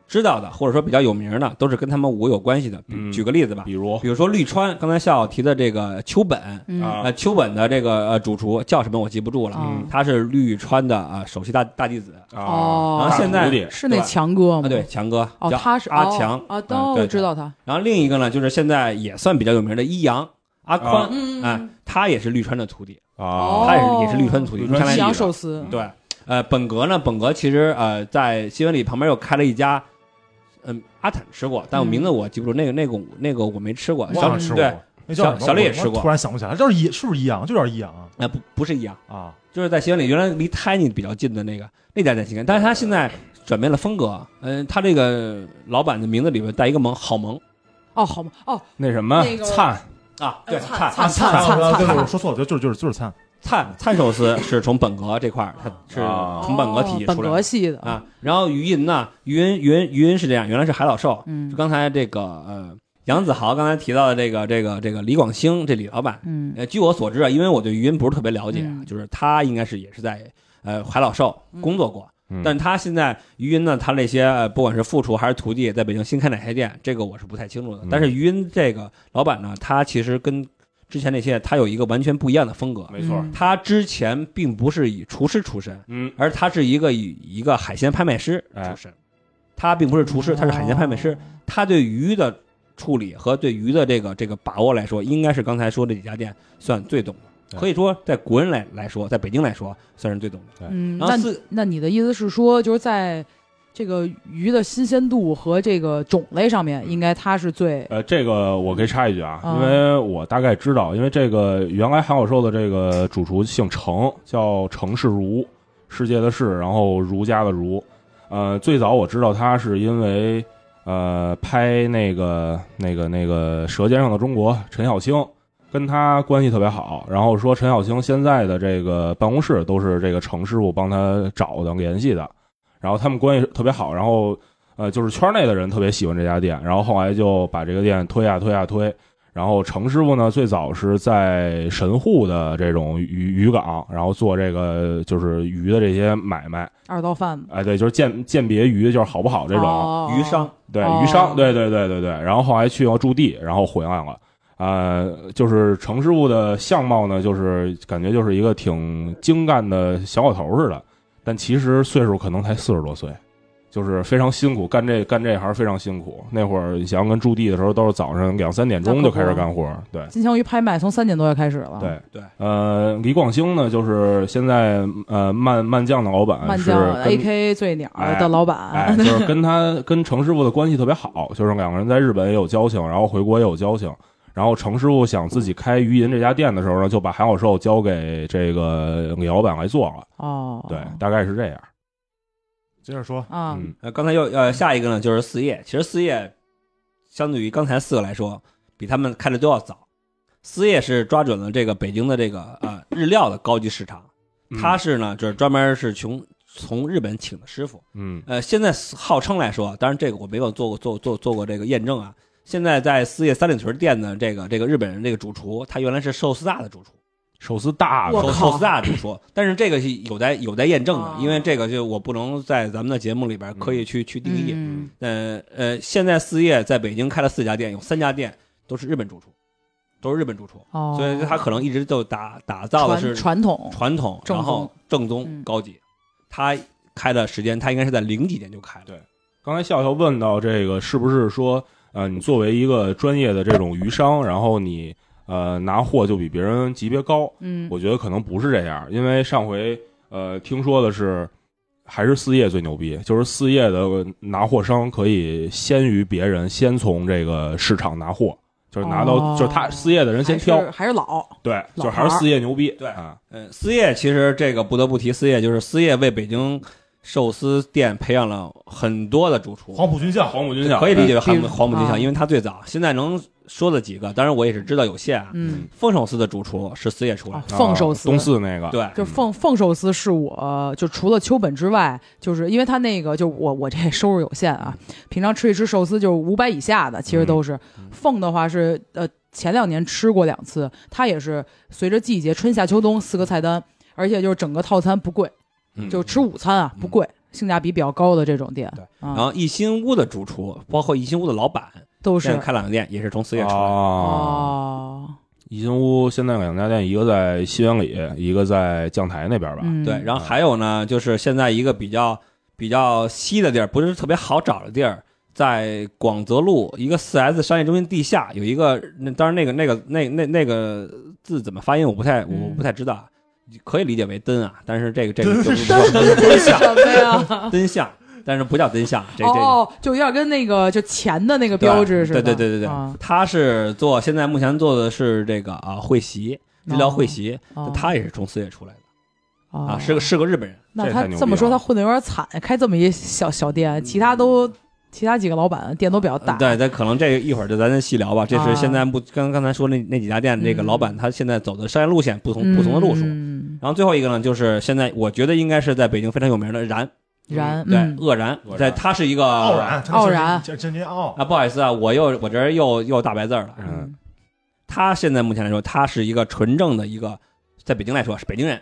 Speaker 2: 知道的，或者说比较有名的，都是跟他们舞有关系的。比
Speaker 3: 嗯
Speaker 2: 举个例子吧，
Speaker 3: 比如
Speaker 2: 比如说绿川，刚才夏晓提的这个秋本，
Speaker 1: 嗯
Speaker 3: 啊
Speaker 2: 呃，秋本的这个呃主厨叫什么我记不住了，
Speaker 1: 嗯
Speaker 2: 他是绿川的啊、呃首席大大弟子
Speaker 3: 啊，
Speaker 1: 哦
Speaker 2: 然后现在
Speaker 3: 大徒弟
Speaker 1: 是那强哥
Speaker 2: 啊，
Speaker 1: 吗？
Speaker 2: 对，强哥
Speaker 1: 哦，
Speaker 2: 叫
Speaker 1: 他是
Speaker 2: 阿
Speaker 1: 哦
Speaker 2: 强
Speaker 1: 啊，
Speaker 2: 嗯
Speaker 1: 都
Speaker 2: 对
Speaker 1: 我知道他，
Speaker 2: 然后另一个呢，就是现在也算比较有名的一阳阿宽，哎、
Speaker 1: 嗯
Speaker 2: 他也是绿川的徒弟，
Speaker 1: 哦
Speaker 3: 啊
Speaker 2: 他也是也是绿川徒弟，
Speaker 3: 绿川
Speaker 2: 看来
Speaker 3: 系
Speaker 2: 也
Speaker 1: 想
Speaker 3: 的
Speaker 1: 手撕，
Speaker 2: 对，呃，本格呢，本格其实呃在新闻里旁边又开了一家，嗯，阿坦吃过，但我
Speaker 1: 嗯
Speaker 2: 名字我记不住，那个那个我那个我没吃过，
Speaker 4: 我
Speaker 2: 小
Speaker 4: 好像吃
Speaker 2: 对
Speaker 4: 过，那叫什么
Speaker 2: 小小丽也吃过
Speaker 4: 我突然想不起来，就是一是不是一样，就叫一样啊
Speaker 2: 呃不不是一样，
Speaker 4: 啊，
Speaker 2: 就是在新闻里原来离 Tiny 比较近的那个那家在新闻，但是他现在转变了风格，嗯、他这个老板的名字里面带一个萌，好萌
Speaker 1: 哦，好吗？哦，
Speaker 3: 那什么
Speaker 1: 那个
Speaker 3: 灿
Speaker 2: 啊，对，
Speaker 1: 灿灿
Speaker 2: 灿
Speaker 1: 灿
Speaker 4: 灿
Speaker 1: 灿
Speaker 4: 对对
Speaker 1: 灿
Speaker 4: 我说错了，就就是就是就是灿，
Speaker 2: 灿灿寿司是从本格这块儿，他是
Speaker 5: 啊
Speaker 2: 从本格体
Speaker 1: 哦
Speaker 2: 系出来
Speaker 1: 本
Speaker 2: 的。
Speaker 1: 格系的，
Speaker 2: 啊。然后余银呢，余银余银余银是这样，原来是海岛兽，
Speaker 1: 嗯
Speaker 2: 就刚才这个呃杨子豪刚才提到的这个这个这个李广兴这李老板，
Speaker 1: 嗯
Speaker 2: 呃，据我所知啊，因为我对余银不是特别了解啊，
Speaker 1: 嗯
Speaker 2: 就是他应该是也是在呃海岛兽工作过。
Speaker 3: 嗯
Speaker 2: 但他现在余音呢，他那些呃不管是副厨还是徒弟，在北京新开哪些店，这个我是不太清楚的。
Speaker 3: 嗯
Speaker 2: 但是余音这个老板呢，他其实跟之前那些他有一个完全不一样的风格。
Speaker 3: 没错儿，
Speaker 1: 嗯
Speaker 2: 他之前并不是以厨师出身，
Speaker 3: 嗯，
Speaker 2: 而他是一个以一个海鲜拍卖师
Speaker 3: 哎
Speaker 2: 出身，他并不是
Speaker 3: 哦
Speaker 2: 厨师，他是海鲜拍卖师。他对鱼的处理和对鱼的这个这个把握来说，应该是刚才说这几家店算最懂的，
Speaker 3: 对
Speaker 2: 可以说在国人来来说，在北京来说算是最懂的。
Speaker 1: 嗯，
Speaker 2: 然后
Speaker 1: 那
Speaker 2: 四
Speaker 1: 那你的意思是说，就是在这个鱼的新鲜度和这个种类上面，应该它是最
Speaker 3: 呃，这个我可以插一句啊，
Speaker 1: 嗯
Speaker 3: 因为我大概知道，因为这个原来韩口寿的这个主厨姓程，叫程世儒，世界的世，然后儒家的儒。呃，最早我知道他是因为呃拍那个那个那个《舌尖上的中国》，陈小青跟他关系特别好，然后说陈小青现在的这个办公室都是这个程师傅帮他找的联系的，然后他们关系特别好，然后呃，就是圈内的人特别喜欢这家店，然后后来就把这个店推啊推啊推。然后程师傅呢，最早是在神户的这种渔渔港，然后做这个就是鱼的这些买卖，
Speaker 1: 二道贩子
Speaker 3: 哎，对，就是鉴鉴别鱼就是好不好这种，
Speaker 1: 哦
Speaker 2: 鱼商，
Speaker 3: 对
Speaker 1: 哦
Speaker 3: 鱼商，对对对对对。然后后来去了驻地，然后回来了。呃，就是程师傅的相貌呢，就是感觉就是一个挺精干的小老头似的，但其实岁数可能才四十多岁，就是非常辛苦，干这干这行非常辛苦。那会儿你想想跟驻地的时候，都是早上两三点钟就开始干活，对。
Speaker 1: 金枪鱼拍卖从三点多就开始了，
Speaker 3: 对
Speaker 2: 对
Speaker 3: 呃，李广兴呢，就是现在呃慢慢酱的老板
Speaker 1: 慢
Speaker 3: 是
Speaker 1: 将
Speaker 3: 跟
Speaker 1: AK 最鸟
Speaker 3: 哎
Speaker 1: 的老板，
Speaker 3: 哎，就是跟他跟程师傅的关系特别好，就是两个人在日本也有交情，然后回国也有交情。然后程师傅想自己开鱼银这家店的时候呢，就把海口寿交给这个李老板来做了。
Speaker 1: 哦，
Speaker 3: 对，大概是这样。
Speaker 4: 接着说，
Speaker 1: 啊，
Speaker 3: 嗯，
Speaker 2: 呃，刚才又呃下一个呢就是四叶，其实四叶相对于刚才四个来说，比他们开的都要早。四叶是抓准了这个北京的这个呃日料的高级市场，
Speaker 3: 嗯
Speaker 2: 他是呢就是专门是从从日本请的师傅，
Speaker 3: 嗯
Speaker 2: 呃，现在号称来说，当然这个我没有做过做做做过这个验证啊。现在在四叶三里屯店的这个这个日本人这个主厨，他原来是寿司大的主厨，
Speaker 3: 寿司大
Speaker 1: 我
Speaker 2: 寿
Speaker 3: 的，
Speaker 1: 靠
Speaker 2: 寿司大的主厨，但是这个是有待有待验证的
Speaker 1: 哦，
Speaker 2: 因为这个就我不能在咱们的节目里边刻意去去定义。
Speaker 1: 嗯
Speaker 2: 呃呃，现在四叶在北京开了四家店，有三家店都是日本主厨，都是日本主厨，
Speaker 1: 哦，
Speaker 2: 所以他可能一直就打打造的是
Speaker 1: 传传统，
Speaker 2: 传统，
Speaker 1: 正宗
Speaker 2: 然后正宗
Speaker 1: 嗯
Speaker 2: 高级。他开的时间，他应该是在零几年就开了。
Speaker 3: 刚才笑笑问到这个是不是说，呃，你作为一个专业的这种鱼商，然后你呃拿货就比别人级别高，
Speaker 1: 嗯，
Speaker 3: 我觉得可能不是这样，因为上回呃听说的是，还是四叶最牛逼，就是四叶的呃拿货商可以先于别人，先从这个市场拿货，就是拿到、
Speaker 1: 哦
Speaker 3: 就是他四叶的人先挑
Speaker 1: 还，是还是老，
Speaker 3: 对，
Speaker 1: 老
Speaker 3: 就是还是
Speaker 1: 牌儿
Speaker 3: 四叶牛逼，
Speaker 2: 对
Speaker 3: 啊，
Speaker 2: 嗯，思叶其实这个不得不提，思叶就是思叶为北京寿司店培养了很多的主厨，
Speaker 4: 黄埔军校，
Speaker 3: 黄埔军校
Speaker 2: 可以理解为
Speaker 1: 比
Speaker 2: 黄
Speaker 1: 如
Speaker 2: 黄埔军校，
Speaker 1: 啊
Speaker 2: 因为他最早。现在能说的几个，当然我也是知道有限啊。
Speaker 1: 嗯，
Speaker 2: 丰寿司的主厨是思叶出来
Speaker 1: 哦
Speaker 2: 的，
Speaker 3: 啊嗯
Speaker 1: 凤寿司，
Speaker 3: 东四那个，
Speaker 2: 对，
Speaker 1: 就凤凤寿司是我就除了秋本之外，就是因为他那个就我我这收入有限啊，平常吃一吃寿司就是五百以下的，其实都是、
Speaker 3: 嗯
Speaker 1: 凤的话是呃前两年吃过两次，它也是随着季节春夏秋冬四个菜单，而且就是整个套餐不贵，
Speaker 2: 嗯
Speaker 1: 就吃午餐啊不贵，性价比比较高的这种店
Speaker 2: 对，
Speaker 1: 然
Speaker 2: 然后一新屋的主厨，包括一新屋的老板，
Speaker 1: 都
Speaker 2: 现在
Speaker 1: 是
Speaker 2: 开两个店，也是从四月出来。
Speaker 3: 哦，
Speaker 1: 哦，
Speaker 3: 宜兴屋现在两家店，一个在西园里，一个在将台那边吧。
Speaker 1: 嗯， [LAUGHS]
Speaker 2: 对，然后还有呢，就是现在一个比较比较稀的地儿，不是特别好找的地儿，在广泽路一个四 S 商业中心地下有一个，那当然那个那个那那那个字怎么发音我不太我
Speaker 1: 嗯
Speaker 2: 不太知道，可以理解为灯啊，但是这个
Speaker 1: [LAUGHS]
Speaker 2: 这个就不
Speaker 1: 这是什么呀？
Speaker 2: 灯像，但是不叫灯像，这这个
Speaker 1: 哦，就有点跟那个就钱的那个标志似的，
Speaker 2: 对对对对对
Speaker 1: 啊，
Speaker 2: 他是做现在目前做的是这个啊会席治疗会席，
Speaker 1: 哦
Speaker 2: 他也是从四月出来的
Speaker 1: 哦
Speaker 2: 啊，是个是个日本人。
Speaker 1: 那
Speaker 3: 这
Speaker 1: 他
Speaker 3: 太牛
Speaker 1: 这
Speaker 3: 逼
Speaker 1: 么说，他
Speaker 3: 了
Speaker 1: 混的有点惨，开这么一小小店，其他都其他几个老板店都比较大，
Speaker 2: 嗯对，咱可能这个一会儿就咱细聊吧。这
Speaker 1: 啊
Speaker 2: 是现在不刚刚才说那那几家店，那个
Speaker 1: 嗯
Speaker 2: 老板他现在走的商业路线不同
Speaker 1: 嗯，
Speaker 2: 不同的路数。
Speaker 1: 嗯
Speaker 2: 然后最后一个呢，就是现在我觉得应该是在北京非常有名的燃，
Speaker 1: 然
Speaker 2: 对，
Speaker 1: 嗯
Speaker 2: 愕然
Speaker 3: 愕，然
Speaker 2: 对，他是一个
Speaker 4: 傲然，
Speaker 1: 傲然
Speaker 4: 真真真傲
Speaker 2: 啊，不好意思啊，我又我这儿又又大白字儿了。
Speaker 3: 嗯，
Speaker 2: 他现在目前来说，他是一个纯正的一个，在北京来说是北京人，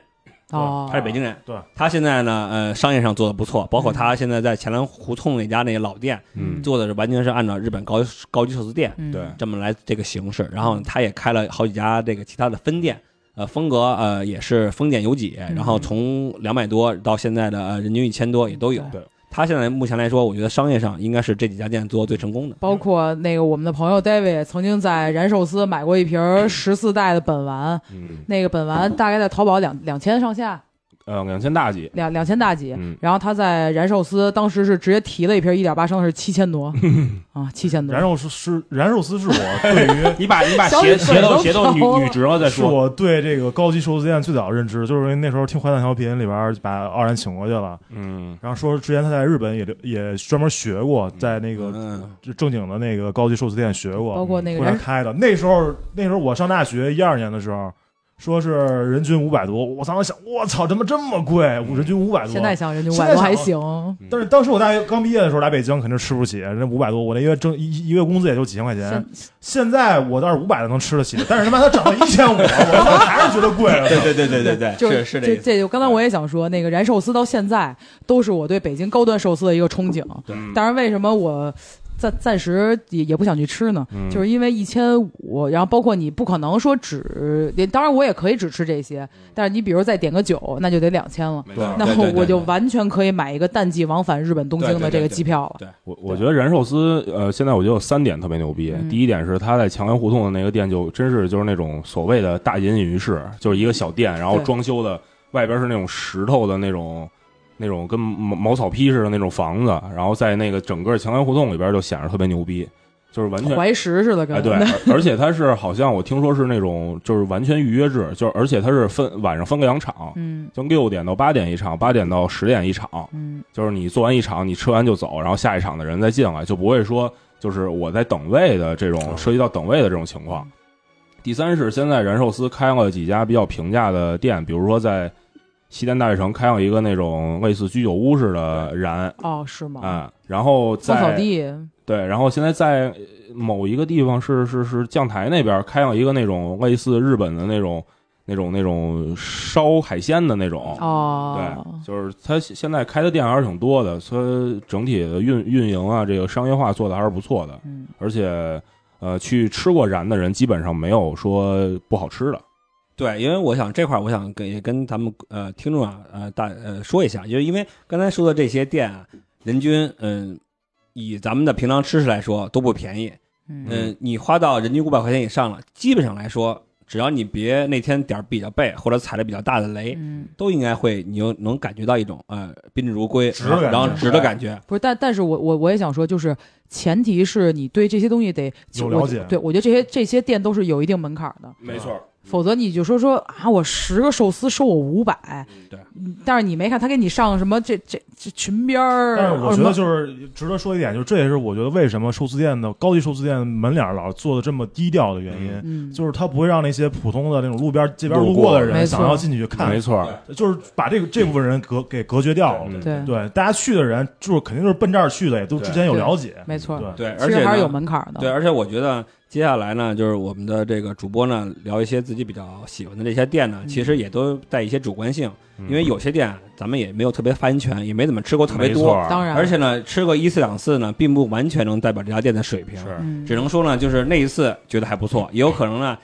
Speaker 1: 哦，
Speaker 2: 他是北京人。
Speaker 4: 对，
Speaker 2: 他现在呢，呃，商业上做的不错，包括
Speaker 1: 嗯
Speaker 2: 他现在在前南胡同那家那老店
Speaker 3: 嗯
Speaker 2: 做的是完全是按照日本高高级寿司店
Speaker 1: 嗯
Speaker 3: 对
Speaker 2: 这么来这个形式。然后他也开了好几家这个其他的分店，呃，风格呃也是丰俭由己，
Speaker 1: 嗯
Speaker 2: 然后从两百多到现在的、呃、人均一千多也都有。
Speaker 3: 对
Speaker 2: 他现在目前来说，我觉得商业上应该是这几家店做得最成功的。
Speaker 1: 包括那个我们的朋友 David 曾经在燃寿司买过一瓶十四代的本丸，
Speaker 3: 嗯，
Speaker 1: 那个本丸大概在淘宝两两千上下，
Speaker 3: 呃，两千大几。
Speaker 1: 两两千大几。
Speaker 3: 嗯，
Speaker 1: 然后他在燃寿司当时是直接提了一瓶一点八升的，是七千多啊，七千多
Speaker 4: 燃。肉是是燃肉丝是我 [LAUGHS] 对
Speaker 3: 你把你把
Speaker 1: 小
Speaker 3: 鞋
Speaker 1: 雨
Speaker 3: 鞋
Speaker 1: 粉
Speaker 3: 都
Speaker 1: 都
Speaker 3: 鞋都
Speaker 1: 着
Speaker 3: 捋
Speaker 1: 了
Speaker 3: 捋直了再
Speaker 4: 于是
Speaker 3: 说。
Speaker 4: 我对这个高级寿司店最早的认知，就是因为那时候听《坏蛋调频》里边把傲然请过去了，
Speaker 3: 嗯，
Speaker 4: 然后说之前他在日本也也专门学过，在那个
Speaker 2: 嗯，
Speaker 4: 正经的那个高级寿司店学
Speaker 1: 包
Speaker 4: 过，
Speaker 1: 括那个
Speaker 4: 后来
Speaker 1: 燃
Speaker 4: 开的。那时候那时候我上大学一二年的时候。说是人均五百多，我当时想，我操，他妈这么贵，人均五百多。
Speaker 1: 现在想人均五
Speaker 4: 现
Speaker 1: 百
Speaker 4: 在
Speaker 1: 多还
Speaker 4: 想
Speaker 1: 行，
Speaker 4: 但是当时我大学刚毕业的时候来北京，肯定吃不起，那五百多，我那月挣一一一个月工资也就几千块钱。现在我倒是五百的能吃得起，但是他妈它
Speaker 1: [LAUGHS]
Speaker 4: 涨到一千五，我操还是觉得贵了。
Speaker 2: 对对对对对，
Speaker 1: 就是
Speaker 2: 是这
Speaker 1: 这
Speaker 2: 意思。
Speaker 1: 这就刚才我也想说，那个燃寿司到现在都是我对北京高端寿司的一个憧憬。
Speaker 3: 对
Speaker 1: 但是为什么我暂暂时也也不想去吃呢？
Speaker 3: 嗯
Speaker 1: 就是因为一千五，然后包括你不可能说只，当然我也可以只吃这些，但是你比如再点个酒，那就得两千了。
Speaker 3: 没
Speaker 2: 对
Speaker 3: 错
Speaker 1: 那
Speaker 2: 对对
Speaker 1: 我就
Speaker 2: 对
Speaker 1: 完全可以买一个淡季往返日本东京的这个机票了。
Speaker 3: 我我觉得燃寿司，呃，现在我觉得有三点特别牛逼。
Speaker 1: 嗯
Speaker 3: 第一点是他在强阳胡同的那个店，就真是就是那种所谓的大隐隐于市，就是一个小店，然后
Speaker 1: 对
Speaker 3: 装修的外边是那种石头的那种那种跟茅茅草坯似的那种房子，然后在那个整个强阳胡同里边就显得特别牛逼，就是完全
Speaker 1: 怀石似的，跟、
Speaker 3: 哎，对，而而且它是好像我听说是那种就是完全预约制，就是而且它是分晚上分个两场，
Speaker 1: [LAUGHS] 嗯
Speaker 3: 就六点到八点一场，八点到十点一场，
Speaker 1: 嗯
Speaker 3: 就是你做完一场你吃完就走，然后下一场的人再进来，就不会说就是我在等位的这种涉及到等位的这种情况。第三是现在燃寿司开了几家比较平价的店，比如说在西单大悦城开了一个那种类似居酒屋似的燃。
Speaker 1: 哦是吗？
Speaker 3: 啊、然后在
Speaker 1: 芳草地
Speaker 3: 对，然后现在在呃某一个地方是是是将台那边开了一个那种类似日本的那种那种那种烧海鲜的那种，
Speaker 1: 哦
Speaker 3: 对，，就是它现现在开的店还是挺多的，所以整体的运运营啊，这个商业化做的还是不错的，
Speaker 1: 嗯
Speaker 3: 而且呃，去吃过燃的人基本上没有说不好吃的，
Speaker 2: 对，因为我想这块，我想跟也跟咱们呃听众啊呃大呃说一下，就是因为刚才说的这些店啊，人均嗯、以咱们的平常吃食来说都不便宜，
Speaker 1: 嗯
Speaker 2: 嗯、你花到人均五百块钱以上了，基本上来说，只要你别那天点儿比较背或者踩了比较大的雷，
Speaker 1: 嗯。
Speaker 2: 都应该会你又能感觉到一种呃宾至如归，
Speaker 4: 值的感觉
Speaker 2: 然后值的感觉，
Speaker 1: 不是，但但是我我我也想说，就是前提是你对这些东西得
Speaker 4: 有
Speaker 1: 我
Speaker 4: 了解
Speaker 1: 对，我觉得这些这些店都是有一定门槛儿的，
Speaker 3: 没错，
Speaker 1: 否则你就说说啊，我十个寿司收我五百，
Speaker 2: 对
Speaker 1: 嗯，但是你没看他给你上什么这这这裙边儿，
Speaker 4: 但是我
Speaker 1: 什
Speaker 4: 觉
Speaker 1: 么
Speaker 4: 得就是值得说一点，就是这也是我觉得为什么寿司店的高级寿司店门脸儿老做的这么低调的原因，
Speaker 1: 嗯，
Speaker 4: 就是它不会让那些普通的那种路边街边
Speaker 3: 路
Speaker 4: 路
Speaker 3: 过
Speaker 4: 过的
Speaker 3: 的
Speaker 1: 没
Speaker 4: 人
Speaker 1: 错
Speaker 4: 想要进去去看
Speaker 3: 没，错，
Speaker 4: 就是把这个这部分人隔给隔绝掉了。
Speaker 3: 嗯
Speaker 1: 对，
Speaker 4: 对，大家去的人就是肯定就是奔这儿去的，也都之前有了解。
Speaker 1: 没错儿，
Speaker 4: 对，
Speaker 2: 对，
Speaker 1: 其
Speaker 2: 而
Speaker 1: 实
Speaker 2: 且
Speaker 1: 还是有
Speaker 2: 呢啊
Speaker 1: 门槛儿的，
Speaker 2: 对，而且我觉得接下来呢，就是我们的这个主播呢，聊一些自己比较喜欢的这些店呢，其实也都带一些主观性，嗯
Speaker 3: 嗯
Speaker 2: 因为有些店咱们也没有特别发言权，也没怎么吃过特别
Speaker 3: 没错
Speaker 2: 多，
Speaker 3: 儿，
Speaker 1: 当然，
Speaker 2: 而且呢，吃过一次两次呢，并不完全能代表这家店的水平，
Speaker 3: 是
Speaker 1: 嗯
Speaker 2: 只能说呢，就是那一次觉得还不错，也有可能呢，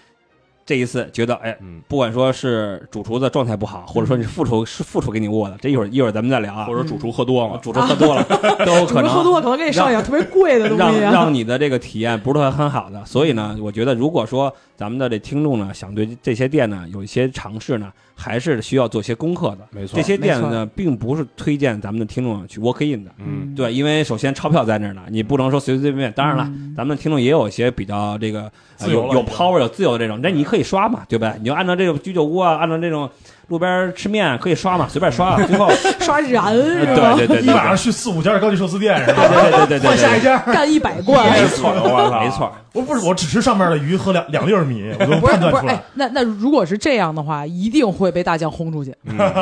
Speaker 2: 这一次觉得哎，
Speaker 3: 嗯，
Speaker 2: 不管说是主厨的状态不好，或者说你副厨是副厨给你握的，这一会儿一会儿咱们再聊啊
Speaker 3: 嗯或，者主厨喝多了，
Speaker 2: 主厨
Speaker 3: [LAUGHS]
Speaker 2: 喝多了都有
Speaker 1: 主播
Speaker 2: 可能
Speaker 1: 嗯喝。多了可能给你上一点特别贵的东
Speaker 2: 让
Speaker 1: 西啊，
Speaker 2: 让你的这个体验不是很很好的，所以呢，我觉得如果说咱们的这听众呢，想对这些店呢有一些尝试呢，还是需要做些功课的。
Speaker 3: 没错
Speaker 2: 这些店
Speaker 1: 没
Speaker 2: 呢，并不是推荐咱们的听众去 walk in 的，
Speaker 3: 嗯，
Speaker 2: 对，因为首先钞票在那儿呢，你不能说随随便便。当然了，
Speaker 1: 嗯
Speaker 2: 咱们的听众也有一些比较这个、呃
Speaker 3: 自由
Speaker 2: 有
Speaker 3: 了
Speaker 2: 有
Speaker 3: 已经
Speaker 2: power 有自由的这种，那你可以刷嘛，对不对？你就按照这个居酒屋啊，按照这种路边吃面啊可以刷嘛，随便刷啊。
Speaker 1: [LAUGHS]
Speaker 2: 最后，
Speaker 1: 刷燃是吧？
Speaker 4: [LAUGHS]
Speaker 2: 对对对对
Speaker 4: 一晚上
Speaker 2: 对
Speaker 4: 去四五家高级寿司店是吧？
Speaker 2: 对对对对
Speaker 4: 换下
Speaker 2: 对
Speaker 4: 一家，
Speaker 1: 干一百罐。
Speaker 3: 没错，我操，
Speaker 2: 嗯对，没错。
Speaker 4: 我不是我只吃上面的鱼和两两粒儿米，我都
Speaker 1: 不是
Speaker 4: 判断
Speaker 1: 不
Speaker 4: 出
Speaker 1: 是，哎
Speaker 4: 来。，
Speaker 1: 那那如果是这样的话，一定会被大将轰出去。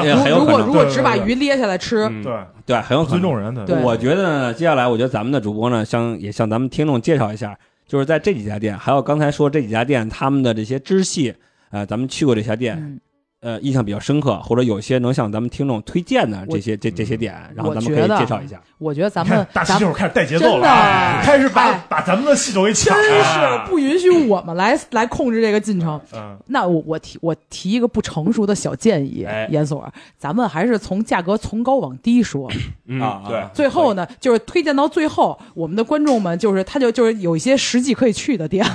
Speaker 2: 也很
Speaker 1: 如
Speaker 2: 有
Speaker 1: 如
Speaker 2: 可
Speaker 1: 果
Speaker 2: 能，
Speaker 1: 如果
Speaker 4: 对对
Speaker 1: 只把
Speaker 4: 对
Speaker 1: 鱼捏下来吃，
Speaker 3: 嗯
Speaker 4: 对，
Speaker 2: 对，很有
Speaker 4: 不
Speaker 2: 可
Speaker 4: 尊
Speaker 2: 能。
Speaker 4: 重人的。
Speaker 1: 对
Speaker 2: 我觉得呢，接下来我觉得咱们的主播呢，向也向咱们听众介绍一下，就是在这几家店，还有刚才说这几家店他们的这些支系，呃，咱们去过这些店，
Speaker 1: 嗯，
Speaker 2: 呃，印象比较深刻，或者有些能向咱们听众推荐的这些这这
Speaker 3: 嗯
Speaker 2: 些点，然后咱们可
Speaker 1: 我觉
Speaker 2: 以
Speaker 1: 得
Speaker 2: 介绍一下。
Speaker 1: 我觉得咱
Speaker 4: 你看
Speaker 1: 们
Speaker 4: 大
Speaker 1: 咱们
Speaker 4: 西就是开始带节奏
Speaker 1: 真
Speaker 4: 了，
Speaker 1: 的
Speaker 4: 哎 [LAUGHS] 开始把
Speaker 1: 哎
Speaker 4: 把咱们的戏就给抢
Speaker 1: 真
Speaker 4: 了
Speaker 1: 是。不允许我们来来控制这个进程。
Speaker 4: 嗯，
Speaker 1: 那我我提我提一个不成熟的小建议
Speaker 3: 哎，
Speaker 1: 严所，咱们还是从价格从高往低说。
Speaker 3: 嗯
Speaker 2: 啊
Speaker 3: 对
Speaker 2: 啊，
Speaker 1: 最后呢，就是推荐到最后，我们的观众们就是他就就是有一些实际可以去的店。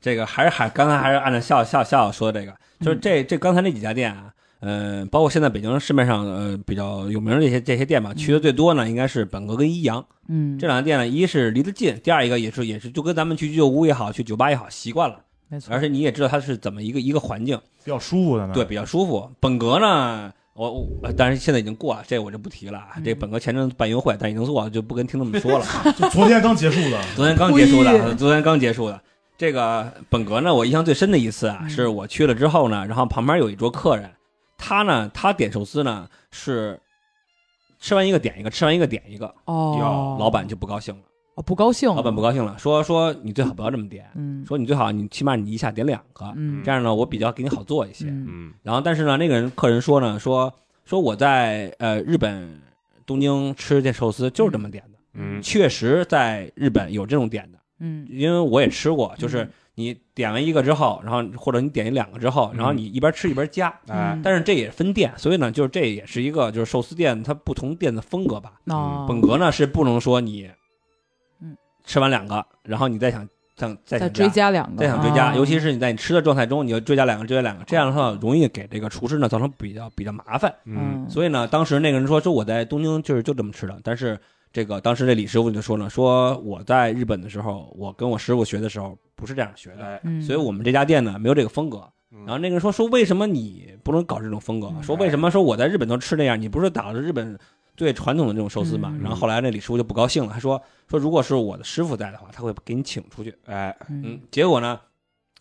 Speaker 2: 这个还是还刚才还是按照笑笑笑说的这个，就是这这刚才那几家店啊，呃，包括现在北京市面上呃比较有名的这些这些店吧，去的最多呢应该是本格跟一阳
Speaker 1: [LAUGHS] 嗯
Speaker 2: 这，两家店呢，一是离得近，第二一个也是也是就跟咱们去居酒屋也好，去酒吧也好习惯了，
Speaker 1: 没错
Speaker 2: 而。且你也知道它是怎么一个一个环境，
Speaker 4: 比较舒服的呢。
Speaker 2: 对，比较舒服。本格呢，我我当然现在已经过了，这我就不提了啊。这本格前阵子办优惠，但已经做了，就不跟听众们说了。
Speaker 4: 就 [LAUGHS] 昨天刚结束的。
Speaker 2: 昨天刚结束
Speaker 1: 故
Speaker 2: 的，
Speaker 1: 意
Speaker 2: 昨天刚结束的。这个本格呢，我印象最深的一次啊，
Speaker 1: 嗯
Speaker 2: 是我去了之后呢，然后旁边有一桌客人，他呢，他点寿司呢是吃完一个点一个，吃完一个点一个，
Speaker 1: 哦，
Speaker 2: 老板就不高兴了，
Speaker 1: 哦不高兴了，
Speaker 2: 老板不高兴了，说说你最好不要这么点，
Speaker 1: 嗯
Speaker 2: 说你最好你起码你一下点两个，
Speaker 1: 嗯
Speaker 2: 这样呢我比较给你好做一些。
Speaker 1: 嗯
Speaker 3: 嗯
Speaker 2: 然后但是呢，那个人客人说呢，说说我在呃日本东京吃这寿司就是这么点的，
Speaker 3: 嗯
Speaker 2: 确实在日本有这种点的，
Speaker 1: 嗯
Speaker 2: 因为我也吃过，就是你点完一个之后，然后或者你点一两个之后，然后你一边吃一边加。
Speaker 3: 哎
Speaker 1: 嗯
Speaker 2: 啊但是这也分店，所以呢，就是这也是一个就是寿司店它不同店的风格吧。
Speaker 1: 哦
Speaker 2: 本格呢是不能说你，
Speaker 1: 嗯，
Speaker 2: 吃完两个，然后你再想想
Speaker 1: 再
Speaker 2: 再想
Speaker 1: 追加两个，
Speaker 2: 再想追加，
Speaker 1: 啊
Speaker 2: 尤其是你在你吃的状态中，你就追加两个，追加两个，这样的话容易给这个厨师呢造成比较比较麻烦。
Speaker 3: 嗯
Speaker 2: 所以呢，当时那个人说说我在东京就是就这么吃的，但是这个当时这李师傅就说呢，说我在日本的时候，我跟我师傅学的时候不是这样学的，
Speaker 3: 哎
Speaker 1: 嗯
Speaker 2: 所以我们这家店呢没有这个风格。
Speaker 3: 嗯
Speaker 2: 然后那个人说说为什么你不能搞这种风格？
Speaker 1: 嗯
Speaker 2: 说为什么说我在日本都吃那样？你不是打着日本最传统的这种寿司嘛？
Speaker 1: 嗯
Speaker 2: 然后后来那李师傅就不高兴了，他说说如果是我的师傅在的话，他会给你请出去。
Speaker 3: 哎
Speaker 2: 嗯
Speaker 1: 嗯，
Speaker 2: 结果呢，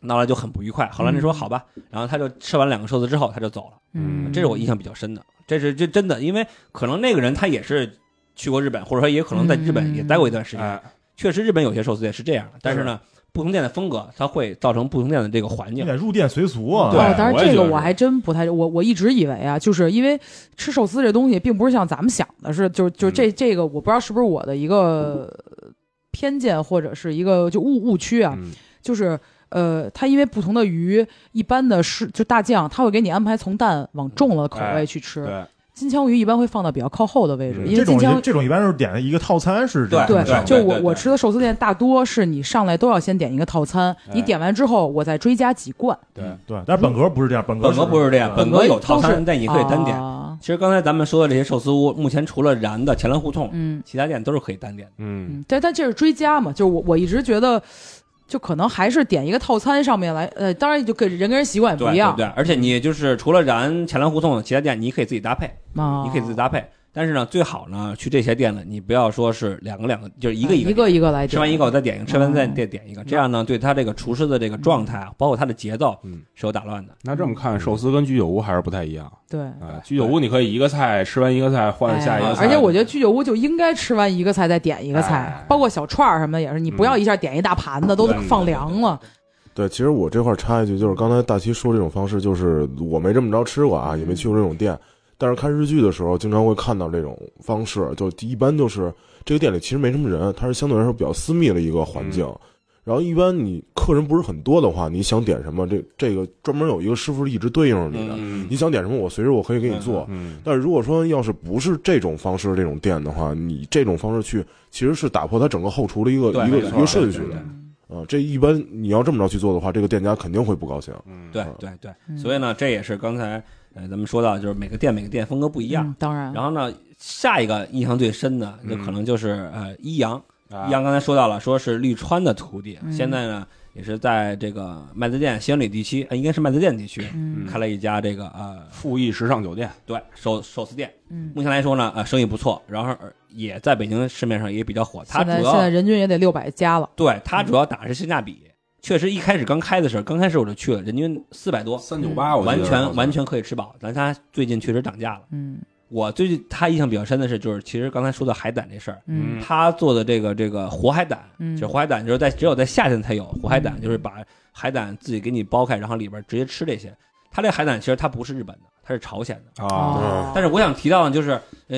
Speaker 2: 闹得就很不愉快。后来那说好吧，然后他就吃完两个寿司之后他就走了，
Speaker 1: 嗯，
Speaker 2: 这是我印象比较深的。这是这真的，因为可能那个人他也是去过日本，或者说也可能在日本
Speaker 1: 嗯
Speaker 2: 也待过一段时间。
Speaker 3: 哎，
Speaker 2: 确实，日本有些寿司店是这样的，但是呢，不同店的风格它会造成不同店的这个环
Speaker 4: 你
Speaker 2: 境。
Speaker 4: 得入店随俗啊。
Speaker 3: 对
Speaker 1: 哦，当然
Speaker 3: 我也
Speaker 1: 这个
Speaker 3: 觉得
Speaker 1: 我
Speaker 3: 是
Speaker 1: 还真不太，我我一直以为啊，就是因为吃寿司这东西，并不是像咱们想的是，就是就是这这个，我不知道是不是我的一个呃偏见或者是一个就误误区啊，
Speaker 3: 嗯
Speaker 1: 就是呃，它因为不同的鱼，一般的是就大酱，它会给你安排从淡往重了口味去吃，
Speaker 3: 对，
Speaker 1: 金枪鱼一般会放到比较靠后的位置，
Speaker 3: 嗯
Speaker 1: 因
Speaker 4: 这
Speaker 1: 为金
Speaker 4: 种
Speaker 1: 枪
Speaker 4: 这种一般是点的一个套餐是这样
Speaker 1: 对
Speaker 4: 的上，
Speaker 1: 就
Speaker 2: 对
Speaker 1: 我
Speaker 2: 对
Speaker 1: 我
Speaker 2: 对
Speaker 1: 吃的寿司店大多是你上来都要先点一个套餐，你点完之后我再追加几罐，
Speaker 4: 对，但是本格不是这样，本格
Speaker 2: 本格不是这样，本
Speaker 1: 格
Speaker 2: 格有套
Speaker 1: 都
Speaker 2: 餐
Speaker 1: 是，
Speaker 2: 但你可以单点。
Speaker 1: 啊
Speaker 2: 其实刚才咱们说的这些寿司屋，目前除了燃的前蓝胡同，
Speaker 1: 嗯。
Speaker 2: 其他店都是可以单点的。
Speaker 3: 嗯
Speaker 1: 嗯，但但这是追加嘛，就是我我一直觉得，就可能还是点一个套餐上面来，呃，当然就跟人跟人习惯也
Speaker 2: 对
Speaker 1: 不一样嗯
Speaker 2: 对对，而且你就是除了燃前蓝胡同，其他店你可以自己搭配，
Speaker 1: 啊，
Speaker 2: 你可以自己搭配。但是呢，最好呢去这些店呢，你不要说是两个两个，就是一个
Speaker 1: 嗯一
Speaker 2: 个
Speaker 1: 个
Speaker 2: 点
Speaker 1: 一个来点，
Speaker 2: 吃完一个我再点一个，吃完再
Speaker 1: 嗯
Speaker 2: 再点一个，这样呢，对他这个厨师的这个状态啊，包括他的节奏
Speaker 3: 嗯
Speaker 2: 是有打乱的。
Speaker 3: 那这么看，寿司跟居酒屋还是不太一样
Speaker 1: 对。
Speaker 3: 啊。居酒屋你可以一个菜吃完一个菜换下
Speaker 1: 嗯哎
Speaker 3: 一个
Speaker 1: 呀
Speaker 3: 菜，嗯
Speaker 1: 而且我觉得居酒屋就应该吃完一个菜再点一个菜
Speaker 3: 哎，
Speaker 1: 包括小串儿什么的也是，你不
Speaker 2: 嗯
Speaker 1: 要一下点一大盘子，都
Speaker 3: 对
Speaker 1: 放凉了。
Speaker 5: 对，其实我这块儿插一句，就是刚才大七说这种方式，就是我没这么着吃过啊，也
Speaker 3: 嗯
Speaker 5: 没去过这种店。但是看日剧的时候，经常会看到这种方式，就一般就是这个店里其实没什么人，它是相对来说比较私密的一个环境。
Speaker 3: 嗯
Speaker 5: 然后一般你客人不是很多的话，你想点什么，这这个专门有一个师傅是一直对应着你的，
Speaker 3: 嗯
Speaker 5: 你想点什么，我随时我可以给你做。
Speaker 3: 嗯
Speaker 5: 但是如果说要是不是这种方式这种店的话，你这种方式去其实是打破它整个后厨的一个
Speaker 2: 对
Speaker 5: 一个
Speaker 2: 没错
Speaker 5: 一个顺序
Speaker 3: 对
Speaker 5: 的
Speaker 3: 对
Speaker 5: 啊、这一般你要这么着去做的话，这个店家肯定会不高兴。
Speaker 3: 嗯，
Speaker 2: 对
Speaker 5: 嗯
Speaker 2: 对对，
Speaker 1: 嗯
Speaker 2: 所以呢，这也是刚才呃咱们说到，就是每个店每个店风格不一样
Speaker 1: 嗯。，当然
Speaker 2: 然后呢，下一个印象最深的，就可能就是呃一阳。
Speaker 3: 嗯啊
Speaker 2: 一阳刚才说到了，说是绿川的徒弟，
Speaker 1: 嗯
Speaker 2: 现在呢也是在这个麦子店仙里地区，呃应该是麦子店地区、
Speaker 1: 嗯
Speaker 2: 开了一家这个呃
Speaker 3: 富艺时尚酒店，
Speaker 2: 对寿寿司店。
Speaker 1: 嗯，
Speaker 2: 目前来说呢，呃生意不错，然后呃也在北京市面上也比较火。它
Speaker 1: 现在
Speaker 2: 主
Speaker 1: 现在
Speaker 2: 要
Speaker 1: 人均也得六百加了，
Speaker 2: 对它主要打的是性价比，确实一开始刚开的时候，刚开始我就去了，人均四百多，
Speaker 3: 哦三九啊八，我记得
Speaker 2: 嗯完
Speaker 3: 好
Speaker 2: 全
Speaker 3: 像
Speaker 2: 完全可以吃饱。但它最近确实涨价了。
Speaker 1: 嗯
Speaker 2: 我最近他印象比较深的是，就是其实刚才说的海胆这事儿，
Speaker 1: 嗯
Speaker 2: 他做的这个这个活海胆，
Speaker 1: 嗯
Speaker 2: 就是活海胆，就是在只有在夏天才有活海胆，
Speaker 1: 嗯
Speaker 2: 就是把海胆自己给你剥开，然后里边直接吃这些。他这海胆其实它不是日本的，它是朝鲜的。
Speaker 3: 啊，
Speaker 1: 是
Speaker 2: 但是我想提到的就是，呃，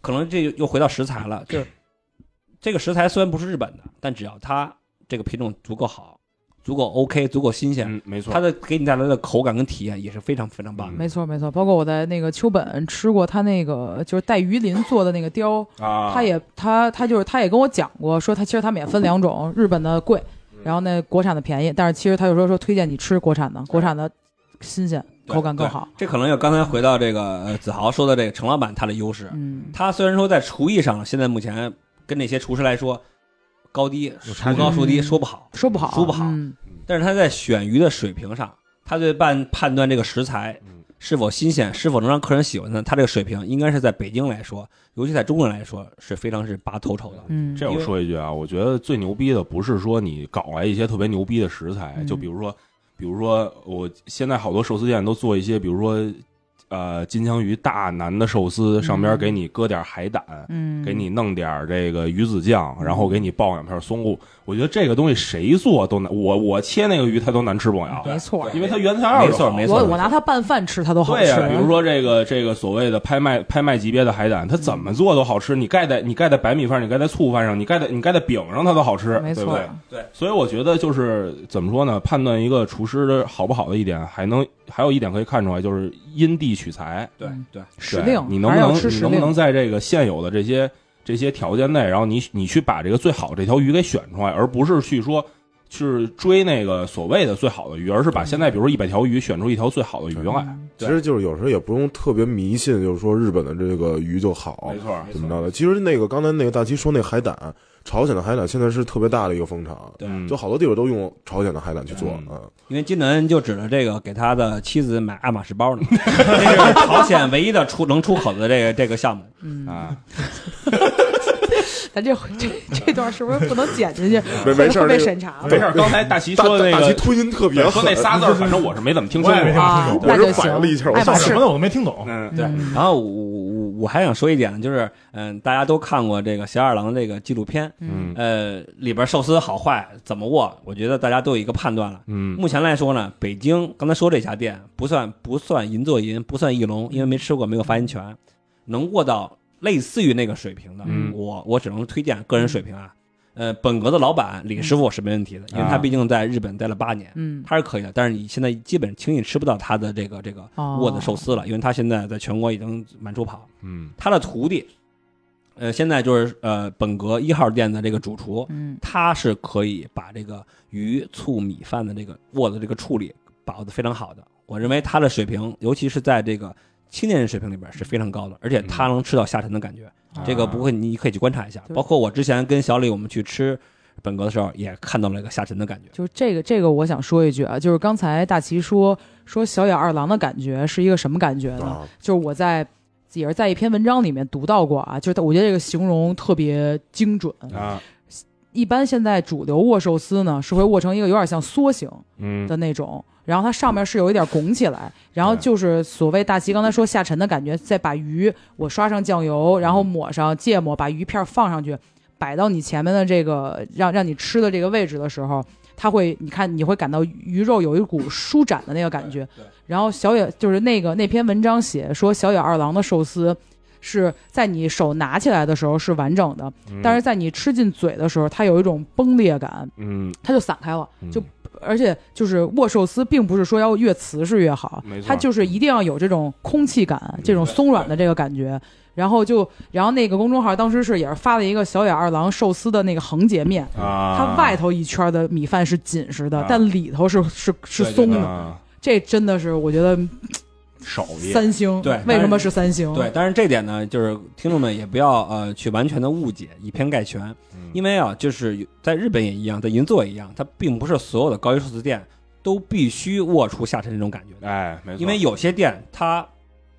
Speaker 2: 可能这又回到食材了，就是这个食材虽然不是日本的，但只要它这个品种足够好，足够 OK，足够新鲜，
Speaker 3: 嗯，没错，
Speaker 2: 它的给你带来的口感跟体验也是非常非常棒的。
Speaker 1: 没错没错，包括我在那个秋本吃过他那个就是带鱼鳞做的那个雕，
Speaker 3: 啊，
Speaker 1: 他也他他就是他也跟我讲过，说他其实他们也分两种，日本的贵，然后那国产的便宜，但是其实他就说说推荐你吃国产的，国产的新鲜，
Speaker 2: 对
Speaker 1: 口感更
Speaker 2: 对
Speaker 1: 好。
Speaker 2: 这可能又刚才回到这个呃子豪说的这个程老板他的优势，
Speaker 1: 嗯，
Speaker 2: 他虽然说在厨艺上现在目前跟那些厨师来说高低
Speaker 4: 差
Speaker 2: 孰
Speaker 4: 距
Speaker 2: 高孰低
Speaker 1: 嗯
Speaker 2: 说不好，
Speaker 1: 说不好，
Speaker 2: 说不好
Speaker 1: 嗯
Speaker 2: 但是他在选鱼的水平上，他对判判断这个食材
Speaker 3: 嗯
Speaker 2: 是否新鲜，是否能让客人喜欢呢，他这个水平应该是在北京来说，尤其在中国人来说是非常是拔头筹的。
Speaker 1: 嗯，
Speaker 3: 这我说一句啊，我觉得最牛逼的不是说你搞来一些特别牛逼的食材，
Speaker 1: 嗯
Speaker 3: 就比如说，比如说我现在好多寿司店都做一些，比如说，呃，金枪鱼大腩的寿司，上边
Speaker 1: 嗯
Speaker 3: 给你搁点海胆，
Speaker 1: 嗯，
Speaker 3: 给你弄点儿这个鱼子酱，然后给你爆两片松露。我觉得这个东西谁做都难，我我切那个鱼它都难吃不了，
Speaker 1: 没错，
Speaker 3: 因为它原材料
Speaker 2: 没错
Speaker 3: 就好
Speaker 2: 没错
Speaker 1: 我我拿它拌饭吃，它都好
Speaker 3: 对
Speaker 1: 吃。啊
Speaker 3: 呀、比如说这个这个所谓的拍卖拍卖级别的海胆，它怎么
Speaker 1: 嗯
Speaker 3: 做都好吃。你盖在你盖在白米饭上，你盖在醋饭上，你盖在你盖在饼上，它都好吃，
Speaker 1: 没
Speaker 3: 对不
Speaker 1: 错
Speaker 3: 对？，所以我觉得就是怎么说呢？判断一个厨师的好不好的一点，还能还有一点可以看出来，就是因地取材。
Speaker 2: 对
Speaker 1: 嗯
Speaker 2: 对，
Speaker 1: 时
Speaker 3: 对
Speaker 1: 令
Speaker 3: 你能
Speaker 1: 还
Speaker 3: 不
Speaker 1: 是要
Speaker 3: 能
Speaker 1: 吃
Speaker 3: 你
Speaker 1: 时
Speaker 3: 能不
Speaker 1: 令
Speaker 3: 能在这个现有的这些这些条件内，然后你你去把这个最好这条鱼给选出来，而不是去说去追那个所谓的最好的鱼，而是把现在比如说一百条鱼选出一条最好的鱼来。
Speaker 1: 嗯
Speaker 5: 其实就是有时候也不用特别迷信，就是说日本的这个鱼就好
Speaker 3: 没，错，
Speaker 5: 怎么着的。其实那个刚才那个大七说那海胆，朝鲜的海胆现在是特别大的一个风潮，
Speaker 2: 对
Speaker 3: 嗯
Speaker 5: 就好多地方都用朝鲜的海胆去做
Speaker 3: 嗯
Speaker 5: 啊。
Speaker 2: 因为金南就指着这个给他的妻子买爱马仕包呢，这是朝鲜唯一的出能出口的这个这个项目。
Speaker 1: 嗯，
Speaker 3: 啊，
Speaker 1: 咱这回这这段是不是不能剪进去？
Speaker 5: 没没事儿
Speaker 1: 会被
Speaker 5: 这个
Speaker 1: 审查
Speaker 3: 啊没
Speaker 1: 了。
Speaker 3: 事儿。刚才大齐
Speaker 5: 大
Speaker 3: 说的那
Speaker 5: 大大齐
Speaker 3: 个，
Speaker 5: 吞音特别
Speaker 3: 对
Speaker 5: 狠，
Speaker 3: 说那仨字儿，反正我是没怎么听说
Speaker 4: 我也没
Speaker 3: 过
Speaker 4: 听。
Speaker 1: 啊，
Speaker 5: 我
Speaker 1: 那
Speaker 5: 是
Speaker 1: 就
Speaker 5: 反
Speaker 1: 行
Speaker 5: 应了一下，。我
Speaker 1: 爱
Speaker 5: 就
Speaker 1: 马
Speaker 4: 叫
Speaker 1: 仕
Speaker 4: 什么的我都没听懂。
Speaker 3: 嗯，
Speaker 2: 对，然后我我我还想说一点呢，就是嗯、大家都看过这个小二郎这个纪录片，
Speaker 3: 嗯
Speaker 2: 呃，里边寿司好坏怎么握，我觉得大家都有一个判断了。
Speaker 3: 嗯
Speaker 2: 目前来说呢，北京刚才说这家店不算不算银座银，不算翼龙，因为没吃过，没有发言权，能握到类似于那个水平的，
Speaker 3: 嗯
Speaker 2: 我我只能推荐个人水平啊。呃，本格的老板李师傅是没问题的，因为他
Speaker 3: 啊
Speaker 2: 毕竟在日本待了八年，
Speaker 1: 嗯，
Speaker 2: 他是可以的。但是你现在基本轻易吃不到他的这个这个
Speaker 1: 哦
Speaker 2: 握的寿司了，因为他现在在全国已经满处跑。
Speaker 3: 嗯
Speaker 2: 他的徒弟，呃，现在就是呃本格一号店的这个主厨，
Speaker 1: 嗯
Speaker 2: 它是可以把这个鱼醋米饭的这个握的这个处理把握的非常好的。我认为它的水平，尤其是在这个青年人水平里边是非常高的，而且它能吃到下沉的感觉。
Speaker 1: 嗯
Speaker 2: 这个不会，你可以去观察一下。
Speaker 1: 对
Speaker 2: 包括我之前跟小李我们去吃本格的时候，也看到了一个下沉的感觉。
Speaker 1: 就是这个这个，我想说一句啊，就是刚才大齐说说小野二郎的感觉是一个什么感觉呢？
Speaker 5: 啊，
Speaker 1: 就是我在也是在一篇文章里面读到过啊，就是我觉得这个形容特别精准。
Speaker 3: 啊，
Speaker 1: 一般现在主流握寿司呢是会握成一个有点像梭形
Speaker 3: 嗯
Speaker 1: 的那种，然后它上面是有一点拱起来，然后就是所谓大齐刚才说下沉的感觉，再把鱼我刷上酱油，然后抹上芥末，把鱼片放上去，摆到你前面的这个让让你吃的这个位置的时候。它会，你看，你会感到鱼肉有一股舒展的那个感觉。然后小野就是那个那篇文章写说，小野二郎的寿司是在你手拿起来的时候是完整的，
Speaker 3: 嗯
Speaker 1: 但是在你吃进嘴的时候，它有一种崩裂感，
Speaker 3: 嗯，
Speaker 1: 它就散开了，
Speaker 3: 嗯
Speaker 1: 就而且就是握寿司，并不是说要越瓷实越好
Speaker 3: 没，错
Speaker 1: 它就是一定要有这种空气感，这种松软的这个感觉。然后就，然后那个公众号当时是也是发了一个小野二郎寿司的那个横截面，
Speaker 3: 啊，
Speaker 1: 它外头一圈的米饭是紧实的，
Speaker 3: 啊
Speaker 1: 但里头是是是松的。
Speaker 3: 啊
Speaker 1: 这真的是我觉得
Speaker 3: 手艺
Speaker 1: 三星，
Speaker 2: 对
Speaker 1: 为什么是三星？
Speaker 2: 对，，但是这点呢，就是听众们也不要呃去完全的误解，以偏概全，因为啊，就是有在日本也一样，在银座也一样，它并不是所有的高级寿司店都必须握出下沉这种感觉的，
Speaker 3: 哎，没错，
Speaker 2: 因为有些店它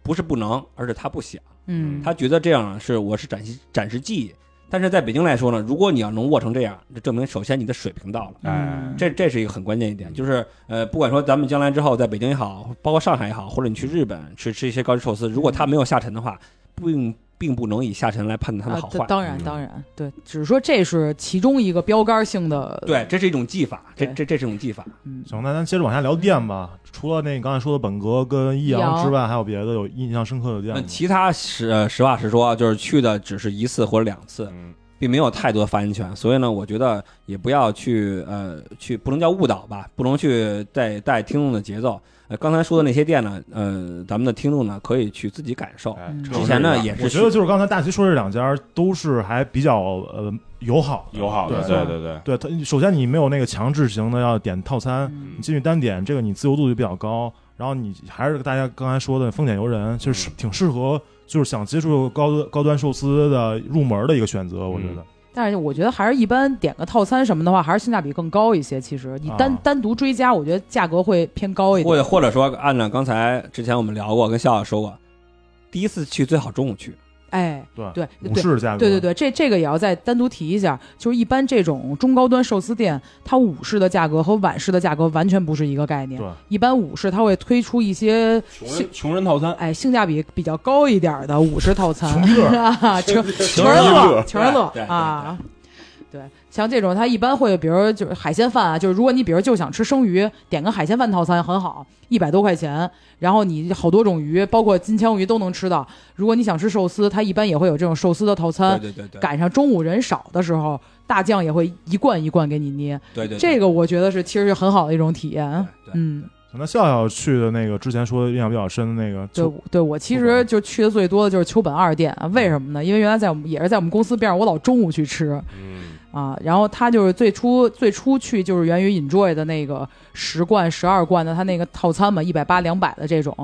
Speaker 2: 不是不能，而是它不想，
Speaker 1: 嗯，
Speaker 2: 他觉得这样是我是展示展示技艺。但是在北京来说呢，如果你要能握成这样，这证明首先你的水平到了。
Speaker 3: 哎
Speaker 1: 嗯
Speaker 2: 这这是一个很关键一点，就是呃，不管说咱们将来之后在北京也好，包括上海也好，或者你去日本吃吃一些高级寿司，如果它没有下沉的话，并并不能以下沉来判断它
Speaker 1: 啊
Speaker 2: 的好，
Speaker 1: 这
Speaker 2: 坏。
Speaker 1: 当然
Speaker 3: 嗯
Speaker 1: 当然，对，只是说这是其中一个标杆性的，
Speaker 2: 对，这是一种技法，这
Speaker 1: 对
Speaker 2: 这这是一种技法。
Speaker 1: 嗯，
Speaker 4: 行，那咱接着往下聊店吧。除了那刚才说的本格跟益阳之外，还有别的有印象深刻的店
Speaker 2: 那
Speaker 4: 吗？
Speaker 2: 其他实呃实话实说啊，就是去的只是一次或者两次，
Speaker 3: 嗯
Speaker 2: 并没有太多发言权，所以呢，我觉得也不要去呃去不能叫误导吧，不能去带带听众的节奏。呃，刚才说的那些店呢，呃，咱们的听众呢可以去自己感受。
Speaker 3: 哎
Speaker 1: 嗯
Speaker 3: 这
Speaker 1: 之
Speaker 2: 之前
Speaker 3: 是
Speaker 2: 呢
Speaker 3: 一个
Speaker 2: 也是
Speaker 4: 我觉得就是刚才大齐说这两家都是还比较呃友好的
Speaker 3: 友好的，
Speaker 1: 对
Speaker 3: 对对
Speaker 4: 对
Speaker 3: 对，
Speaker 4: 它，首先你没有那个强制型的要点套餐，
Speaker 1: 嗯
Speaker 4: 你进去单点，这个你自由度就比较高。然后你还是大家刚才说的丰俭由人，其实挺适合就是想接触高高端寿司的入门的一个选择，我觉得。
Speaker 1: 但是我觉得还是一般点个套餐什么的话，还是性价比更高一些。其实你单、
Speaker 4: 啊
Speaker 1: 单独追加，我觉得价格会偏高一
Speaker 2: 或
Speaker 1: 点。
Speaker 2: 者或者说，按照刚才之前我们聊过，跟笑笑说过，第一次去最好中午去，
Speaker 1: 哎，
Speaker 4: 对
Speaker 1: 对对
Speaker 4: 武士的价格，
Speaker 1: 对对对，这这个也要再单独提一下，就是一般这种中高端寿司店，它午市的价格和晚市的价格完全不是一个概念
Speaker 4: 对。
Speaker 1: 一般午市它会推出一些
Speaker 3: 穷人穷人套餐，
Speaker 1: 哎性价比比较高一点的午市套餐，
Speaker 4: 穷劲
Speaker 1: [LAUGHS]
Speaker 4: 儿
Speaker 2: [LAUGHS]
Speaker 1: 啊，穷穷
Speaker 3: 人
Speaker 1: 人乐
Speaker 3: 乐，
Speaker 1: 穷人乐
Speaker 2: 对对对
Speaker 1: 啊。对，像这种它一般会，比如就是海鲜饭啊，就是如果你比如就想吃生鱼，点个海鲜饭套餐很好，一百多块钱，然后你好多种鱼，包括金枪鱼都能吃到。如果你想吃寿司，它一般也会有这种寿司的套餐。
Speaker 2: 对对对对
Speaker 1: 赶上中午人少的时候，大酱也会一罐一罐给你捏，
Speaker 2: 对对，
Speaker 1: 这个我觉得是其实是很好的一种体验。
Speaker 2: 对对
Speaker 1: 嗯，
Speaker 4: 那笑笑去的那个之前说的印象比较深的那个，
Speaker 1: 对
Speaker 4: 就
Speaker 1: 对，我其实就去的最多的就是秋本二店，啊为什么呢？因为原来在我们也是在我们公司边上，我老中午去吃，
Speaker 3: 嗯
Speaker 1: 啊，然后他就是最初最初去就是源于 Enjoy 的那个十罐、十二罐的他那个套餐嘛，一百八、两百的这种。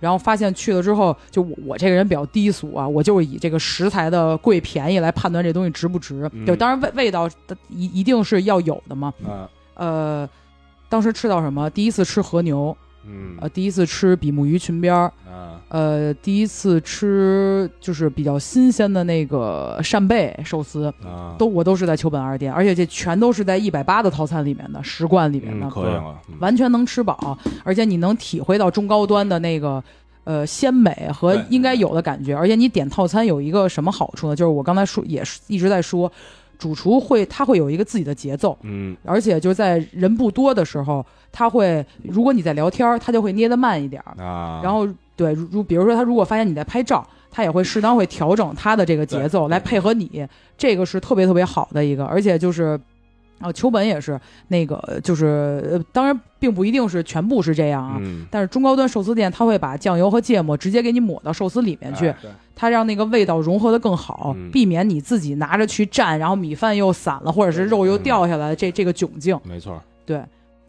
Speaker 1: 然后发现去了之后，就我我这个人比较低俗啊，我就是以这个食材的贵便宜来判断这东西值不值。就
Speaker 3: 嗯
Speaker 1: 当然味味道的一一定是要有的嘛。
Speaker 3: 啊
Speaker 1: 呃，当时吃到什么？第一次吃和牛，
Speaker 3: 嗯
Speaker 1: 呃，第一次吃比目鱼裙边儿，
Speaker 3: 啊
Speaker 1: 呃，第一次吃就是比较新鲜的那个扇贝寿司。
Speaker 3: 啊，
Speaker 1: 都我都是在秋本二店，而且这全都是在一百八的套餐里面的十罐里面的，
Speaker 3: 嗯可以了，嗯
Speaker 1: 完全能吃饱，而且你能体会到中高端的那个。呃，鲜美和
Speaker 2: 对
Speaker 1: 应该有的感觉，而且你点套餐有一个什么好处呢？就是我刚才说也是一直在说，主厨会他会有一个自己的节奏，
Speaker 3: 嗯
Speaker 1: 而且就在人不多的时候，他会如果你在聊天儿，他就会捏得慢一点儿，
Speaker 3: 啊，
Speaker 1: 然后对，如如比如说他如果发现你在拍照，他也会适当会调整他的这个节奏
Speaker 2: 对
Speaker 1: 来配合你，这个是特别特别好的一个，而且就是。哦，秋本也是那个，就是呃当然并不一定是全部是这样啊，
Speaker 3: 嗯
Speaker 1: 但是中高端寿司店它会把酱油和芥末直接给你抹到寿司里面去，
Speaker 3: 哎
Speaker 2: 对
Speaker 1: 它让那个味道融合的更好，
Speaker 3: 嗯
Speaker 1: 避免你自己拿着去蘸，然后米饭又散了，或者是肉
Speaker 3: 嗯
Speaker 1: 又掉下来，这这个窘境。
Speaker 3: 没错，
Speaker 1: 对，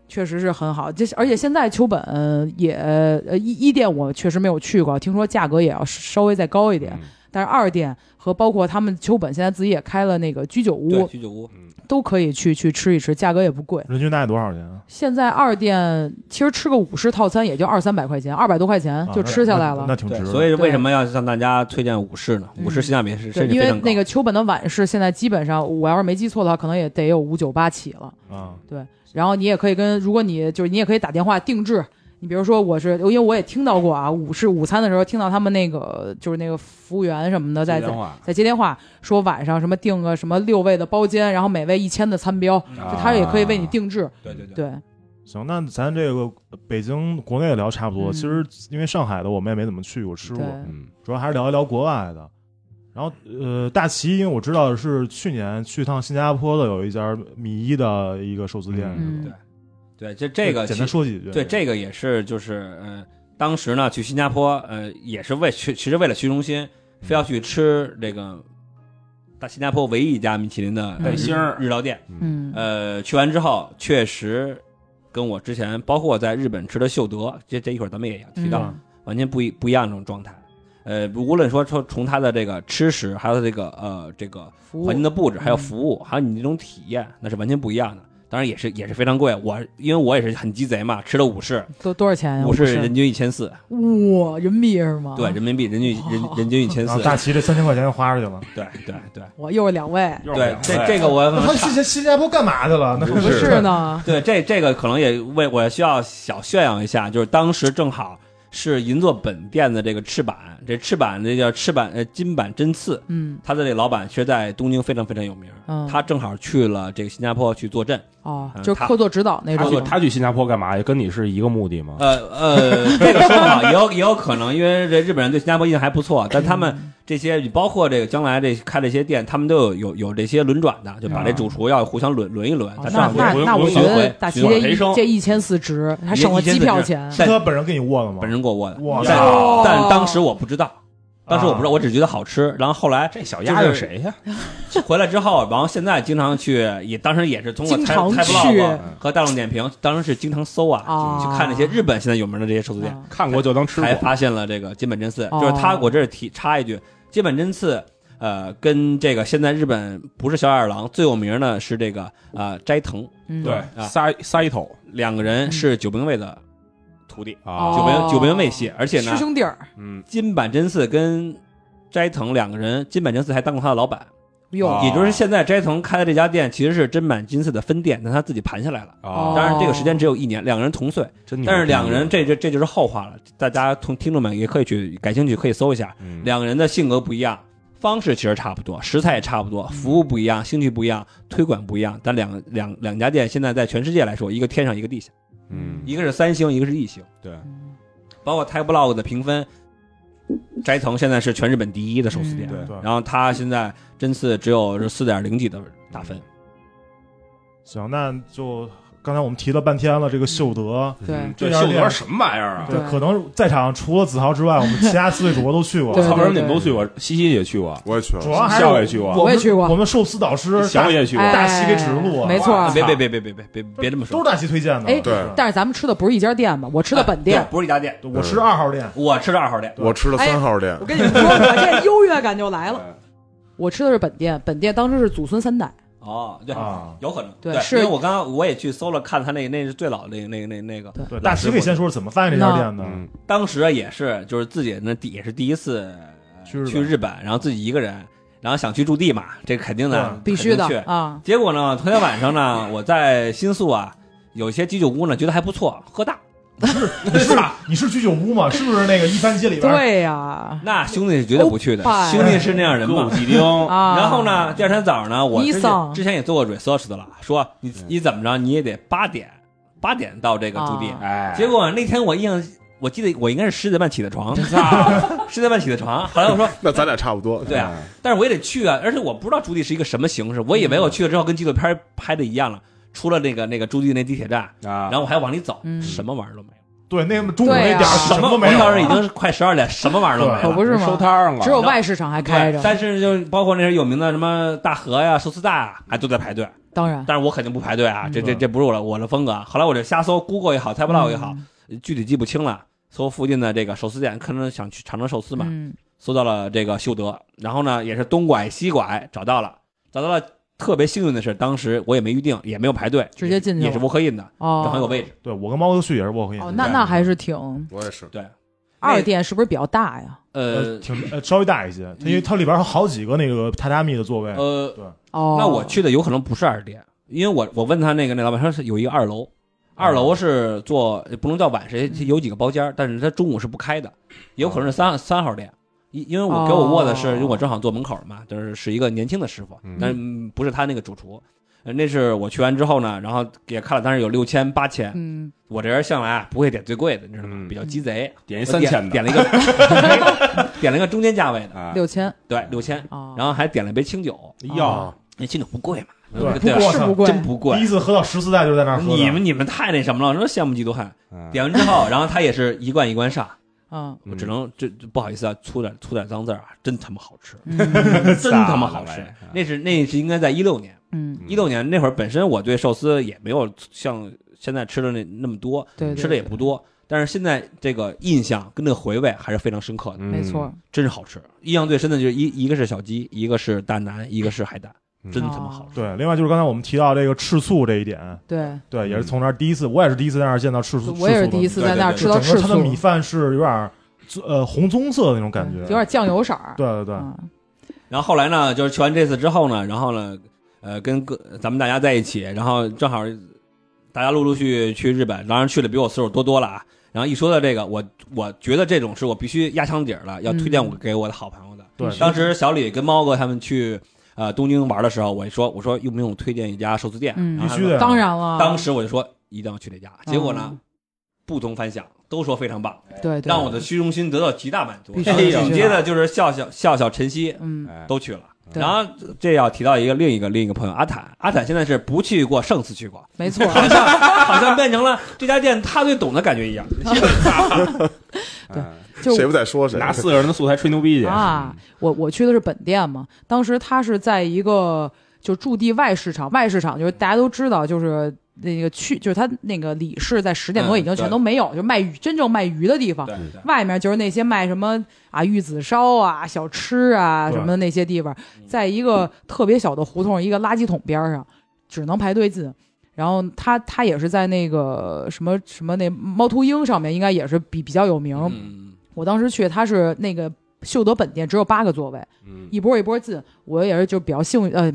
Speaker 1: 确实是很好。这而且现在秋本呃也呃一一店我确实没有去过，听说价格也要稍微再高一点，
Speaker 3: 嗯
Speaker 1: 但是二店和包括他们秋本现在自己也开了那个居酒
Speaker 2: 对，
Speaker 1: 屋，
Speaker 2: 居酒屋
Speaker 1: 都可以去去吃一吃，价格也不贵。
Speaker 4: 人均大概多少钱啊？
Speaker 1: 现在二店其实吃个午市套餐也就二三百块钱，二百多块钱
Speaker 4: 啊
Speaker 1: 就吃下来了。
Speaker 4: 那那那挺值
Speaker 2: 对，
Speaker 4: 的。
Speaker 2: 所以
Speaker 1: 对
Speaker 2: 为什么要向大家推荐武士呢？
Speaker 1: 嗯
Speaker 2: 武士性价比是
Speaker 1: 对，
Speaker 2: 甚至
Speaker 1: 因
Speaker 2: 非
Speaker 1: 为
Speaker 2: 常高。
Speaker 1: 那个秋本的晚市现在基本上，我要是没记错的话，可能也得有五九八起了。
Speaker 4: 啊，
Speaker 1: 然后你也可以跟，如果你就是你也可以打电话定制。你比如说，我是因为我也听到过啊，午市午餐的时候听到他们那个就是那个服务员什么的在在在接电话说晚上什么订个什么六位的包间，然后每位一千的餐标，就他也可以为你定制。
Speaker 2: 啊对对对，
Speaker 1: 对，
Speaker 4: 行，那咱这个北京国内聊差不多。
Speaker 1: 嗯
Speaker 4: 其实因为上海的我们也没怎么去过吃
Speaker 1: 对
Speaker 4: 过，，
Speaker 5: 嗯，
Speaker 4: 主要还是聊一聊国外的。然后呃，大齐，因为我知道是去年去趟新加坡的有一家米一的一个寿司店，
Speaker 1: 嗯
Speaker 2: 对对，这这个
Speaker 4: 简
Speaker 2: 其
Speaker 4: 单说几句。
Speaker 2: 对，这个也是就是呃，当时呢去新加坡呃也是为去其实为了虚荣心，非要去吃这个大新加坡唯一一家米其林的
Speaker 1: 对
Speaker 2: 呃
Speaker 1: 星
Speaker 2: 日日料店。
Speaker 1: 嗯，
Speaker 2: 呃，去完之后确实跟我之前包括在日本吃的秀德，这这一会儿咱们也要提到，
Speaker 1: 嗯
Speaker 2: 完全不一不一样的这种状态。呃，无论说从从它的这个吃食，还有这个呃这个
Speaker 1: 服务
Speaker 2: 环境的布置，还有
Speaker 1: 嗯
Speaker 2: 服务，还有你那种体验，那是完全不一样的。当然也是也是非常贵，我因为我也是很鸡贼嘛，吃了五十，
Speaker 1: 多多少钱呀？
Speaker 2: 五
Speaker 1: 午市
Speaker 2: 十人均一千四，
Speaker 1: 啊哇，人民币是吗？
Speaker 2: 对，，人民币人均人人均一千
Speaker 4: 然后
Speaker 2: 四，
Speaker 4: 啊大齐这三千块钱就花出去了。
Speaker 2: 对对对
Speaker 1: 我又是两位，
Speaker 2: 对，
Speaker 3: 哎啊
Speaker 2: 这这个我可
Speaker 4: 那他
Speaker 2: 能
Speaker 4: 去新新加坡干嘛去了？那
Speaker 1: 不是呢？
Speaker 2: 对这这个可能也为我需要小炫耀一下，就是当时正好是银座本店的这个赤坂，这赤坂这叫赤坂呃金坂真次，
Speaker 1: 嗯，
Speaker 2: 他的这老板其实在东京非常非常有名，
Speaker 1: 嗯
Speaker 2: 他正好去了这个新加坡去坐镇，
Speaker 1: 哦，
Speaker 2: 嗯
Speaker 1: 就是
Speaker 2: 他
Speaker 1: 客座指导那
Speaker 3: 他
Speaker 1: 种
Speaker 3: 去
Speaker 1: 吗。
Speaker 3: 他去新加坡干嘛呀？跟你是一个目的吗？
Speaker 2: 呃呃，这个说法也有也有可能，因为这日本人对新加坡印象还不错，但他们这些包括这个将来这开这些店，他们都有有有这些轮转的，就把这主厨要互相轮轮一轮。
Speaker 1: 哦
Speaker 2: 咱
Speaker 1: 那
Speaker 2: 啊上
Speaker 1: 嗯
Speaker 2: 回
Speaker 1: 那
Speaker 3: 我
Speaker 1: 那
Speaker 3: 我
Speaker 1: 我觉
Speaker 2: 上
Speaker 1: 得
Speaker 2: 回
Speaker 1: 大齐这
Speaker 2: 寻晚
Speaker 3: 培
Speaker 1: 一
Speaker 3: 生
Speaker 1: 这一千四值，还省了
Speaker 2: 一千
Speaker 1: 机
Speaker 2: 四
Speaker 1: 票
Speaker 2: 值
Speaker 1: 钱。
Speaker 4: 是
Speaker 2: 但
Speaker 4: 他本人给你握的吗？
Speaker 2: 本人给我握的，
Speaker 4: 哇
Speaker 2: 但
Speaker 4: 塞
Speaker 1: 哦
Speaker 2: 但当时我不知道，当时我不知
Speaker 1: 啊
Speaker 2: 道，我只觉得好吃。然后
Speaker 1: [LAUGHS]
Speaker 2: 后来
Speaker 3: 这小
Speaker 2: 丫头
Speaker 3: 谁呀？
Speaker 2: 回来之后，然后现在经常去，也当时也是通过
Speaker 1: 经
Speaker 2: 猜
Speaker 1: 常
Speaker 2: 猜
Speaker 1: 去
Speaker 2: blog 和大众点评，当时是经常搜啊，
Speaker 1: 啊
Speaker 2: 去看那些日本现在有名的这些寿司店，
Speaker 1: 啊
Speaker 3: 看过就当吃
Speaker 2: 才
Speaker 3: 过。
Speaker 2: 发现了这个金本真次。
Speaker 1: 哦
Speaker 2: 就是他，我这儿提插一句，金本真次。呃，跟这个现在日本不是小野二郎最有名的是这个呃斋藤，
Speaker 1: 嗯
Speaker 3: 对，
Speaker 2: 啊
Speaker 3: 塞塞头
Speaker 2: 两个人是九兵卫的徒弟，
Speaker 3: 啊，
Speaker 2: 九
Speaker 1: 哦
Speaker 2: 兵九兵卫系，而且呢
Speaker 1: 师兄弟儿，
Speaker 3: 嗯，
Speaker 2: 金坂真嗣跟斋藤两个人，金坂真嗣还当过他的老板，
Speaker 1: 哟
Speaker 3: 哦，
Speaker 2: 啊也就是现在斋藤开的这家店其实是真坂真嗣的分店，但他自己盘下来了。
Speaker 3: 啊
Speaker 1: 哦
Speaker 2: 当然，这个时间只有一年，两个人同岁，
Speaker 3: 真牛逼
Speaker 2: 但是两个人这这这就是后话了。大家同听众们也可以去感兴趣可以搜一下，
Speaker 3: 嗯
Speaker 2: 两个人的性格不一样，方式其实差不多，食材也差不多，服务不一样，兴趣不一样，推广不一样，但两两两家店现在在全世界来说，一个天上一个地下，
Speaker 3: 嗯
Speaker 2: 一个是三星，一个是一星。
Speaker 3: 对，
Speaker 2: 嗯包括 Type Blog 的评分，斋藤现在是全日本第一的寿司
Speaker 1: 嗯
Speaker 2: 店，
Speaker 3: 对
Speaker 4: 对
Speaker 2: 然后他现在真次只有四点零几的打分，
Speaker 4: 行，那就刚才我们提了半天了，这个秀德，
Speaker 2: 嗯
Speaker 1: 对，
Speaker 3: 这
Speaker 4: 这
Speaker 3: 秀
Speaker 4: 家
Speaker 3: 德
Speaker 4: 店
Speaker 3: 什么玩意儿啊？
Speaker 1: 嗯对
Speaker 4: 可能在场除了子豪之外，我们其他四位主播都去过。啊
Speaker 3: 我
Speaker 1: 对
Speaker 3: 操，
Speaker 1: 对
Speaker 3: 为什么你们
Speaker 1: 对
Speaker 3: 都去过？西西也去过，
Speaker 5: 我也去了
Speaker 4: 主。要还是
Speaker 3: 笑也去过
Speaker 4: 们
Speaker 1: 啊我也去过
Speaker 4: 我们寿司导师
Speaker 3: 翔也去过，
Speaker 1: 哎
Speaker 4: 大西给指路啊，
Speaker 1: 没错
Speaker 2: 啊
Speaker 1: 啊
Speaker 2: 别别别别别别别别这么
Speaker 4: 都
Speaker 2: 说
Speaker 4: 是，大西推荐的。
Speaker 1: 哎
Speaker 5: 对
Speaker 1: 但是咱们吃的不是一家店吧？我吃的本店
Speaker 2: 哎，对不是一家店，
Speaker 4: 我吃二号店，
Speaker 2: 我吃的二号店，
Speaker 5: 我吃了
Speaker 4: 哎
Speaker 5: 三号店
Speaker 1: 我，跟你们说，我这优越感就来了。我吃的是本店，本店当时是祖孙三代，
Speaker 2: 哦，对
Speaker 4: 啊，
Speaker 2: 有可能，
Speaker 1: 对
Speaker 2: 对，
Speaker 1: 是
Speaker 2: 因为我刚刚我也去搜了看他那那是最老的那个那个那个那个，
Speaker 1: 对
Speaker 4: 对，大西可以先说说怎么发现这家店的。
Speaker 3: 嗯，
Speaker 2: 当时也是就是自己那第也是第一次呃
Speaker 4: 去日本
Speaker 2: 去日本，然后自己一个人，然后想去驻地嘛，这肯定的，
Speaker 1: 必须的
Speaker 2: 肯定去
Speaker 1: 啊。
Speaker 2: 结果呢，头天晚上呢，
Speaker 1: 嗯
Speaker 2: 我在新宿啊，有些居酒屋呢，觉得还不错，喝大。
Speaker 4: 你是你是居酒屋吗？是不是那个一番街里边？
Speaker 1: 对呀，
Speaker 2: 那兄弟是绝对不去的
Speaker 1: 欧巴，呀
Speaker 2: 兄弟是那样人
Speaker 3: 歌
Speaker 2: 嘛
Speaker 3: 舞。伎町，
Speaker 1: 哦啊，
Speaker 2: 嗯然后？呢，第二天早上呢，我之
Speaker 1: 伊桑
Speaker 2: 前之前也做过 research 的了，说你你怎么着，你也得八点八点到这个驻地
Speaker 1: 嗯啊。
Speaker 3: 哎，
Speaker 2: 结果那天我印象，我记得我应该是十点半起的
Speaker 1: [LAUGHS]
Speaker 2: 床，
Speaker 3: 操，
Speaker 2: 十点半起的床。后来我说，
Speaker 5: 那咱俩差不多。
Speaker 2: 对啊，但是我也得去啊，而且我不知道驻地是一个什么形式，我以为我去了之后跟纪录片拍的一样了，出了那个那个驻地那地铁站，
Speaker 3: 啊
Speaker 2: 然，后我还往里走，
Speaker 1: 嗯
Speaker 2: 什么玩意儿都没有。
Speaker 4: 对，那个中午那点
Speaker 1: 对
Speaker 4: 儿
Speaker 1: 啊
Speaker 4: 什
Speaker 2: 什
Speaker 4: 么
Speaker 2: 么
Speaker 4: 都没有
Speaker 2: 当时已
Speaker 4: 啊。
Speaker 2: 经是快十二点，什么玩意儿都没
Speaker 1: 可
Speaker 2: 了。
Speaker 1: 不是
Speaker 3: 收
Speaker 1: 吗？
Speaker 3: 摊儿了，
Speaker 1: 只有外市场还开着，
Speaker 2: 但是就包括那些有名的什么大河呀、寿司大呀，哎，都在排队。
Speaker 1: 当然
Speaker 2: 但是我肯定不排队啊，这这
Speaker 4: 嗯
Speaker 2: 这不是我的我的风格啊。后来我就瞎搜，Google 也
Speaker 1: 嗯
Speaker 2: 好，猜不到也好，具体记不清了。搜附近的这个寿司店，可能想去尝尝寿司嘛。
Speaker 1: 嗯，
Speaker 2: 搜到了这个秀德，然后呢也是东拐西拐找到了，找到了。特别幸运的是，当时我也没预定，也没有排队，
Speaker 1: 直接进去了
Speaker 2: 也是 walk in 的，
Speaker 1: 哦，
Speaker 2: 正好有嗯位置。
Speaker 4: 对我跟猫哥去也是 walk in，
Speaker 1: 哦，那那还是挺
Speaker 5: 我也是，
Speaker 1: 二店是不是比较大呀？
Speaker 4: 呃
Speaker 2: 呃
Speaker 4: 挺呃稍微大一些，它因为它里边有好几个那个榻榻米的座位，
Speaker 2: 呃，
Speaker 1: 哦，
Speaker 2: 那我去的有可能不是二店，因为我我问他那个那老板，他是有一个二楼，二楼是做不能叫晚市，
Speaker 1: 嗯
Speaker 2: 有几个包间儿，但是他中午是不开的，也有可能是三三号店。因因为我给我握的是，
Speaker 1: 哦
Speaker 2: 因为我正好坐门口嘛，就是是一个年轻的师傅
Speaker 3: 嗯，
Speaker 2: 但是嗯不是他那个主厨。呃那是我去完之后呢，然后也看了，当时有六千、八千。
Speaker 1: 嗯，
Speaker 2: 我这人向来啊不会点最贵的，你知道吗
Speaker 3: 嗯？
Speaker 2: 比较鸡贼，
Speaker 3: 点一
Speaker 2: 我
Speaker 3: 三
Speaker 2: 点
Speaker 3: 千的
Speaker 2: 点了一个， [LAUGHS] 点了一个中间价位的，
Speaker 3: 啊，
Speaker 1: 六千
Speaker 2: 对，六千，
Speaker 1: 啊，
Speaker 2: 然后还点了一杯清酒，
Speaker 1: 啊
Speaker 3: 要
Speaker 2: 哦那清酒不贵嘛，
Speaker 4: 对
Speaker 2: 对
Speaker 4: 不
Speaker 2: 啊，
Speaker 4: 过
Speaker 1: 是不贵，
Speaker 2: 真不
Speaker 4: 第一
Speaker 2: 贵。
Speaker 4: 次喝到十四代就是在那儿喝的，
Speaker 2: 你们你们太那什么了，真羡慕嫉妒恨。点完之后，
Speaker 3: [LAUGHS]
Speaker 2: 然后他也是一罐一罐上，
Speaker 1: 嗯，
Speaker 2: 我只能这这不好意思啊，粗点粗点脏字儿啊，真他妈好吃， [LAUGHS]
Speaker 1: 嗯
Speaker 2: 真他妈好
Speaker 3: 撒
Speaker 2: 吃
Speaker 3: 了呗。
Speaker 2: 那是那是应该在一六年，
Speaker 1: 嗯，
Speaker 2: 一六年那会儿本身我对寿司也没有像现在吃的那那么多，
Speaker 1: 对，对
Speaker 2: 吃的也不，多，但是现在这个印象跟那个回味还是非常深刻的，
Speaker 1: 对没错，
Speaker 2: 真是好吃。印象最深的就是一一个是小鸡，一个是大南，一个是海胆，
Speaker 3: 嗯
Speaker 2: 真他
Speaker 1: 哦
Speaker 2: 妈好吃。
Speaker 4: 对，另外就是刚才我们提到这个赤醋这一点，
Speaker 1: 对，
Speaker 4: 对，
Speaker 2: 嗯
Speaker 4: 也是从那儿第一次，我也是第一次在那儿见到赤醋，
Speaker 1: 我也是第一次在那儿吃
Speaker 4: 赤醋
Speaker 1: 到
Speaker 4: 的就
Speaker 1: 赤
Speaker 4: 整个它的米
Speaker 1: 醋，
Speaker 4: 饭是有点儿棕呃红棕色的那种感觉，
Speaker 1: 嗯有点酱油色儿，
Speaker 4: 对对对，
Speaker 1: 嗯，
Speaker 2: 然后后来呢，就是去完这次之后呢，然后呢，呃，跟各咱们大家在一起，然后正好大家陆陆续续去日本，当然去的比我次数多多了啊。然后一说到这个，我我觉得这种是我必须压箱底儿
Speaker 1: 嗯
Speaker 2: 了，要推荐我给我的好朋友的。
Speaker 4: 对
Speaker 2: 当时小李跟猫哥他们去呃东京玩的时候，我一说我说用不用推荐一家寿司店？
Speaker 1: 嗯
Speaker 2: 然后他
Speaker 4: 必须
Speaker 2: 说
Speaker 4: 的
Speaker 1: 当然了，
Speaker 2: 当时我就说一定要去这家，结果呢
Speaker 1: 嗯，
Speaker 2: 不同凡响，都说非常棒，
Speaker 1: 对，对
Speaker 2: 让我的虚荣心得到极大满足。
Speaker 1: 必须
Speaker 2: 然后
Speaker 1: 必须
Speaker 2: 紧接着就是笑笑笑笑晨曦，
Speaker 1: 嗯，
Speaker 3: 哎
Speaker 2: 都去了。
Speaker 1: 对
Speaker 2: 然后这要提到一个另一个另一个朋友阿坦，阿坦现在是不去过，上次
Speaker 1: [LAUGHS]
Speaker 2: 去过，
Speaker 1: 没
Speaker 2: [LAUGHS]
Speaker 1: 错，
Speaker 2: 好像好像变成了这家店他最懂的感觉一样。
Speaker 1: 对
Speaker 3: 嗯
Speaker 1: 就
Speaker 5: 谁不在说谁？
Speaker 3: 拿四个人的素材吹牛逼去
Speaker 1: 啊，我我去的是本店嘛，当时他是在一个就驻地外市场，外市场就是大家都知道，就是那个去就是他那个里市在十点多
Speaker 2: 嗯
Speaker 1: 已经全
Speaker 2: 对
Speaker 1: 都没有，就卖鱼真正卖鱼的地方。
Speaker 2: 对，
Speaker 1: 外面就是那些卖什么啊玉子烧啊、小吃啊
Speaker 4: 对
Speaker 1: 什么的那些地方，在一个特别小的胡同，一个垃圾桶边儿上，只能排队进。然后他他也是在那个什么什么那猫头鹰上面，应该也是比比较有名。
Speaker 2: 嗯，
Speaker 1: 我当时去，他是那个秀德本店只有八个座位，
Speaker 3: 嗯
Speaker 1: 一波一波进。我也是就比较幸运，呃，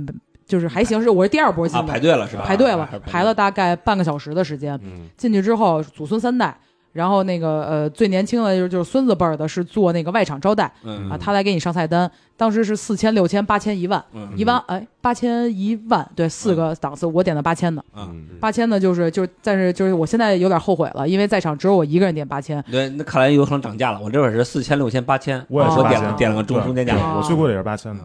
Speaker 1: 就是还行，是我是第二波进
Speaker 2: 啊，
Speaker 1: 的，
Speaker 2: 排队了是吧？
Speaker 1: 排队了
Speaker 2: 啊，
Speaker 1: 排了。大概半个小时的时间。
Speaker 3: 嗯
Speaker 1: 进去之后，祖孙三代，然后那个呃最年轻的就是就是孙子辈儿的是做那个外场招待
Speaker 2: 嗯
Speaker 1: 啊，他来给你上菜单，当时是四千、六千、八千、一万，
Speaker 2: 嗯
Speaker 1: 一万哎八千一万，对，四个档次，我点的八千的，
Speaker 2: 嗯，
Speaker 3: 嗯
Speaker 1: 八千的就是就是，但是就是我现在有点后悔了，因为在场只有我一个人点八千，
Speaker 2: 对，那看来有可能涨价了。我这会儿是四千、六千、八千，
Speaker 4: 我也
Speaker 1: 是
Speaker 2: 我
Speaker 1: 八
Speaker 2: 点
Speaker 1: 千
Speaker 2: 了点了个中
Speaker 4: 对
Speaker 2: 中间价
Speaker 4: 对
Speaker 1: 啊。
Speaker 4: 我去过的也是八千的，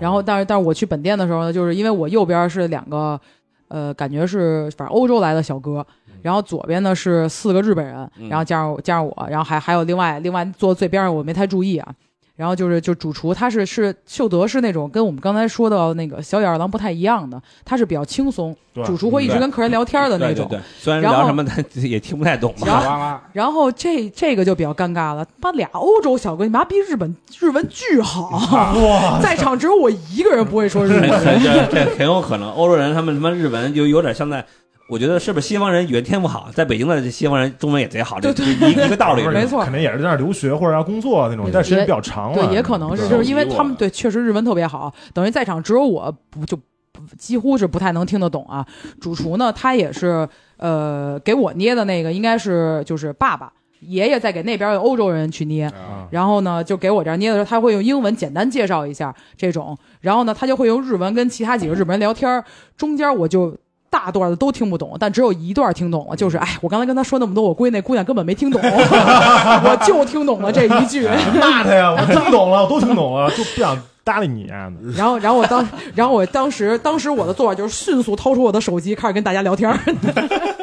Speaker 1: 然后，但是但是我去本店的时候呢，就是因为我右边是两个，呃，感觉是反正欧洲来的小哥，然后左边呢是四个日本人，
Speaker 2: 嗯
Speaker 1: 然后加上我加上我，然后还还有另外另外坐最边上我没太注意啊。然后就是，就主厨他是是秀德是那种跟我们刚才说到的那个小野二郎不太一样的，他是比较轻松，
Speaker 4: 对
Speaker 1: 主厨会一直跟客人聊天的那
Speaker 2: 对
Speaker 1: 种
Speaker 2: 对。对，虽然
Speaker 1: 然后
Speaker 2: 聊什么，但也听不太懂
Speaker 1: 然
Speaker 2: 嘛。
Speaker 1: 后然后这这个就比较尴尬了，妈俩欧洲小哥，你妈逼日本日文巨
Speaker 2: [LAUGHS]
Speaker 1: 好，
Speaker 4: 哇，
Speaker 1: 在场只有我一个人不会说日
Speaker 2: 很 [LAUGHS]
Speaker 1: 文。
Speaker 2: 很 [LAUGHS] 这这很有可能，欧洲人他们他妈日文就有点像在，我觉得是不是西方人语言天赋好，在北京的这西方人中文也贼好，这
Speaker 1: 对
Speaker 2: 一一个道理。
Speaker 1: 没错
Speaker 4: 肯定也是在那儿留学或者要工作那种
Speaker 1: 也，
Speaker 4: 但时间比较长了，
Speaker 1: 对，也可能是，
Speaker 4: 对
Speaker 1: 就是因为
Speaker 3: 我
Speaker 1: 他们对确实日文特别好，等于在场只有我不就不几乎是不太能听得懂啊。主厨呢，他也是呃给我捏的那个应该是就是爸爸爷爷在给那边的欧洲人去捏，
Speaker 4: 啊
Speaker 1: 然后呢就给我这儿捏的时候，他会用英文简单介绍一下这种，然后呢他就会用日文跟其他几个日本人聊天儿，中间我就。大段的都听不懂，但只有一段听懂了，就是
Speaker 4: 嗯
Speaker 1: 哎，我刚才跟他说那么多，我估计那姑娘根本没听懂， [LAUGHS] 我就听懂了这一
Speaker 4: [LAUGHS]
Speaker 1: 句。
Speaker 4: 骂他呀，我
Speaker 1: [LAUGHS]
Speaker 4: 听懂了，我都听懂了，就不想搭理你啊。
Speaker 1: 然后，然后我当，然后我当时，当时我的做法就是迅速掏出我的手机，开始跟大家聊天儿。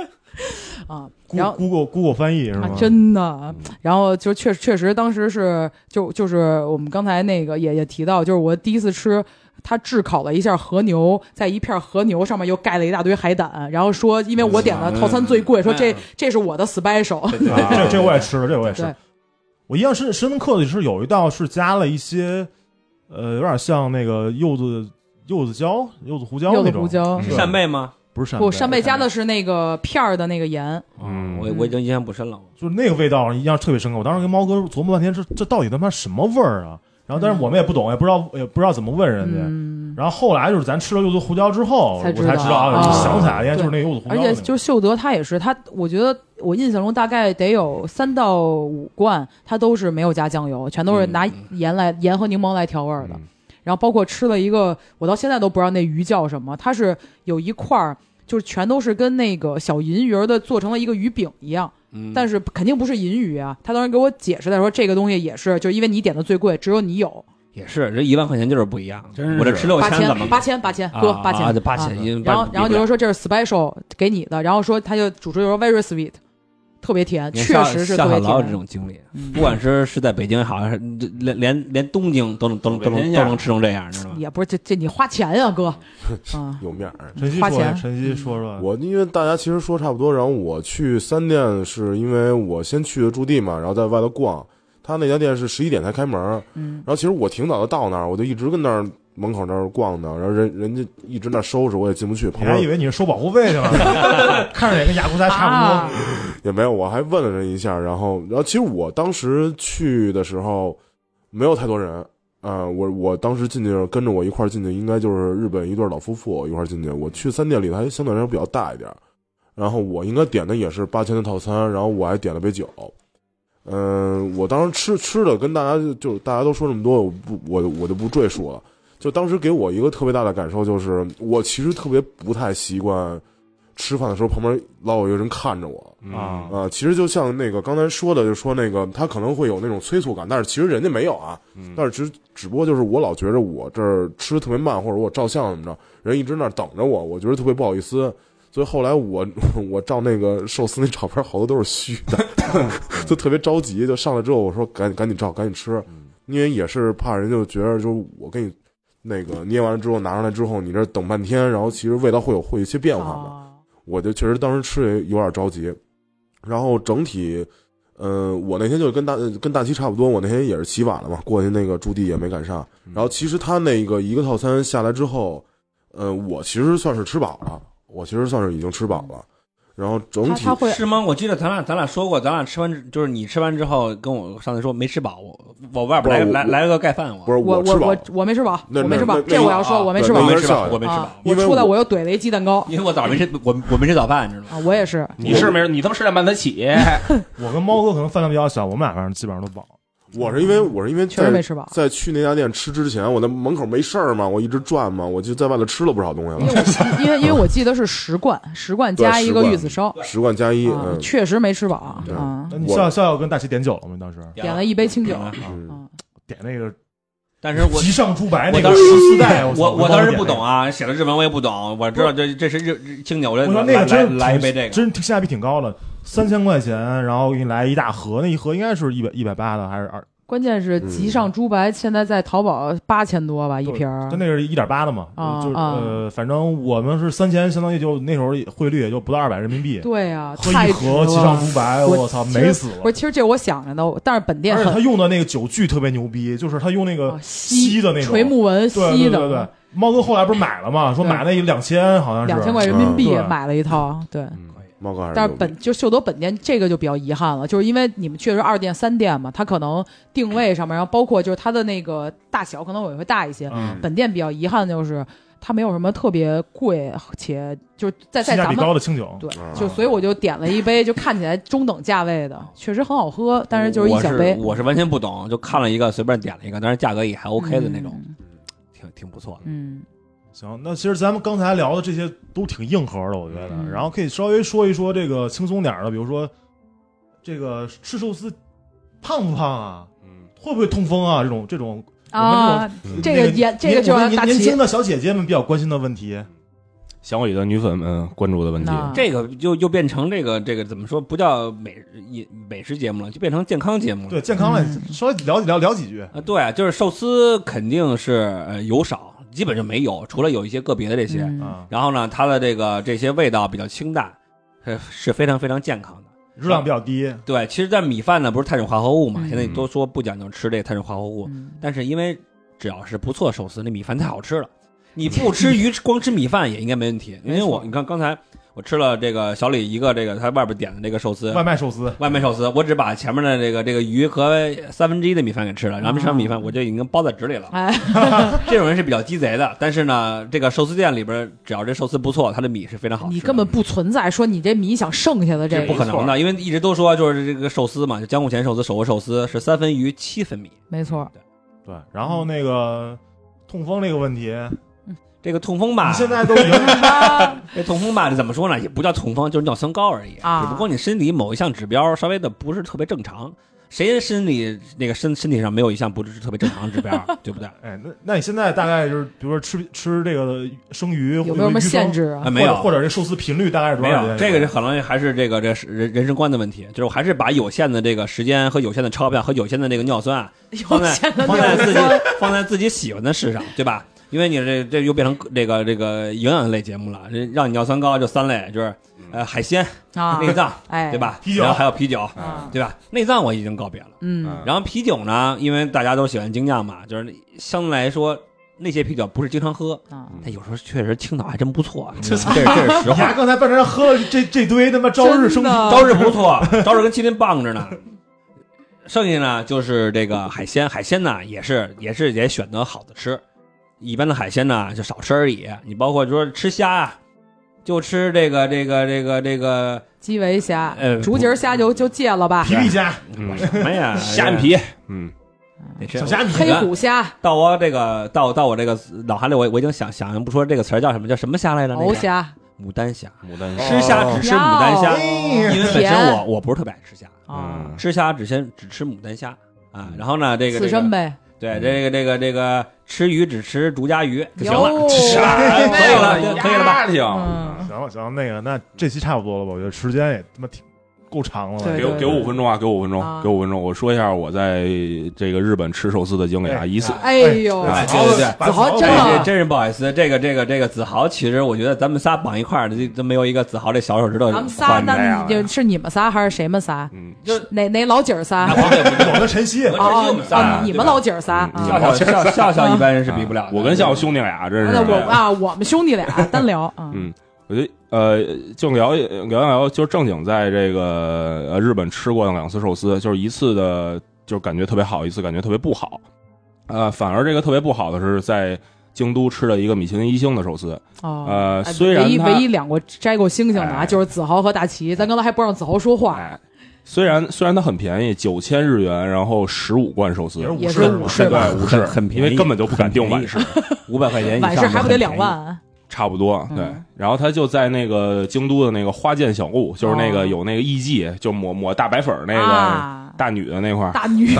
Speaker 1: [LAUGHS] 啊，然
Speaker 4: Google
Speaker 1: 后
Speaker 4: Google Google 翻译是
Speaker 1: 啊
Speaker 4: 吗？，嗯
Speaker 1: 真的，然后就确确实当时是就就是我们刚才那个也也提到，就是我第一次吃。他炙烤了一下和牛，在一片和牛上面又盖了一大堆海胆，然后说，因为
Speaker 4: 嗯
Speaker 1: 我点的套餐最贵，说这这是我的 special，
Speaker 2: 对对对
Speaker 4: 啊这这我也吃了，这我也吃
Speaker 1: 对。
Speaker 4: 我印象深深刻的是有一道是加了一些，呃，有点像那个柚子、柚子椒、柚子胡椒
Speaker 1: 柚
Speaker 4: 那
Speaker 1: 子
Speaker 4: 种，
Speaker 1: 胡椒
Speaker 4: 嗯
Speaker 2: 是扇贝吗？
Speaker 4: 不是扇贝，
Speaker 1: 不，扇贝加的是那个片儿的那个盐，
Speaker 3: 嗯
Speaker 2: 啊我我已经印象不深了。
Speaker 4: 就是那个味道，印象特别深刻。我当时跟猫哥琢磨半天，这这到底他妈什么味儿啊？然后，但是我们也不懂，也不知道，也不知道怎么问人家。
Speaker 1: 嗯，
Speaker 4: 然后后来就是咱吃了柚子胡椒之后，
Speaker 1: 才
Speaker 4: 我
Speaker 1: 知道
Speaker 4: 才知道啊，
Speaker 1: 啊
Speaker 4: 想起来原来就是那个柚子胡
Speaker 1: 而
Speaker 4: 椒那个。
Speaker 1: 且就是秀德他也是他，我觉得我印象中大概得有三到五罐，他都是没有加酱油，全都
Speaker 2: 嗯
Speaker 1: 是拿盐来盐和柠檬来调味儿的。然后包括吃了一个，我到现在都不知道那鱼叫什么，它是有一块儿。就是全都是跟那个小银鱼儿的做成了一个鱼饼一样，
Speaker 2: 嗯
Speaker 1: 但是肯定不是银鱼啊。他当时给我解释的说，这个东西也是，就因为你点的最贵，只有你有
Speaker 2: 也是，这一万块钱就是不一样。
Speaker 3: 真是
Speaker 2: 我这吃六
Speaker 1: 八
Speaker 2: 千怎么
Speaker 1: 千，八千，八千，哥
Speaker 2: 啊
Speaker 1: 八
Speaker 2: 啊
Speaker 1: 千
Speaker 2: 对，八
Speaker 1: 啊
Speaker 2: 千，因为
Speaker 1: 然后
Speaker 2: 八，
Speaker 1: 然后就是
Speaker 2: 比不了
Speaker 1: 说这是 special 给你的，然后说他就主持人说 very sweet，特别甜，
Speaker 2: 你看
Speaker 1: 确
Speaker 2: 像
Speaker 1: 实是
Speaker 2: 像
Speaker 1: 特别
Speaker 2: 海老有这
Speaker 1: 甜。
Speaker 2: 种经历，
Speaker 1: 嗯
Speaker 2: 不管是是在北京也好，还是连连连东京都能都能都
Speaker 3: 北
Speaker 2: 能
Speaker 3: 京
Speaker 2: 都
Speaker 3: 呀
Speaker 2: 能吃成这样，你知道吗？
Speaker 1: 也不是这这你花钱呀、
Speaker 5: [LAUGHS]
Speaker 1: 哥，啊，
Speaker 5: 有面儿。
Speaker 4: 晨曦
Speaker 1: 花
Speaker 4: 说呀，
Speaker 1: 钱
Speaker 4: 晨曦说说，
Speaker 2: 嗯
Speaker 5: 我因为大家其实说差不多，然后我去三店是因为我先去的驻地嘛，然后在外头逛。他那家店是十一点才开门，
Speaker 1: 嗯
Speaker 5: 然后其实我挺早就到那儿，我就一直跟那儿门口那儿逛呢，然后人人家一直那儿收拾，我也进不去。旁
Speaker 4: 你还以
Speaker 5: 边
Speaker 4: 为你是收保护费
Speaker 2: [LAUGHS]
Speaker 4: 去了，看着也跟雅库达差
Speaker 1: 啊
Speaker 4: 不，
Speaker 5: [LAUGHS] 也没有，我还问了人一下，然后然后其实我当时去的时候没有太多人，啊，我我当时进去跟着我一块儿进去，应该就是日本一对老夫妇一块儿进去。我去三店里头还相对来说比较大一点儿，然后我应该点的也是八千的套餐，然后我还点了杯酒。嗯、我当时吃吃的跟大家就就大家都说这么多，我不我我就不赘述了。就当时给我一个特别大的感受就是，我其实特别不太习惯吃饭的时候旁边老有一个人看着我。
Speaker 3: 嗯
Speaker 4: 多啊。
Speaker 5: 啊、其实就像那个刚才说的，就说那个他可能会有那种催促感，但是其实人家没有啊。
Speaker 3: 嗯
Speaker 5: 但是只只不过就是我老觉着我这儿吃特别慢，或者我照相怎么着，人一直那儿等着我，我觉得特别不好意思。所以后来我我照那个寿司那照片，好多都是虚的， [LAUGHS] 就特别着急。就上来之后，我说赶紧赶紧照，赶紧吃，因为也是怕人就觉得就是我给你那个捏完了之后拿上来之后，你这等半天，然后其实味道会有会有一些变化嘛。
Speaker 1: 啊
Speaker 5: 我就确实当时吃也有点着急，然后整体，呃，我那天就跟大呃跟大齐差不多，我那天也是起晚了嘛，过去那个驻地也没赶上。然后其实他那个一个套餐下来之后，呃，我其实算是吃饱了，我其实算是已经吃饱了。然后整
Speaker 1: 他
Speaker 5: 体
Speaker 1: 他会
Speaker 2: 是吗？我记得咱俩咱俩说过，咱俩吃完之就是你吃完之后跟我上次说没吃饱，我我外边来
Speaker 5: 不是我
Speaker 2: 来
Speaker 5: 我
Speaker 2: 来了个盖饭，我
Speaker 5: 不是
Speaker 1: 我
Speaker 5: 吃
Speaker 1: 我
Speaker 5: 饱了
Speaker 1: 我，我没吃饱，
Speaker 5: 那
Speaker 1: 我没
Speaker 5: 那
Speaker 1: 吃饱，
Speaker 5: 那
Speaker 1: 这我要说
Speaker 2: 啊
Speaker 1: 我没
Speaker 5: 对
Speaker 1: 吃饱
Speaker 5: 那应
Speaker 2: 我没
Speaker 5: 该
Speaker 2: 吃
Speaker 5: 是
Speaker 2: 饱，我没吃饱
Speaker 1: 啊，
Speaker 5: 因
Speaker 1: 我
Speaker 5: 为
Speaker 1: 出来
Speaker 5: 我
Speaker 1: 我又怼了一鸡蛋糕
Speaker 2: 因为我早上没吃我我没吃早饭，你知道吗？
Speaker 1: 啊，我啊也
Speaker 5: [LAUGHS]
Speaker 1: 是，
Speaker 3: 你是没人，你他妈十点半才起，
Speaker 2: [LAUGHS]
Speaker 4: 我跟猫哥可能饭量比较小，我们俩反正基本上都饱。
Speaker 5: 我是因为我是因为
Speaker 1: 确实没
Speaker 5: 在
Speaker 1: 吃饱，
Speaker 5: 在去那家店吃之前，我在门口没事儿嘛，我一直转嘛，我就在外头吃了不少东西
Speaker 1: 因为
Speaker 5: 了，
Speaker 1: 我因为因为我记得是十罐，十罐加一个
Speaker 5: 对十罐
Speaker 1: 玉子烧，
Speaker 5: 十罐加一，
Speaker 1: 啊
Speaker 5: 嗯，
Speaker 1: 确实没吃饱啊
Speaker 5: 对
Speaker 1: 啊，
Speaker 4: 那你
Speaker 5: 我
Speaker 4: 笑笑笑跟大齐点酒了吗？你当时
Speaker 1: 点了一杯清酒
Speaker 2: 点了
Speaker 5: 嗯，
Speaker 1: 啊，
Speaker 4: 点那个
Speaker 2: 但是我
Speaker 4: 极上猪哎白那
Speaker 2: 我
Speaker 4: 个
Speaker 2: 当时
Speaker 4: 十四代，
Speaker 2: 我
Speaker 4: 我
Speaker 2: 我当时不懂
Speaker 4: 啊。
Speaker 2: 啊，写的日文我也不懂，我知道这这是日日清酒，我
Speaker 4: 我
Speaker 2: 就
Speaker 4: 说那
Speaker 2: 来
Speaker 4: 个真
Speaker 2: 来来一
Speaker 4: 挺
Speaker 2: 杯这个，
Speaker 4: 真性价比挺高的，三千块钱，然后给你来一大盒，那一盒应该是一百一百八的还是二？
Speaker 1: 关键是极
Speaker 5: 嗯
Speaker 1: 上猪白现在在淘宝八千多吧一瓶儿
Speaker 4: 它，那是一点八的嘛，
Speaker 1: 啊
Speaker 4: 就是
Speaker 1: 啊
Speaker 4: 呃，反正我们是三千，相当于就那时候汇率也就不到二百人民币，
Speaker 1: 对呀，
Speaker 4: 喝
Speaker 1: 太
Speaker 4: 一
Speaker 1: 值
Speaker 4: 盒七上
Speaker 1: 了。
Speaker 4: 五百，
Speaker 1: 我
Speaker 4: 我操，
Speaker 1: 其实
Speaker 4: 美死了
Speaker 1: 不。是，其实这我想着呢，但是本店
Speaker 4: 而且他
Speaker 1: 很
Speaker 4: 用的那个酒具特别牛逼，就是他用那个
Speaker 1: 啊吸
Speaker 4: 吸的那种
Speaker 1: 垂木纹
Speaker 4: 对对
Speaker 1: 吸
Speaker 4: 对对对
Speaker 1: 的，，
Speaker 4: 猫哥后来不是买了嘛，说
Speaker 1: 对
Speaker 4: 买那两千好像是
Speaker 1: 两千块人民币
Speaker 4: 嗯对
Speaker 1: 买了一套，对。
Speaker 5: 猫哥还是
Speaker 1: 但是
Speaker 5: 牛逼
Speaker 1: 本就秀德本店这个就比较遗憾了，就是因为你们确实二店三店嘛，它可能定位上面，然后包括就是它的那个大小可能也会大一些。
Speaker 4: 嗯，
Speaker 1: 本店比较遗憾的就是它没有什么特别贵，且就是在在
Speaker 4: 性价
Speaker 1: 咱
Speaker 4: 比
Speaker 1: 们
Speaker 4: 高的清酒，
Speaker 1: 对
Speaker 5: 啊，
Speaker 1: 就所以我就点了一杯，就看起来中等价位的，确实很好喝，但是就是一小杯
Speaker 2: 我是，我是完全不懂，就看了一个随便点了一个，但是价格也还 OK 的那种，
Speaker 1: 嗯。
Speaker 2: 挺挺不错的。
Speaker 1: 嗯
Speaker 4: 行，那其实咱们刚才聊的这些都挺硬核的，我觉得。
Speaker 1: 嗯
Speaker 4: 啊然后可以稍微说一说这个轻松点儿的，比如说这个吃寿司胖不胖啊，
Speaker 3: 嗯
Speaker 4: 会不会痛风啊？这种这种
Speaker 1: 啊，这
Speaker 4: 那
Speaker 1: 个
Speaker 4: 个
Speaker 1: 也这
Speaker 4: 年
Speaker 1: 个就
Speaker 4: 我
Speaker 1: 让
Speaker 4: 们
Speaker 1: 大
Speaker 4: 年年
Speaker 1: 齐
Speaker 4: 轻的小姐姐们比较关心的问题。
Speaker 3: 小伟的女粉们关注的问题，
Speaker 1: 那
Speaker 2: 这个就又变成这个这个怎么说？不叫美饮美食节目了，就变成健康节目了。
Speaker 4: 对健康类，
Speaker 1: 嗯
Speaker 4: 稍微聊聊聊几句。
Speaker 2: 啊，对，就是寿司肯定是呃油少，基本就没有，除了有一些个别的这些。
Speaker 1: 嗯
Speaker 4: 啊，
Speaker 2: 呃然后呢，它的这个这些味道比较清淡，是是非常非常健康的。
Speaker 4: 热量比较低，
Speaker 2: 对，其实，在米饭呢，不是碳水化合物嘛，
Speaker 1: 嗯
Speaker 2: 现在都说不讲究吃这个碳水化合物，
Speaker 1: 嗯
Speaker 2: 但是因为只要是不错寿司，那米饭太好吃了。你不吃鱼，光吃米饭也应该没问题。因为
Speaker 1: 嗯没
Speaker 2: 我
Speaker 1: 错
Speaker 2: 你看刚才我吃了这个小李一个这个他外边点的这个寿司，
Speaker 4: 外卖寿司。
Speaker 2: 外卖寿司，我只把前面的这个这个鱼和三分之一的米饭给吃了，然后这碗米
Speaker 1: 啊
Speaker 2: 饭我就已经包在纸里了。
Speaker 1: 哎，
Speaker 2: 这种人是比较鸡贼的，但是呢，这个寿司店里边只要这寿司不错，它的米是非常好吃的。
Speaker 1: 你根本不存在说你这米想剩下的这
Speaker 2: 这
Speaker 1: 个，
Speaker 2: 啊不可能的，因为一直都说就是这个寿司嘛，就江户前寿司、手握寿司是三分鱼七分米。
Speaker 1: 没错。
Speaker 4: 对，
Speaker 2: 嗯
Speaker 4: 然后那个痛风这个问题，
Speaker 2: 啊这个痛风吧，
Speaker 4: 你现在都已经
Speaker 2: 这痛风吧，怎么说呢？也不叫痛风，就是尿酸高而已。
Speaker 1: 啊
Speaker 2: 只不过你身体某一项指标稍微的不是特别正常，谁身体那个身身体上没有一项不是特别正常的
Speaker 4: [LAUGHS]
Speaker 2: 指标，对不对？
Speaker 4: 哎，那那你现在大概就是，比如说吃吃这个生
Speaker 1: [LAUGHS]
Speaker 4: 鱼
Speaker 1: 有没有什么限？制
Speaker 2: 啊，
Speaker 1: 啊？
Speaker 2: 没有
Speaker 4: 或，者这寿司频率大概是多
Speaker 2: 没
Speaker 4: 少天？
Speaker 2: 有，这个是可能还是这个这是人人生观的问题，就是我还是把有限的这个时间和有限的钞票和有限的这个尿酸啊放
Speaker 1: [LAUGHS]
Speaker 2: 在
Speaker 1: 有钱的
Speaker 2: 放
Speaker 1: 地
Speaker 2: 在自己
Speaker 1: 方
Speaker 2: 放在自己喜欢的事上，对吧？因为你这这又变成这个这个营养类节目了，这让你尿酸高就三类，就是呃海鲜、
Speaker 1: 啊，
Speaker 2: 内脏，
Speaker 1: 哎，
Speaker 2: 对？吧？
Speaker 4: 啤酒
Speaker 2: 然后还有啤酒，
Speaker 1: 啊，
Speaker 2: 对吧？内脏我已经告别了，
Speaker 1: 嗯，
Speaker 2: 然后啤酒呢，因为大家都喜欢精酿嘛，就是相对来说那些啤酒不是经常喝，
Speaker 1: 啊，
Speaker 2: 但有时候确实青岛还真不错，啊
Speaker 4: 这
Speaker 2: 这是这是实
Speaker 4: 你
Speaker 2: 话
Speaker 4: 看。刚才半天喝了这这堆他妈朝日
Speaker 1: 真
Speaker 4: 生
Speaker 1: 的
Speaker 2: 招式不错，招式跟麒麟棒着呢。剩下呢就是这个海鲜，海鲜呢也是也是也选择好的吃，一般的海鲜呢就少吃而已。你包括说吃虾啊，就吃这个这个这个这个
Speaker 1: 基围虾
Speaker 2: 呃、
Speaker 1: 竹节虾就就戒了吧，
Speaker 4: 皮皮虾、
Speaker 3: 嗯
Speaker 2: 什么呀，
Speaker 3: 虾米皮，嗯，
Speaker 2: 得吃
Speaker 4: 小虾米，
Speaker 1: 黑虎虾、
Speaker 2: 到我这个到到我这个脑海里，我我已经想想象不出这个词儿叫什么，叫什么虾来着？那
Speaker 1: 鳌
Speaker 2: 个
Speaker 1: 虾，哦
Speaker 2: 牡丹虾。
Speaker 3: 牡丹
Speaker 2: 哦吃虾只吃牡丹虾，嗯因为本身我我不是特别爱吃虾，
Speaker 1: 啊，
Speaker 2: 吃虾只先只吃牡丹虾啊。然后呢，这
Speaker 1: 刺
Speaker 2: 个这个
Speaker 1: 身呗，
Speaker 3: 嗯
Speaker 2: 对，这个这个这个吃鱼只吃竹夹鱼就行
Speaker 1: 哟
Speaker 2: [LAUGHS] 了，
Speaker 1: 吃
Speaker 2: 哎可以了，可以了吧？
Speaker 3: 吧？行，
Speaker 1: 嗯，
Speaker 4: 行了行了，那个那这期差不多了吧？我觉得时间也他妈挺够长了吧。
Speaker 1: 对
Speaker 3: 给我给我五分钟啊，给我五分
Speaker 1: 啊
Speaker 3: 钟，给我五分钟，我说一下我在这个日本吃寿司的经历啊，
Speaker 4: 哎
Speaker 3: 一次
Speaker 4: 哎
Speaker 1: 哎呦，
Speaker 2: 哎
Speaker 4: 子豪
Speaker 2: 对对对
Speaker 4: 把
Speaker 1: 子豪
Speaker 4: 豪
Speaker 1: 真
Speaker 4: 给
Speaker 1: 的
Speaker 2: 这真是不好意思，这个这个这个子豪，其实我觉得咱们仨绑一块儿的，这都没有一个子豪这小手指头
Speaker 1: 咱们仨，
Speaker 2: 宽的啊呀。
Speaker 1: 那你就是你们仨还是谁们仨？
Speaker 3: 嗯，
Speaker 2: 就
Speaker 1: 哪哪老姐儿仨？
Speaker 2: 啊，不对不对，
Speaker 4: 我跟晨曦，
Speaker 1: 哦
Speaker 2: 我这是
Speaker 1: 哦
Speaker 2: 你们仨
Speaker 1: 哦，
Speaker 2: 对
Speaker 1: 你们
Speaker 2: 吧
Speaker 1: 老姐儿仨
Speaker 3: [LAUGHS] 嗯
Speaker 1: 啊。
Speaker 2: 笑笑笑笑笑，一般人是比不了的。
Speaker 3: 我跟笑笑兄弟俩真是
Speaker 1: 那我啊，我们兄弟俩单聊啊，
Speaker 3: 嗯我觉得呃，就聊聊一聊，就是正经在这个呃日本吃过的两次寿司，就是一次的，就是感觉特别好，一次感觉特别不好。呃，反而这个特别不好的是在京都吃了一个米其林一星的寿司。
Speaker 1: 哦，
Speaker 3: 呃
Speaker 1: 哎
Speaker 3: 虽然
Speaker 1: 唯一
Speaker 3: 他
Speaker 1: 唯一两个摘过星星的啊，
Speaker 3: 哎
Speaker 1: 就是子豪和大齐，咱刚才还不让子豪说话，
Speaker 3: 哎，虽然虽然它很便宜，九千日元，然后十五罐寿司
Speaker 4: 也是，
Speaker 1: 也
Speaker 4: 五
Speaker 1: 是
Speaker 4: 十
Speaker 1: 五十吧
Speaker 3: 对，五十，
Speaker 2: 很很便宜
Speaker 3: 因为根本就不敢订晚市，
Speaker 2: 五百块钱以上
Speaker 1: 晚
Speaker 2: 的
Speaker 1: 市还不得
Speaker 2: 很
Speaker 1: 两
Speaker 2: 便宜？
Speaker 1: 万？
Speaker 3: 差不多对
Speaker 1: 嗯。
Speaker 3: 然后他就在那个京都的那个花见小路，就是那
Speaker 1: 哦
Speaker 3: 个有那个艺妓，就抹抹大白粉儿那个
Speaker 1: 啊，
Speaker 3: 大女的那块儿，
Speaker 1: 大女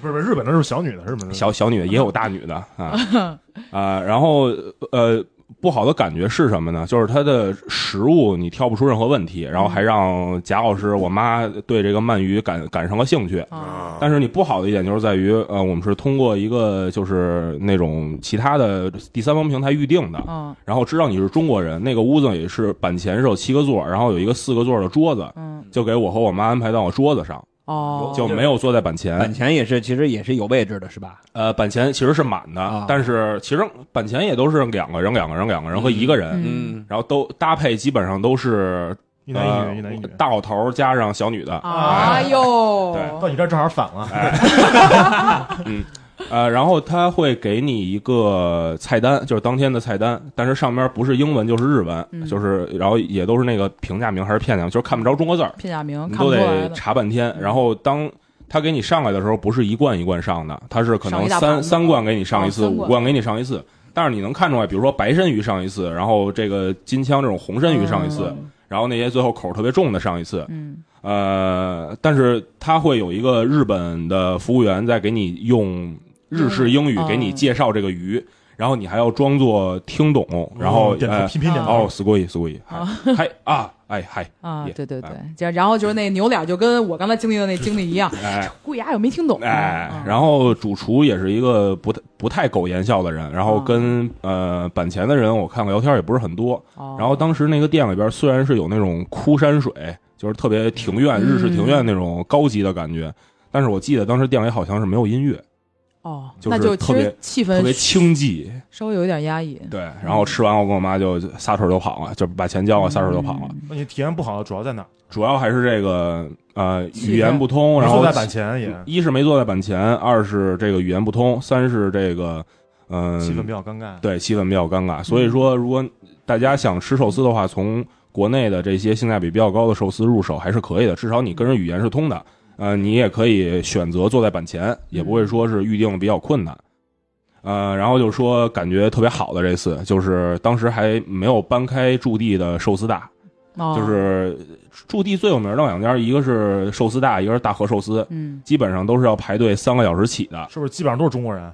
Speaker 4: 不是不是日本的是小女的，日本的
Speaker 3: 小小女的也有大女的啊啊，然后呃，不好的感觉是什么呢？就是它的食物你挑不出任何问题，然后还让贾老师我妈对这个鳗鱼感感上了兴趣。
Speaker 1: 啊，
Speaker 3: 但是你不好的一点就是在于，呃，我们是通过一个就是那种其他的第三方平台预定的，
Speaker 1: 嗯
Speaker 3: 然后知道你是中国人，那个屋子也是板前是有七个座，然后有一个四个座的桌子，
Speaker 1: 嗯
Speaker 3: 就给我和我妈安排到我桌子上，
Speaker 1: 哦，
Speaker 3: 就没有坐在板前。
Speaker 2: 板前也是，其实也是有位置的，是吧？
Speaker 3: 呃，板前其实是满的，
Speaker 2: 啊
Speaker 3: 但是其实板前也都是两个人、两个人、两个人和一个人，
Speaker 1: 嗯，
Speaker 3: 然后都搭配基本上都是
Speaker 4: 一男一
Speaker 3: 呃
Speaker 4: 女，一男一女。
Speaker 3: 大老头儿加上小女的，
Speaker 1: 哎
Speaker 3: 对
Speaker 1: 呦
Speaker 4: 到，你这儿正好反了，
Speaker 3: 哎呃，然后他会给你一个菜单，就是当天的菜单，但是上面不是英文就是日文，
Speaker 1: 嗯
Speaker 3: 就是然后也都是那个评价名还是片假名，就是看不着中国字儿，
Speaker 1: 片假名
Speaker 3: 你
Speaker 1: 看不
Speaker 3: 都
Speaker 1: 出来
Speaker 3: 得
Speaker 1: 的，嗯
Speaker 3: 查半天。然后当他给你上来的时候，不是一罐一罐上的，他是可
Speaker 1: 上一
Speaker 3: 能
Speaker 1: 大盘
Speaker 3: 三
Speaker 1: 子
Speaker 3: 三罐给你上一次，
Speaker 1: 哦三
Speaker 3: 五
Speaker 1: 罐
Speaker 3: 罐给你上一次。但是你能看出来，比如说白参鱼上一次，然后这个金枪这种红参鱼上一次，然后那些最后口儿特别重的上一次。
Speaker 1: 嗯，
Speaker 3: 呃，但是他会有一个日本的服务员在给你用日式英语
Speaker 1: 嗯
Speaker 3: 给你介绍这个鱼，然后你还要装作听懂，然后、
Speaker 4: 点头
Speaker 3: 呃
Speaker 4: 频频点
Speaker 3: 哦，
Speaker 4: 头，
Speaker 3: すごいすごい，
Speaker 1: 哦
Speaker 3: 嗨嗨啊，哎嗨，
Speaker 1: 嗯啊，
Speaker 3: 也
Speaker 1: 对对对
Speaker 3: 哎，
Speaker 1: 就然后就是那牛脸就跟我刚才经历的那经历一样，
Speaker 3: 哎。
Speaker 1: 顾雅又没听懂，
Speaker 3: 哎
Speaker 1: 嗯，
Speaker 3: 然后主厨也是一个不太不太苟言笑的人，然后
Speaker 1: 哦
Speaker 3: 跟呃板前的人我看聊天也不是很多。
Speaker 1: 哦
Speaker 3: 然后当时那个店里边虽然是有那种枯山水，就是特别庭院、
Speaker 1: 嗯
Speaker 3: 日式庭院那种高级的感觉。但是我记得当时店里好像是没有音乐，
Speaker 1: 哦，
Speaker 3: 就是
Speaker 1: 那就其
Speaker 3: 特别
Speaker 1: 实气
Speaker 3: 特别
Speaker 1: 氛
Speaker 3: 清寂。
Speaker 1: 稍微有一点压抑，
Speaker 3: 对，然后吃完我跟我妈就撒腿就跑了，就把钱交了，撒腿就跑了。
Speaker 1: 嗯
Speaker 4: 那你体验不好主要在哪儿？
Speaker 3: 主要还是这个呃
Speaker 1: 气
Speaker 3: 语言
Speaker 1: 氛
Speaker 3: 不通，然
Speaker 4: 然后
Speaker 3: 后嗯
Speaker 4: 在板前也
Speaker 3: 一是没坐在板前，二是这个语言不通，三是这个嗯、
Speaker 4: 气氛比较尴尬。
Speaker 3: 对气氛比较尴尬。所以说，如果大家想吃寿司的话，从国内的这些性价比比较高的寿司入手还是可以的，至少你跟人语言是通的。呃，你也可以选择坐在板前，也不会说是预定比较困难。呃，然后就说感觉特别好的这次，就是当时还没有搬开驻地的寿司大，
Speaker 1: 哦，
Speaker 3: 就是驻地最有名的两家，一个是寿司大，一个是大和寿司，
Speaker 1: 嗯，
Speaker 3: 基本上都是要排队三个小时起的，啊、
Speaker 4: 是不是基本上都是中国人？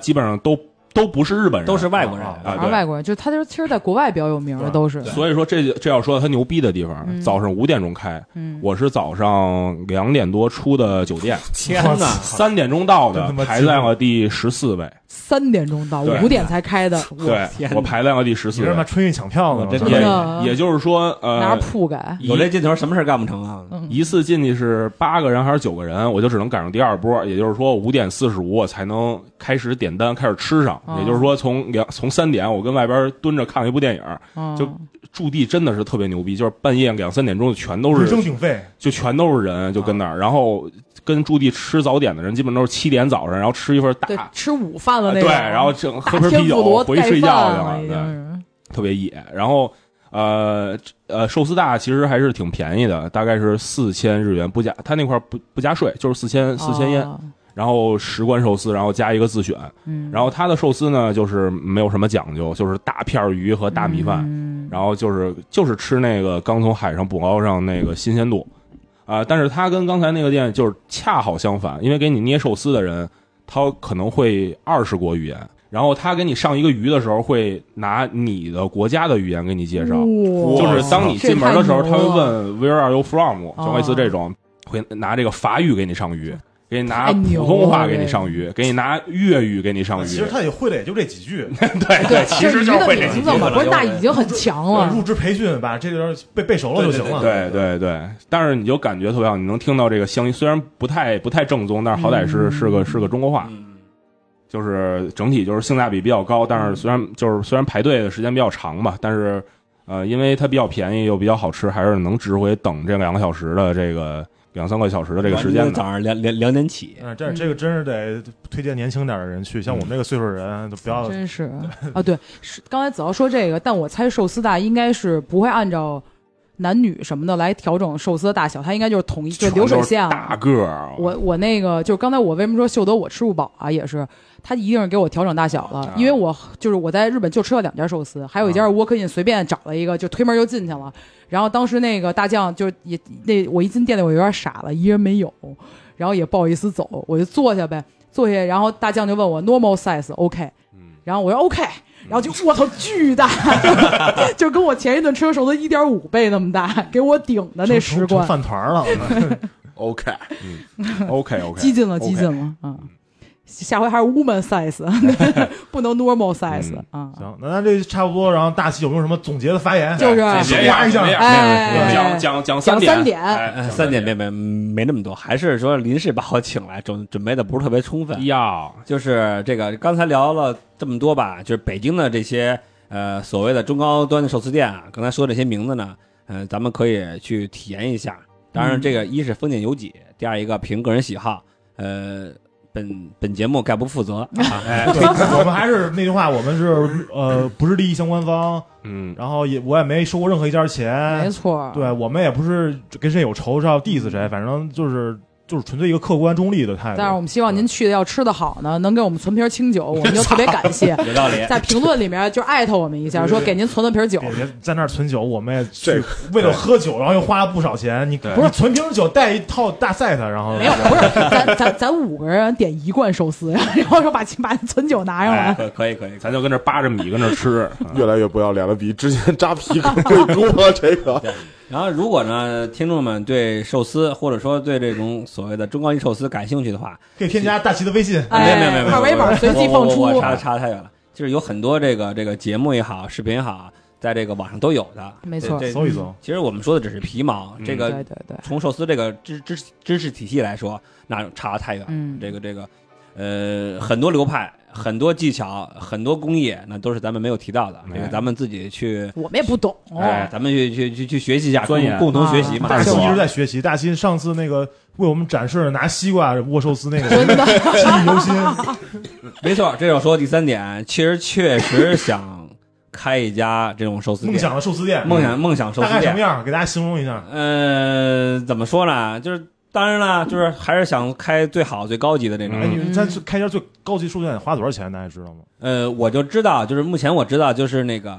Speaker 3: 基本上都都不是日本人，
Speaker 2: 都是外国人
Speaker 4: 啊
Speaker 3: 啊，
Speaker 1: 而
Speaker 3: 对。
Speaker 1: 外国人，就他就是其实在国外比较有名的
Speaker 4: 对
Speaker 1: 都是，
Speaker 3: 所以说这这要说到他牛逼的地方，
Speaker 1: 嗯
Speaker 3: 早上五点钟开，
Speaker 1: 嗯，
Speaker 3: 我是早上两点多出的酒
Speaker 4: [LAUGHS]
Speaker 3: 店，
Speaker 2: 天
Speaker 4: 我
Speaker 2: 哪！
Speaker 3: 三点钟到
Speaker 4: 真他，妈
Speaker 3: 的排
Speaker 4: 激动
Speaker 3: 在了第十四位，
Speaker 1: 三点钟到，
Speaker 3: 对
Speaker 1: 五点才开的，我
Speaker 3: 对
Speaker 2: 天，哪
Speaker 3: 我排在了第十
Speaker 4: 你
Speaker 3: 四
Speaker 4: 是他妈
Speaker 3: 位，
Speaker 4: 春运抢票呢
Speaker 2: 我
Speaker 4: 吗？
Speaker 2: 真
Speaker 4: 是吧
Speaker 1: 真
Speaker 3: 也
Speaker 1: 的啊
Speaker 3: 也就是说，
Speaker 1: 拿
Speaker 3: 呃
Speaker 1: 着，铺盖，
Speaker 2: 有这劲头，什么事儿干不成啊？
Speaker 1: 嗯
Speaker 3: 一次进去是八个人还是九个人，我就只能赶上第二波，也就是说五点四十五我才能开始点单，开始吃上。
Speaker 1: 哦
Speaker 3: 也就是说从两从三点，我跟外边蹲着看了一部电影，
Speaker 1: 嗯
Speaker 3: 就驻地真的是特别牛逼，就是半夜两三点钟就全都
Speaker 4: 旅征
Speaker 3: 是
Speaker 4: 鼎沸，
Speaker 3: 就全都是人就跟那儿，然后跟驻地吃早点的人基本都是七点早上，然后吃一份大
Speaker 1: 对。吃午饭了
Speaker 3: 啊
Speaker 1: 那
Speaker 3: 对，
Speaker 1: 种，
Speaker 3: 然后整喝
Speaker 1: 大
Speaker 3: 瓶
Speaker 1: 天
Speaker 3: 啤
Speaker 1: 妇
Speaker 3: 酒
Speaker 1: 罗
Speaker 3: 回
Speaker 1: 盖
Speaker 3: 去睡觉
Speaker 1: 饭
Speaker 3: 去
Speaker 1: 了
Speaker 3: 了，
Speaker 1: 已经
Speaker 3: 对，
Speaker 1: 是
Speaker 3: 特别野。然后呃呃，寿司大其实还是挺便宜的，大概是四千日元不加，他那块儿不不加税，就是四千四千烟，，
Speaker 1: 哦
Speaker 3: 然后十关寿司，然后加一个自选，
Speaker 1: 嗯，
Speaker 3: 然后他的寿司呢就是没有什么讲究，就是大片儿鱼和大米饭，
Speaker 1: 嗯
Speaker 3: 然后就是就是吃那个刚从海上捕捞上那个新鲜度，啊、但是它跟刚才那个店就是恰好相反，因为给你捏寿司的人，他可能会二十国语言，然后他给你上一个鱼的时候，会拿你的国家的语言给你介绍，
Speaker 1: 哇
Speaker 3: 就是当你进门的时候，
Speaker 1: 嗯这
Speaker 3: 他
Speaker 1: 也太
Speaker 3: 会
Speaker 1: 牛了
Speaker 3: 问 Where are you from，就类似
Speaker 1: 哦
Speaker 3: 这种，会拿这个法语给你上鱼。给你拿
Speaker 1: 太牛
Speaker 3: 普通话
Speaker 1: 了
Speaker 3: 给你
Speaker 1: 这
Speaker 3: 上鱼，给你拿粤语给你上鱼。
Speaker 4: 其实他也会的也就这几句。
Speaker 1: [LAUGHS]
Speaker 3: 对对，其实就是会这
Speaker 1: 这名
Speaker 3: 几句
Speaker 1: 字嘛，不是那已经很强了，
Speaker 4: 入职培训，把这个背背熟了就行了。
Speaker 3: 对对对，但是你就感觉特别好，你能听到这个乡音，虽然不太不太正宗，但是好歹是、
Speaker 1: 嗯
Speaker 3: 是个是个中国话，
Speaker 2: 嗯
Speaker 3: 就是整体就是性价比比较高，
Speaker 1: 嗯
Speaker 3: 但是虽然就是虽然排队的时间比较长吧，但是呃，因为它比较便宜又比较好吃，还是能值回等这两个小时的这个两三个小时的这个时间的。
Speaker 2: 早上两两两点起，
Speaker 4: 嗯，这这个真是得推荐年轻点的人去，像我们
Speaker 3: 嗯
Speaker 4: 这个岁数的人就不
Speaker 1: [LAUGHS]
Speaker 4: 要。
Speaker 1: 真是啊，对，是刚才子豪说这个，但我猜寿司大应该是不会按照男女什么的来调整寿司的大小，它应该就是统一，就
Speaker 3: 全
Speaker 1: 流水
Speaker 3: 都是
Speaker 1: 线啊了
Speaker 3: 大个儿，
Speaker 1: 我我那个就是刚才我为什么说秀德我吃不饱啊，也是他一定是给我调整大小了
Speaker 3: 啊，
Speaker 1: 因为我就是我在日本就吃了两家寿司，还有一家是 walk in 随便找了一个就推门就进去了，然后当时那个大将就也那我一进店里我有点傻了，一人没有，然后也不好意思走，我就坐下呗，坐下，然后大将就问我 normal size OK，然后我说 OK。然后就我操巨大， [LAUGHS] 就跟我前一顿吃的寿司一点五倍那么大，给我顶的那
Speaker 4: 成
Speaker 1: 十
Speaker 4: 成
Speaker 1: 罐
Speaker 4: 成，饭
Speaker 1: [LAUGHS]
Speaker 4: 团了，
Speaker 5: OK，
Speaker 3: OK 嗯 OK，
Speaker 1: 激进了，激进了，嗯，下回还是 woman size，不能 normal size 啊，
Speaker 4: 行，那咱这差不多。然后大喜有没有什么总结的发言？
Speaker 1: 就是
Speaker 3: 别呀
Speaker 4: 一下
Speaker 3: 别呀
Speaker 1: 哎
Speaker 3: 别呀讲讲讲
Speaker 1: 讲
Speaker 3: 点，
Speaker 1: 三点
Speaker 3: 哎
Speaker 2: 呃三点没没没那么多，还是说临时把我请来，准准备的不是特别充分。
Speaker 3: 呀，
Speaker 2: 就是这个刚才聊了这么多吧，就是北京的这些呃所谓的中高端的寿司店啊，刚才说这些名字呢，嗯、咱们可以去体验一下。当然，这个一是风险有几，第二一个凭个人喜好，呃，本本节目概不负责啊。
Speaker 4: 哎对我们还是那句话，我们是呃不是利益相关方，
Speaker 3: 嗯，
Speaker 4: 然后也我也没收过任何一家
Speaker 1: 没
Speaker 4: 钱，
Speaker 1: 错，嗯
Speaker 4: 对我们也不是跟谁有仇是要 diss 谁，反正就是就是纯粹一个客观中立的态
Speaker 1: 但是我
Speaker 4: 度。
Speaker 1: 们希望您去的要吃的好呢，能给我们存瓶清酒，我们就特别感谢。
Speaker 2: 有道理，
Speaker 1: 在评论里面就艾特我们一下，说给您存了瓶酒
Speaker 4: 别，别在那儿存酒，我们
Speaker 3: [LAUGHS]
Speaker 4: 也
Speaker 5: 这
Speaker 4: 去为了喝酒，然后又花了不少钱。你
Speaker 3: 对
Speaker 4: 不是存瓶酒带一套大 set，然后
Speaker 1: 没有，不是，咱咱咱五个人点一罐寿司， [LAUGHS] 然后说把把存酒拿上来，
Speaker 2: 哎可可以可以，
Speaker 3: 咱就跟这扒着米跟这吃，
Speaker 5: 越来越不要脸了，比之前扎皮更贵多了。这个
Speaker 2: 然后，如果呢，听众们对寿司或者说对这种所谓的中高级寿司感兴趣的话，
Speaker 4: 可以添加大齐的微信。
Speaker 1: 哎
Speaker 2: 没有没有没有，
Speaker 1: 二维码随机放出
Speaker 2: 我我我我我差差太远了。就是有很多这个这个节目也好，视频也好，在这个网上都有的。
Speaker 1: 没错
Speaker 2: 对
Speaker 4: 搜一搜，
Speaker 2: 其实我们说的只是皮毛，
Speaker 3: 嗯
Speaker 1: 对
Speaker 2: 这个
Speaker 1: 对对，
Speaker 2: 从寿司这个知知知识体系来说，那差得太远了。
Speaker 1: 嗯
Speaker 2: 这个这个，呃，很多流派、很多技巧、很多工艺，那都是咱们没有提到的。这个
Speaker 3: 哎
Speaker 2: 咱们自己去，
Speaker 1: 我们也不懂，
Speaker 2: 哎，咱们去去去去学习一下，
Speaker 3: 钻研
Speaker 2: 共共同学习嘛。
Speaker 1: 啊
Speaker 4: 大
Speaker 3: 是
Speaker 4: 新
Speaker 3: 我
Speaker 4: 一直在学习，大新上次那个为我们展示了拿西瓜握寿司那个，
Speaker 1: 真
Speaker 4: [LAUGHS]
Speaker 1: 的 [LAUGHS]
Speaker 4: 记忆犹新。
Speaker 2: 没错，这要说第三点，其实确实想开一家这种寿司店，
Speaker 4: 梦想的寿司 [LAUGHS] 店，嗯
Speaker 2: 梦想梦想寿
Speaker 4: 大
Speaker 2: 司
Speaker 4: 概什么
Speaker 2: 店。
Speaker 4: 样？给大家形容一下。
Speaker 2: 呃，怎么说呢？就是当然了，就是还是想开最好最高级的那种。
Speaker 4: 哎，你
Speaker 1: 嗯
Speaker 4: 们在最开一家最高级寿司店花多少钱？大家知道吗？
Speaker 2: 呃，我就知道，就是目前我知道，就是那个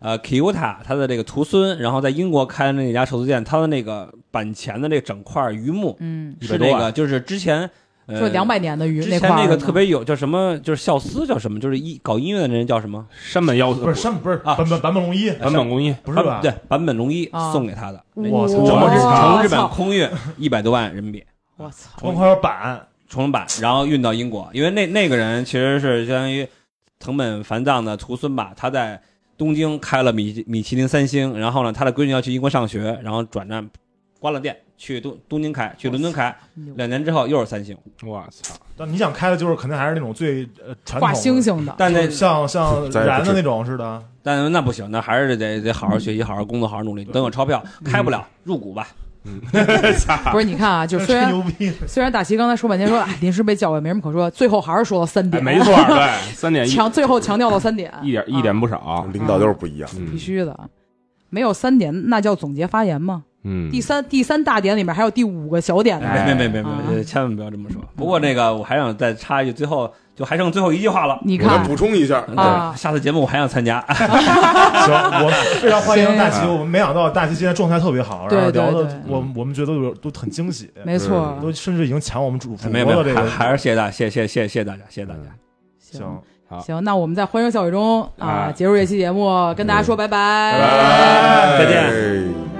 Speaker 2: 呃 Kiyota 他的这个徒孙，然后在英国开的那家寿司店，他的那个板前的这整块榆木
Speaker 1: 嗯，
Speaker 2: 是
Speaker 3: 100多
Speaker 2: 那
Speaker 3: 万
Speaker 2: 个，就是之前呃
Speaker 1: 就两百年的鱼
Speaker 2: 之前
Speaker 1: 块儿
Speaker 2: 那个
Speaker 1: 呢
Speaker 2: 特别有叫什么，就是孝思叫什么，就是一搞音乐的人叫什么？
Speaker 3: 山本耀
Speaker 4: 不是山，不是
Speaker 2: 啊
Speaker 4: 版本版本龙一，
Speaker 3: 坂本龙一，
Speaker 4: 不是吧
Speaker 2: 版？对，坂本龙一
Speaker 1: 啊
Speaker 2: 送给他的，那
Speaker 4: 我操
Speaker 1: 哇
Speaker 4: 整个日
Speaker 2: 从
Speaker 4: 本
Speaker 2: 从日本
Speaker 1: 操
Speaker 2: 空运一百多万人民币。
Speaker 1: 我操，
Speaker 4: 我块有板，
Speaker 2: 重版，然后运到英国，因为那那个人其实是相当于藤本繁藏的徒孙吧，他在东京开了米米其林三星，然后呢，他的闺女要去英国上学，然后转战关了店，去东东京开，去伦敦开，
Speaker 1: 牛
Speaker 2: 两年之后又是三星，
Speaker 3: 我操，
Speaker 4: 但你想开的就是肯定还是那种最呃传统
Speaker 1: 画
Speaker 4: 的，
Speaker 1: 星星的，
Speaker 2: 但那
Speaker 4: 像像
Speaker 5: 咱也不
Speaker 4: 燃的
Speaker 5: 知
Speaker 4: 那种似的。
Speaker 2: 但那不行，那还是得得好好学习，好好工作，好好努力，等有钞票，开不了入股吧，
Speaker 1: 不是？你看啊，就虽
Speaker 4: 吹
Speaker 1: 然
Speaker 4: 牛逼，
Speaker 1: 虽然大齐刚才说半天说哎临时被叫过来没什么可说，最后还是说了三
Speaker 3: 哎
Speaker 1: 点，
Speaker 3: 没错，对，三点
Speaker 1: [LAUGHS]
Speaker 3: 一，
Speaker 1: 强最后强调到三点，啊
Speaker 3: 一点一点不少，
Speaker 5: [LAUGHS] 领导就是不一样。
Speaker 1: 必
Speaker 3: 嗯
Speaker 1: 须的。没有三点，那叫总结发言吗？
Speaker 3: 嗯，
Speaker 1: 第三第三大点里面还有第五个小点呢。
Speaker 3: 哎
Speaker 2: 没没没没
Speaker 1: 啊
Speaker 2: 没，千万不要这么说。不过那个我还想再插一句，最后就还剩最后一句话了。
Speaker 1: 你
Speaker 5: 我再
Speaker 1: 看
Speaker 5: 补充一下，
Speaker 1: 啊，
Speaker 2: 下次节目我还想参加，
Speaker 4: 行，我非常欢迎大齐。
Speaker 3: 行
Speaker 4: 我们没想到大齐今天状态特别好，
Speaker 1: 对
Speaker 4: 然后聊
Speaker 1: 对
Speaker 4: 的
Speaker 1: 对
Speaker 4: 我我们觉得有都很惊喜，
Speaker 1: 没错，
Speaker 4: 都甚至已经抢我们主主
Speaker 2: 哎没有
Speaker 4: 播
Speaker 2: 没有
Speaker 4: 的，这
Speaker 2: 还
Speaker 4: 个嗯
Speaker 2: 还是谢谢大谢谢谢谢谢大家，谢谢大家。
Speaker 1: 行
Speaker 4: 行。
Speaker 3: 好
Speaker 1: 行，那我们在欢声笑语中啊，
Speaker 3: 哎
Speaker 1: 结束这期节目，跟大家说拜拜，
Speaker 5: 哎
Speaker 2: 再见。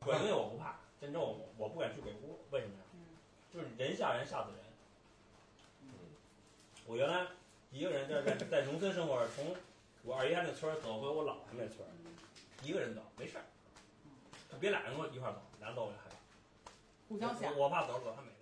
Speaker 2: 鬼屋我不怕，真正我我不敢去鬼屋，为什么呀？就是人吓人吓死人。我原来一个人在在在农村生活着，从我二姨家那村儿走回我姥姥他们那村儿，一个人走没事儿，别俩人跟我一块儿走，俩人走我就害怕。
Speaker 1: 互
Speaker 2: 我我怕走着走着他没事儿。